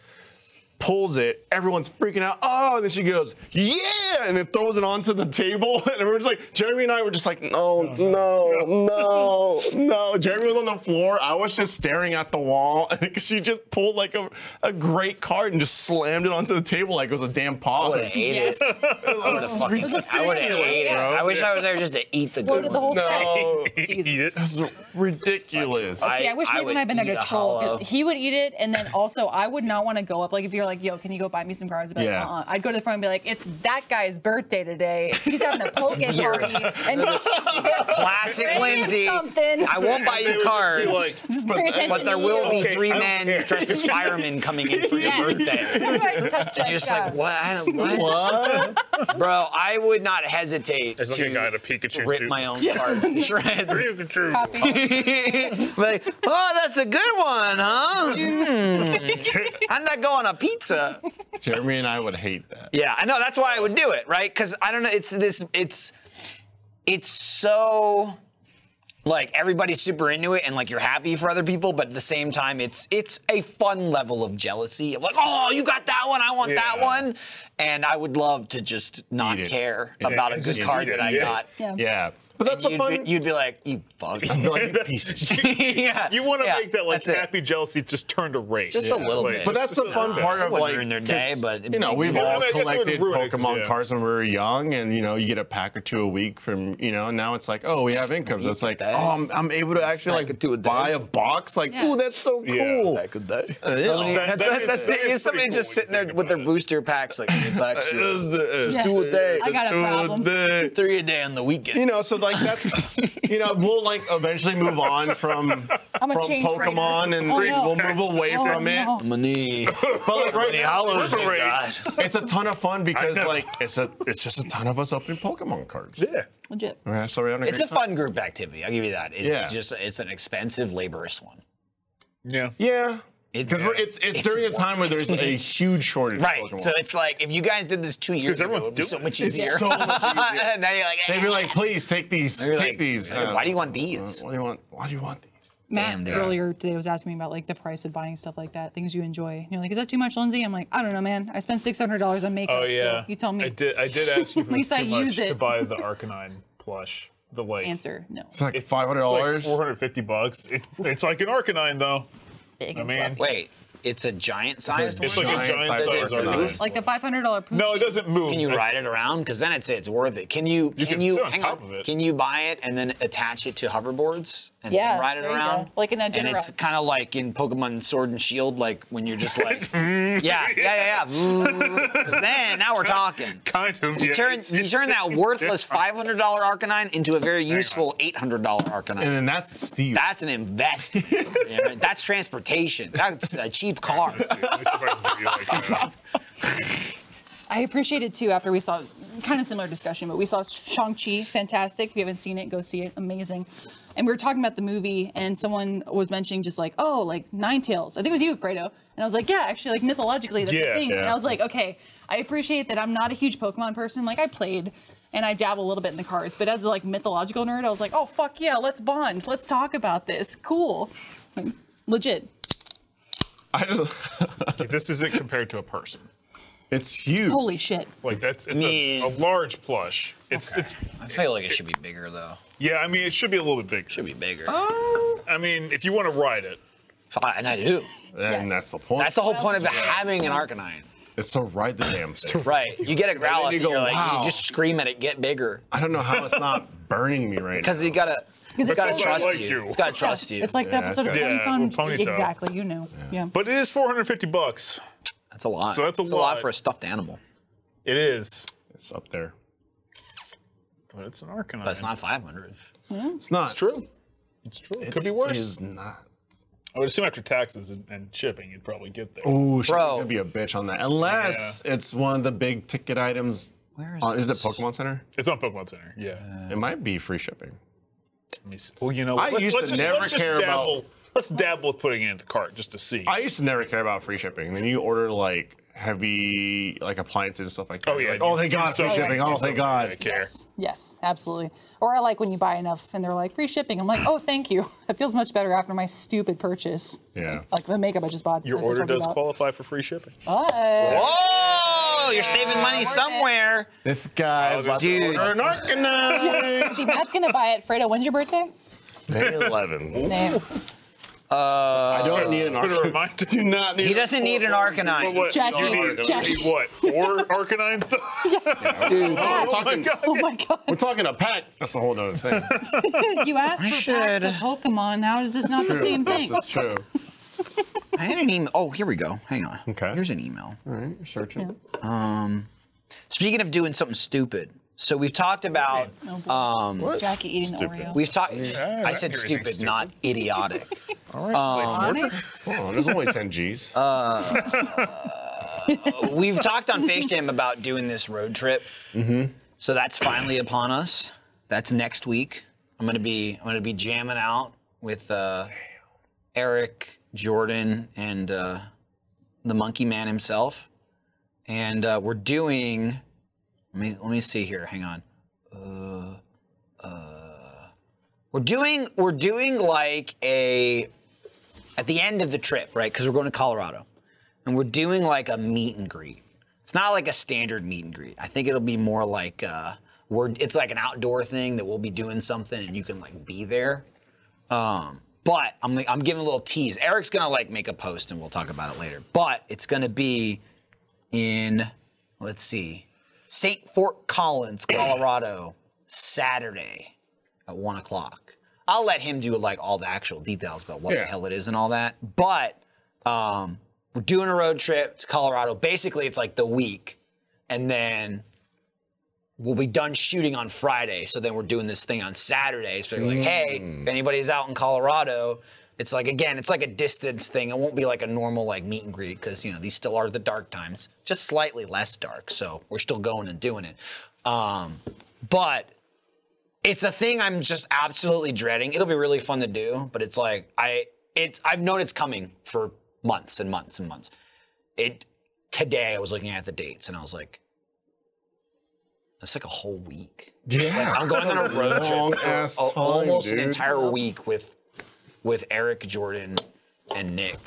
D: pulls it. Everyone's freaking out. Oh, and then she goes, yeah, and then throws it onto the table. And everyone's like, Jeremy and I were just like, no, no, no, no. Jeremy was on the floor. I was just staring at the wall. she just pulled like a, a great card and just slammed it onto the table like it was a damn
B: I
D: pod.
B: would have ate
C: Yes.
B: it. I would have fucking. I would have ate it. I wish I was there just to eat the good
C: Exploded the whole
B: ones.
D: No,
E: Eat it.
D: this is ridiculous.
C: See, I wish
B: I
C: Nathan
B: would
C: and I had been there
B: eat
C: to
B: a
C: troll. 'cause
B: hollow.
C: He would eat it, and then also I would not want to go up. Like if you're like, "Yo, can you go buy me some cards?" I'd be like,
D: Yeah.
C: uh-uh. I'd go to the front and be like, "It's that guy's birthday today. It's- He's having a poke party, and
B: Classic
C: Bring
B: Lindsay.
C: something.
B: I won't buy you cards.
C: just pay attention."
B: But there
C: to
B: will
C: you.
B: be three men dressed as firemen coming in for your
C: Yes.
B: birthday.
C: That's right,
B: And
C: touch that
B: you're just
C: guy.
B: like, what? I don't, what?
D: What?
B: Bro, I would not hesitate
E: It's
B: to
E: like a guy in a Pikachu
B: rip
E: suit.
B: my own cards to shreds.
E: Pikachu.
C: Happy.
B: like, oh, that's a good one, huh? Hmm. I'm not going on pizza.
D: Jeremy and I would hate that.
B: Yeah, I know. That's why I would do it, right? Because I don't know. It's this. It's it's so like everybody's super into it and like you're happy for other people but at the same time it's it's a fun level of jealousy of like oh you got that one i want that
D: Yeah.
B: one and i would love to just not
D: Eat it.
B: care
D: Yeah,
B: about a
D: just
B: good
D: eat
B: card
E: it,
B: that i
E: yeah.
B: got
C: Yeah.
D: Yeah. But that's
B: and
D: a
B: you'd
D: fun-
B: Be, you'd be like, you fuck.
D: I'd be like, "You piece of shit."
B: yeah.
E: You want to
B: yeah,
E: make that like
B: that's it.
E: happy jealousy just turn to rage.
B: Just a little bit.
D: But that's the fun part
B: It
D: of
B: wouldn't
D: like
B: ruin their
D: 'cause,
B: day, but it
D: you know
B: make-
D: we've
E: Yeah, I
D: all
E: mean, I guess it wouldn't
D: collected
E: ruin it,
D: Pokemon
E: yeah.
D: cards when we were young, and you know you get a pack or two a week from you know. and Now it's like oh we have income, so it's like
B: day.
D: oh I'm, I'm able to actually
B: Pack or two a
D: like
B: day.
D: buy a box. Like
C: Yeah.
D: ooh that's so cool.
E: Yeah.
B: could that.
D: yeah.
E: That-
B: that's
E: that is-
B: that's
E: that
B: it. You
E: is
B: somebody
E: pretty
B: just
E: cool
B: sitting
E: when you
B: there
E: think
B: with their
E: about it.
B: booster packs, like "Hey, Bucks, you-
D: Just
B: do a day.
C: I got a
D: Just do
C: problem.
D: day.
B: three a day on the weekend.
D: You know, so like that's you know we'll like eventually move on from
C: I'm a
D: from
C: change writer.
D: Pokemon and
C: Oh, no.
D: we'll move away
C: Oh,
D: from it.
C: no.
B: I'm gonna need
D: But like right
B: many
D: now,
B: hollows
D: it's-
B: inside.
D: it's a ton of fun because
E: know.
D: like it's a it's just a ton of us opening Pokemon cards.
E: Yeah.
C: Legit.
B: Mm.
D: Yeah, so we're having
B: It's
D: great
B: a fun group activity. I'll give you that. It's
D: Yeah.
B: just it's an expensive, laborious one.
E: Yeah.
D: Yeah.
B: It-
D: Because it's, it's,
B: it's
D: during a
B: work.
D: time where there's a huge shortage
B: Right.
D: of Pokemon.
B: So it's like if you guys did this two years ago,
E: everyone's
B: it'd be
E: doing
B: so
E: it.
B: much
D: It's
B: easier.
D: so much easier.
B: and now you're like,
D: They'd be like, please take these,
B: They're
D: take
B: like,
D: these. uh,
B: "Hey, why do you want these?"
D: Why do you want why do you want these?
C: Matt
B: dude.
C: earlier today was asking me about like the price of buying stuff like that, things you enjoy. And you're like, is that too much, Lindsay? I'm like, I don't know, man. I spent six hundred dollars on makeup.
E: Oh yeah.
C: So you tell me.
E: I did. I did ask you
C: At
E: for
C: least
E: too
C: I
E: much
C: use it.
E: to buy the Arcanine plush. The like
C: Answer no.
D: It's like
E: It's
D: five hundred dollars.
E: Four hundred fifty bucks. It, it's like an Arcanine though.
C: Big
E: I
C: and
E: mean,
C: fluffy.
B: wait, it's a giant sized one.
E: it's like
D: Giant
E: a
D: size
E: giant size
B: Does it
E: Arcanine.
B: move?
C: Like the five hundred dollar pooch.
E: No, it doesn't move.
B: can you
E: I-
B: ride it around? Because then it's it's worth it. Can you can
E: can
B: you,
E: sit on
B: hang
E: top
B: on?
E: of it.
B: Can you buy it and then attach it to hoverboards and
C: Yeah,
B: then ride it
C: there you
B: around?
C: go. Like an
B: And it's
C: Iditarod.
B: kind of like in Pokemon Sword and Shield, like when you're just like, yeah,
E: Mm.
B: yeah, yeah, yeah. 'Cause then now we're talking.
E: Kind of.
B: You
E: yeah.
B: turn,
E: It's-
B: you
E: it's-
B: turn that
E: it's
B: worthless
E: different.
B: $500 Arcanine into a very useful $800 Arcanine.
E: Mm.
D: And then that's Steve.
B: That's an investment. you know, That's transportation. That's a cheap car.
E: At least if I can give you, like, uh,
C: I appreciate it too after we saw kind of similar discussion, but we saw Shang-Chi, fantastic. If you haven't seen it, go see it. Amazing. And we were talking about the movie, and someone was mentioning just like, oh, like Nine Tails. I think it was you, Fredo. And I was like, yeah, actually, like mythologically, that's
E: Yeah,
C: a thing. And
E: yeah.
C: I was like, okay, I appreciate that I'm not a huge Pokemon person. Like I played and I dabble a little bit in the cards, but as a like mythological nerd, I was like, oh fuck yeah, let's bond. Let's talk about this. Cool. Like, legit.
D: I just
E: this isn't compared to a person.
D: it's huge.
C: Holy shit.
E: Like that's it's a,
B: Yeah.
E: a large plush. It's it's
B: I feel like it should be bigger though.
E: yeah. I mean, it should be a little bit bigger.
B: Should be bigger.
E: I mean, if you want to ride it,
B: and I do.
D: And
C: Yes.
D: that's the point.
B: That's the whole point of having an Arcanine.
D: it's to ride the damn thing.
B: Right. You get a Growlithe,
D: you
B: and
D: go,
B: you're like,
D: "Wow."
B: you just scream at it, get bigger.
D: I don't know how it's not burning me right now.
B: Because you gotta,
C: Because
B: it's
C: it
B: gotta
C: feels
B: trust
E: like
B: you.
E: you.
B: It's gotta
C: Yeah,
B: trust you.
C: It's like the
D: Yeah,
C: episode of
E: sure. Yeah,
C: Ponytown.
E: with Ponyta.
C: Exactly, you know. yeah.
E: but it is 450 bucks.
B: that's a lot.
E: So that's a
B: It's a lot
E: lot.
B: for a stuffed animal.
E: It is,
D: It's up there.
E: but it's an Arcanine.
B: But it's not 500.
D: It's not.
E: It's true. It's true. It could be
D: It
E: worse.
D: is not.
E: I would assume after taxes and, and shipping, you'd probably get there.
D: Ooh, she's
B: Bro.
D: gonna be a bitch on that. Unless it's one of the big ticket items. Where is, is it Pokemon Center?
E: It's on Pokemon Center. Yeah.
D: It might be free shipping.
E: Let me see. Well, you know,
D: Uh, I
E: let's-
D: used
E: let's
D: to
E: just-
D: never
E: let's just
D: care about-
E: dabble. Let's dabble with putting it in the cart just to see.
D: I used to never care about free shipping. Then you order like heavy like appliances and stuff like that.
E: Oh, yeah,
D: Like, oh
E: you-
D: thank
E: you
D: God, free
E: so-
D: shipping. Oh
E: you
D: thank
E: so-
D: God.
E: care.
C: Yes, yes, absolutely. Or I like when you buy enough and they're like free shipping. I'm like, oh, thank you. That feels much better after my stupid purchase.
D: Yeah.
C: Like the makeup I just bought.
E: Your
C: as I
E: order
C: told you
E: does
C: about.
E: qualify for free shipping.
C: But-
B: Whoa! Oh, You're saving money somewhere.
D: This guy is about
B: Dude.
D: to order an Arcanine.
C: See, Matt's gonna buy it. Fredo, when's your birthday?
D: May 11th.
C: Damn.
D: I don't need an
E: Put a
D: Arcanine.
E: reminder.
D: Do not need.
B: He doesn't need an
E: But
B: Arcanine.
E: what,
C: Jackie,
E: you need, you
C: Jackie.
E: need what? Four Arcanines? though?
B: Dude,
D: We're talking,
C: Oh my god.
D: we're talking a pack. That's a whole other thing.
C: You asked
B: I
C: for packs of
B: should.
C: Pokemon. How is this not the same
D: This
C: thing?
D: is true.
B: I had an email. Oh, here we go. Hang on.
D: Okay.
B: Here's an email.
D: All right, you're searching.
B: Speaking of doing something stupid, so we've talked about
C: Jackie eating the Oreo.
B: we've talked.
E: Yeah,
B: I said
E: I hear anything
B: stupid, not idiotic.
D: All right. place
C: On
D: order.
C: it?
D: Hold on, there's only 10 G's.
B: we've talked on FaceTime about doing this road trip. So that's finally upon us. That's next week. I'm gonna be I'm gonna be jamming out with uh, Eric Jordan and uh, the Monkey Man himself, and uh, we're doing. Let me let me see here. Hang on. Uh, uh, we're doing we're doing like a at the end of the trip, right? Because we're going to Colorado and we're doing like a meet and greet. It's not like a standard meet and greet. I think it'll be more like uh, We're it's like an outdoor thing that we'll be doing something and you can like be there. Um, but I'm I'm giving a little tease. Eric's gonna like make a post and we'll talk about it later. But it's gonna be in let's see, St. Fort Collins, Colorado, Saturday at one o'clock. I'll let him do like all the actual details about what the
D: Yeah.
B: hell it is and all that. But um, we're doing a road trip to Colorado. Basically, it's like the week, and then we'll be done shooting on Friday. So then we're doing this thing on Saturday. So you're like, hey, if anybody's out in Colorado, it's like again, it's like a distance thing. It won't be like a normal like meet and greet because you know these still are the dark times, just slightly less dark. So we're still going and doing it. Um, but it's a thing I'm just absolutely dreading. It'll be really fun to do, but it's like I it's I've known it's coming for months and months and months. It today I was looking at the dates and I was like, that's like a whole week. Yeah, I'm going on a road
D: Long
B: trip for
D: ass
B: a-
D: time,
B: almost an
D: dude.
B: entire week with with Eric, Jordan, and Nick,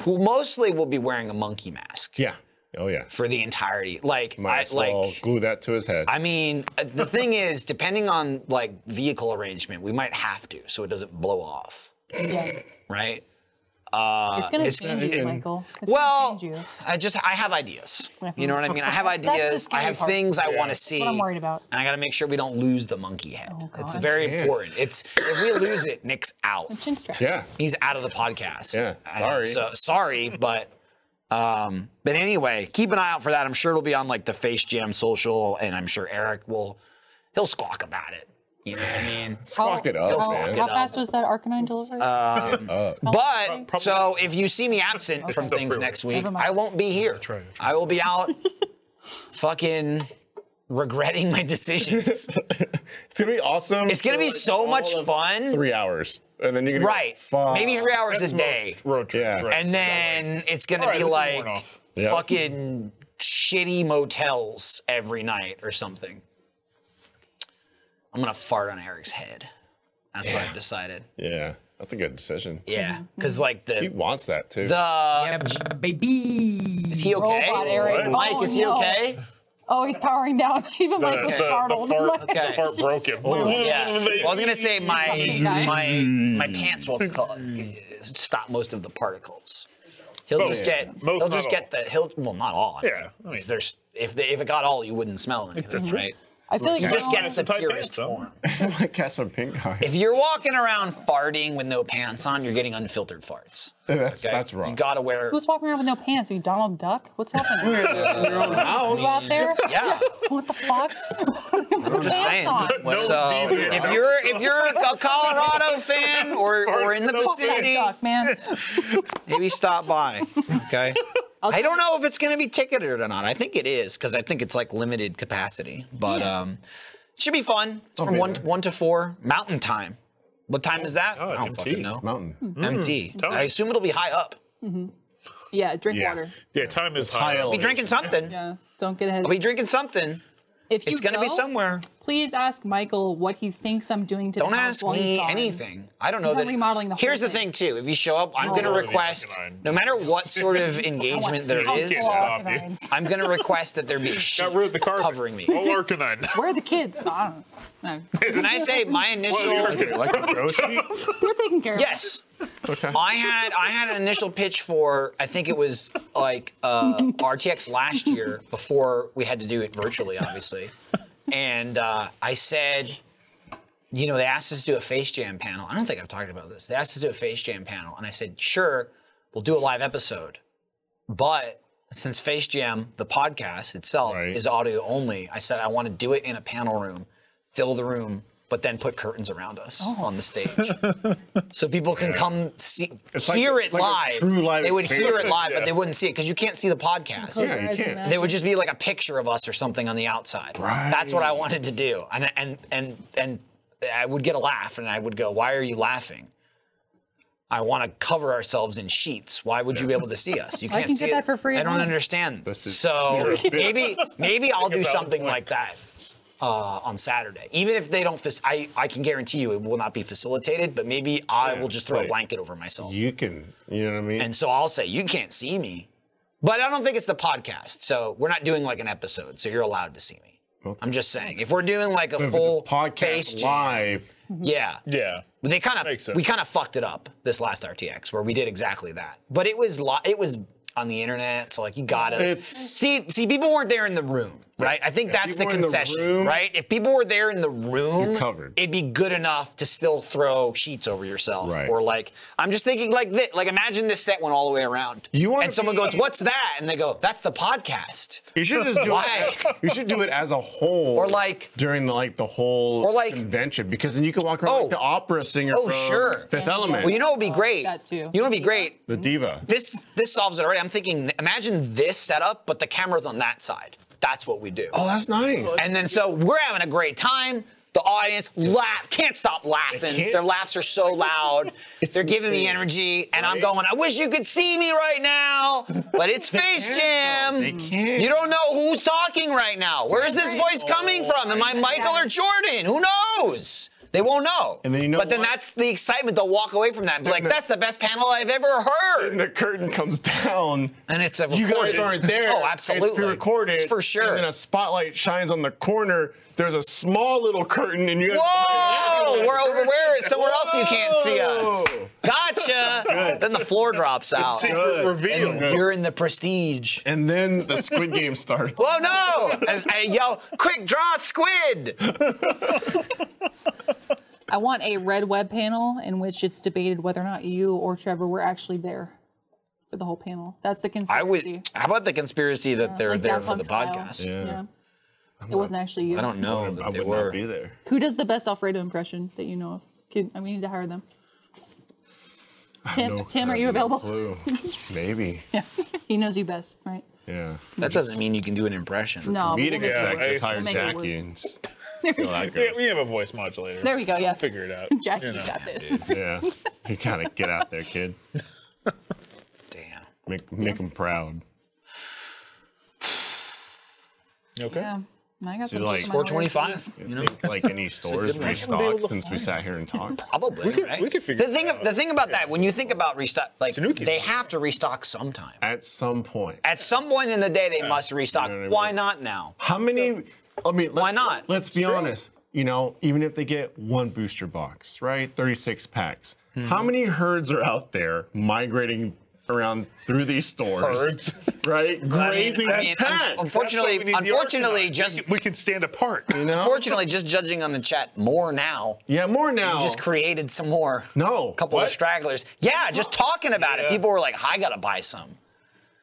B: who mostly will be wearing a monkey mask
D: Yeah. Oh yeah.
B: for the entirety. Like
D: Might
B: I
D: as well
B: like
D: glue that to his head.
B: I mean, uh, the thing is, depending on like vehicle arrangement, we might have to, so it doesn't blow off,
C: Yeah.
B: right? Uh,
C: It's gonna
B: it's-
C: change you, Michael. It's
B: well,
C: gonna change you.
B: I just I have ideas. You know what I mean? I have
C: That's- that's the
B: ideas. I
C: scary
B: have
C: part.
B: things I want to see.
C: what I'm worried about. Oh,
B: And I got to make sure we don't lose the monkey head. it's
C: God.
B: very important. It's if we lose it, Nick's out.
C: Chin strap.
D: yeah.
B: He's out of the podcast.
D: Yeah,
B: I-
D: sorry.
B: So sorry, but um, but anyway, keep an eye out for that. I'm sure it'll be on like the Face Jam social, and I'm sure Eric will he'll squawk about it. You know what I mean?
D: Squawk it up,
B: How-
D: man.
C: How fast was that Arcanine delivery?
B: But so if you see me absent from
E: still
B: things
E: proven.
B: next week,
C: Never mind.
B: I won't be here. I will be out fucking regretting my decisions.
D: It's gonna be awesome.
B: It's gonna
D: for,
B: be
D: like,
B: so
D: all
B: much
D: of
B: fun.
D: Three hours, and then you're gonna be
B: right.
D: Like, Fuck.
B: Maybe three hours
E: That's
B: a
E: most
B: day.
E: Road trip.
D: Yeah.
E: Right.
B: And then it's gonna
E: All right,
B: be
E: this is
B: like
E: worn off.
D: Yeah.
B: fucking shitty motels every night or something. I'm gonna fart on Eric's head. That's what I've decided.
D: Yeah, that's a good decision.
B: Yeah, because like
D: He
B: the
D: wants that too.
B: the
K: baby.
B: is he okay?
C: Robot Eric.
B: Mike,
C: Oh,
B: is he
C: no.
B: okay?
C: Oh, he's powering down. Even
E: The,
C: Michael's
E: the,
C: startled.
E: the, fart,
B: Okay.
E: the fart broke him.
B: Oh, Yeah. Well, I was gonna say my my
C: guy.
B: my
D: Mm.
B: pants will co- stop most of the particles. He'll
E: Most.
B: just get
E: Most,
B: he'll just
E: not
B: get the he'll well not all. I mean,
E: Yeah, I mean-
B: there's if they, if it got all, you wouldn't smell anything, right?
C: I feel like
B: He just
C: now-
B: gets the
E: Tight pants,
B: purest
E: though.
B: form.
D: I catch some pink eye.
B: If you're walking around farting with no pants on, you're getting unfiltered farts.
D: that's
B: okay?
D: that's wrong.
B: You gotta wear.
C: Who's walking around with no pants? Are you Donald Duck? What's happening? You out there?
B: yeah,
C: What the fuck?
B: I'm just saying.
C: on.
E: No
B: so
E: deviant.
B: if you're if you're a Colorado fan or or in the
C: Donald
B: vicinity,
C: Duck, man.
B: maybe stop by. Okay. I don't know if it's going to be ticketed or not. I think it is because I think it's like limited capacity, but um, it should be fun. It's from one one to four Mountain Time. What time is that?
E: God,
B: I don't
E: MT.
B: fucking know.
D: Mountain.
B: MT.
E: Mm. tell
B: I
E: me.
B: assume it'll be high up.
C: Yeah, drink
D: Yeah.
C: water.
E: Yeah, time is high.
B: I'll be drinking something.
C: Yeah, don't get ahead.
B: I'll be drinking something.
C: if you
B: It's going to be
C: go,
B: somewhere.
C: Please ask Michael what he thinks I'm doing to
B: Don't
C: the house
B: ask
C: while he's
B: me
C: gone.
B: anything. I don't know
C: He's not
B: that.
C: remodeling the whole
B: Here's the
C: thing. Oh.
B: thing too. If you show up, I'm going to
E: already
B: request,
E: asinine.
B: no matter what sort of engagement there
E: You
B: is,
E: can't stop you.
C: Arcanines.
B: I'm going to request that there be a sheet
E: Got rid of the carpet.
B: covering me.
E: All Oh, Arcanine.
C: Where are the kids? I don't know.
B: Can I say my
E: All
B: initial?
E: Arcanine.
D: Like a gross sheet?
C: You're taking care of
B: Yes. I had I had an initial pitch for I think it was like uh, RTX last year before we had to do it virtually, obviously, and uh, I said, you know, they asked us to do a Face Jam panel. I don't think I've talked about this. They asked us to do a Face Jam panel, and I said, sure, we'll do a live episode, but since Face Jam, the podcast itself,
D: Right.
B: is audio only, I said I want to do it in a panel room, fill the room, but then put curtains around us on the stage so people can come see,
D: like-
B: hear it
D: it's like a
B: live.
D: true live
B: They would hear it
D: experience.
B: live, but they wouldn't see it because you can't see the podcast.
D: Yeah, you can't.
B: There would just be like a picture of us or something on the outside.
D: Right.
B: That's what I wanted to do, and and and and I would get a laugh, and I would go, "Why are you laughing?" I want to cover ourselves in sheets. Why would you be able to see us? You can't
C: can
B: see
C: get that
B: it.
C: for free
B: I
C: at
B: don't
C: home.
B: understand.
D: is
B: so maybe maybe I'll do
E: valid
B: something
E: point.
B: like that uh, on Saturday. Even if they don't, fac- I I can guarantee you it will not be facilitated. But maybe I will just throw a
D: right.
B: blanket over myself.
D: You can, you know what I mean?
B: And so I'll say, you can't see me. But I don't think it's the podcast. So we're not doing like an episode. So you're allowed to see me. I'm just saying. If we're doing like a full base
D: podcast
B: jam,
D: live.
B: yeah,
E: Yeah.
B: But they kind of
E: Makes sense.
B: we kind of fucked it up this last RTX where we did exactly that. But it was li- it was on the internet, so like you gotta see see people weren't there in the room, right? I think that's the
D: people were in the
B: concession,
D: room-
B: right? If people were there in the room,
D: covered.
B: it'd be good enough to still throw sheets over yourself,
D: Right.
B: or like I'm just thinking like this, like imagine this set went all the way around,
D: You wanna
B: and someone
D: be-
B: goes, "What's that?" and they go, "That's the podcast."
D: You should just do
B: Why?
D: it. You should do it as a whole,
B: Or like-
D: during the, like the whole
B: Or like-
D: convention, because then you can walk around
B: Oh.
D: like the opera singer
B: Oh,
D: from
B: sure.
D: Fifth Element,
B: Well, you know what would be great.
C: Oh, that too.
B: You know what would be great.
D: the diva.
B: this this solves it already. I'm thinking, imagine this setup, but the camera's on that side. That's what we do.
D: Oh, that's nice.
B: And then so we're having a great time. The audience laugh, can't stop laughing.
D: can't.
B: Their laughs are so loud. They're giving me
D: insane,
B: energy, and I'm
D: right?
B: going. I wish you could see me right now, but it's Face Jam.
D: can't, though. They
B: Mm.
D: can't.
B: You don't know who's talking right now. Where is this voice
D: Oh,
B: coming from? Am I Michael or Jordan? Who knows? They won't know.
D: And then you know
B: But then
D: what?
B: that's the excitement. They'll walk away from that and be like, "That's the best panel I've ever heard."
D: and the curtain comes down.
B: And it's a
D: You
B: recorded-
D: guys aren't there.
B: Oh, absolutely.
D: It's pre-recorded.
B: It's for sure.
D: And then a spotlight shines on the corner. There's a small little curtain, and you. have to-
B: Whoa! We're over where? Somewhere else you can't see us.
D: Whoa.
B: Gotcha. then the floor drops out.
E: Secret reveal.
B: And you're in the prestige.
D: And then the Squid Game starts.
B: Oh no! As I yell, "Quick, draw squid!"
I: I want a red web panel in which it's debated whether or not you or Trevor were actually there for the whole panel. That's the conspiracy.
B: I would. How about the conspiracy that they're
I: Like
B: there
I: Daft
B: for the
I: Punk style.
B: podcast?
I: Yeah. It wasn't actually you.
B: I don't know
D: I
B: that they
D: would
B: were.
D: not be there.
I: Who does the best Alfredo impression that you know of? Kid, I mean, we need to hire them. Tim,
D: No
I: Tim, are you
D: fucking
I: available?
D: clue. Maybe. Yeah.
I: He knows you best, right?
B: That doesn't mean you can do an impression.
I: No.
D: Meeting
I: we'll make it
D: exec
I: work.
D: just
I: We'll
E: I-
D: hired
I: make it
D: Jackie
I: work.
D: and s- see how that
E: Yeah, we
D: goes.
E: have a voice modulator.
I: There we go. Yeah.
E: Figure it out.
I: Jackie,
E: You
I: you,
E: know.
I: got this.
D: Yeah. You gotta get out there, kid.
B: Damn.
D: Make make them proud.
E: Okay.
I: Yeah. Um, I got
D: So,
I: some
D: like,
I: shit in my wallet.
B: 425. You know.
D: Like any stores
B: one.
D: restock since we sat here and talked.
B: Probably.
E: could-
B: right?
E: we could figure
B: the thing.
E: it out.
B: The thing about that, when you think about restock, like
E: Tanuki.
B: they have to restock sometime.
D: At some point.
B: At some point in the day, they must restock.
D: You know what I mean?
B: Why not now?
D: How many? I mean, let's,
B: Why not?
D: Let's be honest. You know, even if they get one booster box, right? 36 packs.
B: Hmm.
D: How many herds are out there migrating around through these stores?
E: Herds.
D: Right?
B: I mean-
D: Grazing
B: I mean, un-
D: packs.
B: unfortunately,
E: That's why we need the
B: unfortunately,
E: Arcanine.
B: just
E: we can, we can stand apart.
D: you know?
B: unfortunately, just judging on the chat more now.
D: yeah, more now.
B: Just created some more.
D: No,
B: Couple of
D: what?
B: stragglers. Yeah, just talking about it.
E: Yeah.
B: People were like, "I gotta buy some."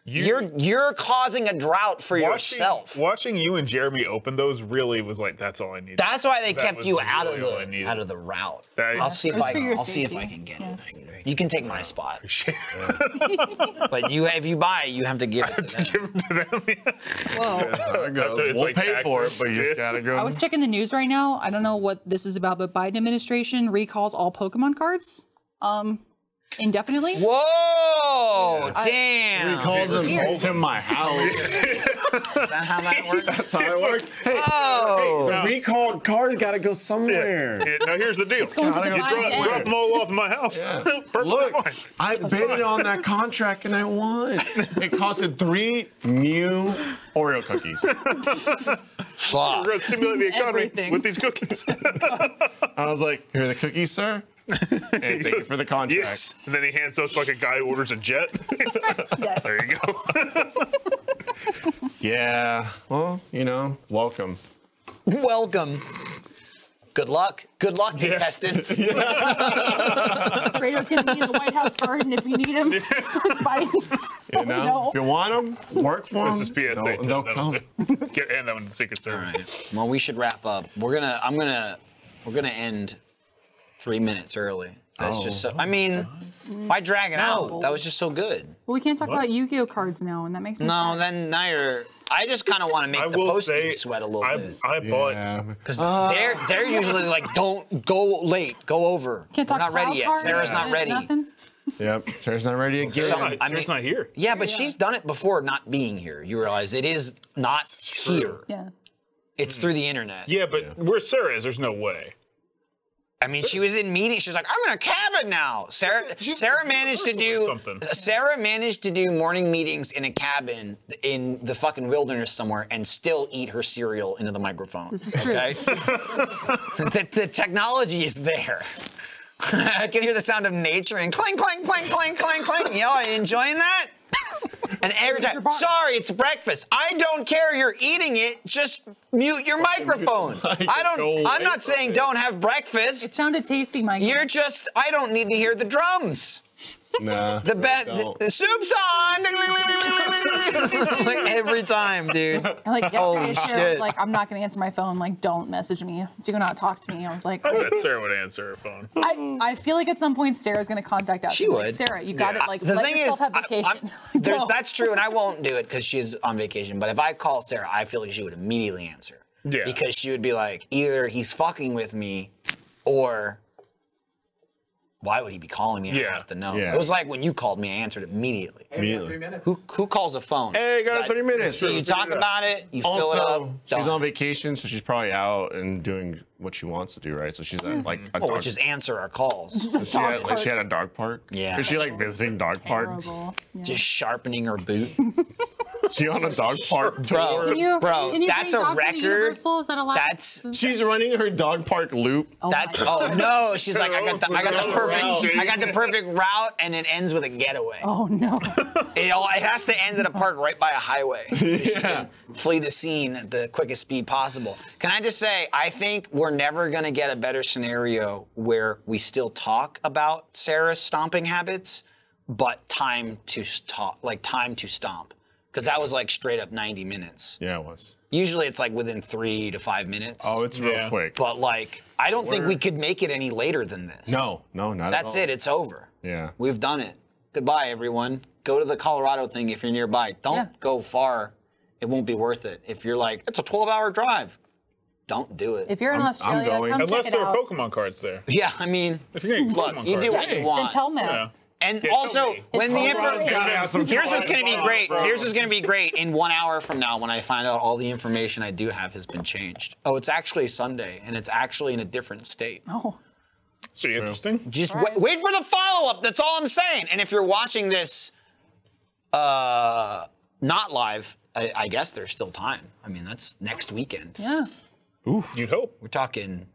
B: You're you're causing a drought for yourself.
E: Watching you and Jeremy open those really was like that's all I needed.
B: That's why they
E: That
B: kept
E: was
B: you out of
E: really all I
B: the
E: needed.
B: out of the route.
E: That-
B: I'll see if
I: It's
B: I
I: for your
B: I'll see if I
I: safety.
B: can get
I: Yes.
B: anything. You can take my spot, but you if you buy, it, you have to give it to them.
I: Whoa.
D: There it goes.
E: After it's
D: We'll
E: like
D: pay for it,
E: taxes.
D: but you just gotta go.
I: I was checking the news right now. I don't know what this is about, but Biden administration recalls all Pokemon cards um indefinitely.
B: Whoa! Damn!
D: he calls them
I: Weird.
D: to my house.
B: Is that how that works?
D: That's how it works. Hey,
B: Oh!
D: the recalled card gotta go somewhere.
E: Yeah, now here's the deal.
I: going to
D: God,
I: the
D: I
E: You
D: gotta
I: Biden.
E: drop,
D: find
E: drop
D: it.
E: them all off in my house. Perfectly
D: Look,
E: fine.
D: I bid on that contract and I won. It costed three new Oreo cookies.
B: Fuck.
E: We're going to stimulate the economy
I: Everything.
E: with these cookies.
D: I was like, "Here are the cookies, sir, and thank you for the contract."
E: yes. And then he hands those like a guy who orders a jet.
I: Yes.
E: there you go.
D: Yeah. Well, you know, welcome.
B: Welcome. Good luck. Good luck, contestants.
I: Fredo's gonna be in the White House garden if you need him. Biden.
D: You know,
I: No.
D: if you want them, work for
E: This is
D: them.
E: PSA.
D: They'll, they'll come.
E: Get hand that one to the Secret Service.
B: Well, we should wrap up. We're gonna. I'm gonna. We're gonna end three minutes early. That's just so. I mean, why drag it out? That was just so good.
I: Well, we can't talk about Yu-Gi-Oh cards now, and that makes me
B: No,
I: sad.
B: then now you're. I just kind of want to make
E: I
B: the
E: will
B: post
E: say,
B: team sweat a little
E: I,
B: bit
E: I bought
D: Yeah.
B: because they're they're usually like, don't go late, go over.
I: can't
B: We're
I: talk
B: not ready
I: cloud
B: yet.
I: cards
B: Sarah's not
I: and
B: ready.
I: Nothing.
D: Yep. Sarah's not ready again.
E: Sarah's
B: So,
E: not,
B: I
E: Sarah's
B: mean-
E: not here.
B: Yeah, but she's done it before, not being here. You realize it is not here.
I: Yeah.
E: Mm.
B: It's through the internet.
E: Yeah, but where Sarah is, there's no way.
B: I mean, she was in meetings. She was like, "I'm in a cabin now." Sarah Sarah managed to do
E: something.
B: Sarah managed to do morning meetings in a cabin in the fucking wilderness somewhere and still eat her cereal into the microphone. This is true. the, the technology is there. I can hear the sound of nature and clang, clang, clang, clang, clang, clang. Y'all are you enjoying that? And every time, sorry, it's breakfast. I don't care you're eating it. Just mute your microphone. I don't. I'm not saying don't have breakfast.
I: It sounded tasty, Mike.
B: You're just, I don't need to hear the drums.
D: Nah.
B: The bet, the, the soup's on. Ding, ling, ling, ling, ling, ling, ling. like every time, dude.
I: like
B: Holy
I: yesterday, Sarah
B: Oh, shit.
I: was like, "I'm not gonna answer my phone. Like, don't message me. Do not talk to me." I was like,
E: I bet Sarah would answer her phone.
I: I, I feel like at some point Sarah's gonna contact us.
B: She
I: I'm like,
B: would.
I: Sarah, you got
E: Yeah.
I: it. Like,
B: The
I: let
B: thing
I: yourself
B: is,
I: have
B: I-
I: vacation.
B: I'm-
I: Go.
B: there's- that's true, and I won't do it because she's on vacation. But if I call Sarah, I feel like she would immediately answer.
E: Yeah.
B: Because she would be like, either he's fucking with me, or why would he be calling me? I
E: Yeah.
B: have to know.
D: Yeah.
B: It was like when you called me, I answered immediately.
H: Three minutes.
B: Who who calls a phone?
D: Hey, got three minutes.
B: So you talk about it, you fill it up.
D: Also, she's
B: done.
D: on vacation, so she's probably out and doing what she wants to do, right? So she's at like a
B: Well,
D: dog,
B: Oh, which is answer our calls.
D: so she, had, like, she had a dog park.
B: Yeah.
D: Is she like visiting dog parks?
I: Terrible. Yeah.
B: Just sharpening her boot.
I: Oh
D: She on a dog park tour.
I: Can you-
B: bro,
I: can you
B: that's
I: bring
B: a
I: dogs into
B: record.
I: Universal? Is that allowed?
B: That's
D: She's running her dog park loop.
I: Oh my
B: that's
I: God.
B: oh no, she's like I got the I got the
E: Oh,
B: perfect
E: wow.
B: I got the perfect route and it ends with a getaway.
I: Oh no.
B: It, all, it has to end at a park right by a highway. So she can flee the scene at the quickest speed possible. Can I just say, I think we're never going to get a better scenario where we still talk about Sarah's stomping habits, but time to talk, like time to stomp. Because that was like straight up 90 minutes.
D: Yeah, it was.
B: Usually it's like within three to five minutes.
D: Oh, it's real
E: Yeah.
D: quick.
B: but like, I don't think we could make it any later than this.
D: No, no, not
B: That's
D: at all.
B: it. It's over.
D: Yeah.
B: We've done it. Goodbye, everyone. Go to the Colorado thing if you're nearby. Don't
I: Yeah.
B: go far. It won't be worth it. If you're like, it's a 12 hour drive, don't do it.
I: If you're in Australia,
D: going.
I: come
E: Unless
I: check it
E: there are
I: out.
E: Pokemon cards there.
B: yeah, I mean,
E: If you're getting
B: look,
E: Pokemon
B: you
E: cards,
B: do what you
I: Then
B: want.
I: tell Mel.
E: yeah.
B: And
E: Yeah, tell
B: also,
E: me.
B: when the
I: It's all
B: information
I: right. Yeah,
D: some
B: here's what's gonna
D: flies
B: be
D: off,
B: great.
D: bro.
B: Here's what's gonna be great. In one hour from now, when I find out all the information I do have has been changed. Oh, it's actually Sunday, and it's actually in a different state.
I: Oh,
E: Pretty interesting.
B: Just wait, wait for the follow up. That's all I'm saying. And if you're watching this, uh, not live, I, I guess there's still time. I mean, that's next weekend.
I: yeah.
E: You'd hope.
B: We're talking,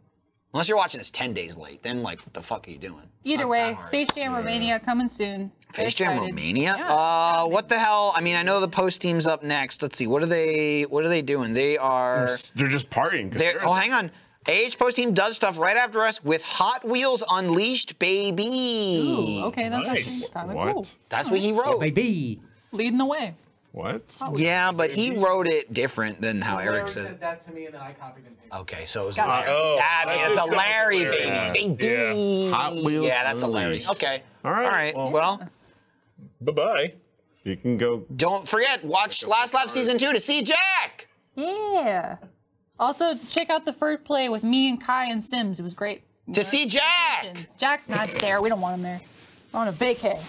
B: unless you're watching this 10 days late, then like, what the fuck are you doing?
I: Either way, Face Jam Romania coming soon. Very
B: Face Jam
I: excited.
B: Romania?
I: Yeah.
B: Uh, what the hell? I mean, I know the post team's up next. Let's see. What are they? What are they doing? They are.
D: They're just partying. 'cause
B: They're,
D: Sarah's-
B: oh, hang on. AH post team does stuff right after us with Hot Wheels Unleashed, baby.
I: Ooh, okay, that's
E: Nice.
I: actually kind of
D: What?
I: cool.
B: That's what he wrote.
K: Baby.
I: Leading the way.
D: What?
B: Yeah, but he wrote it different than how Eric
H: Larry
B: says.
H: said that to me, and then I copied and pasted.
B: Okay, so it was
I: Got
B: Larry.
I: it.
E: Oh,
B: yeah, I
E: that
B: mean, it's
E: did
B: a
E: sound like
B: Larry,
E: Larry.
B: baby.
E: Yeah.
B: Baby. Yeah.
D: Hot Wheels
B: that's a Larry.
D: Unleashed.
B: Okay.
D: All right,
B: All right. Well,
D: well-
E: Bye bye.
D: You can go.
B: don't forget, watch Last Lap Season 2 to see Jack.
I: Yeah. Also, check out the first play with me and Kai and Sims. It was great.
B: To see Jack.
I: Jack's not there. We don't want him there. We're on a vacay.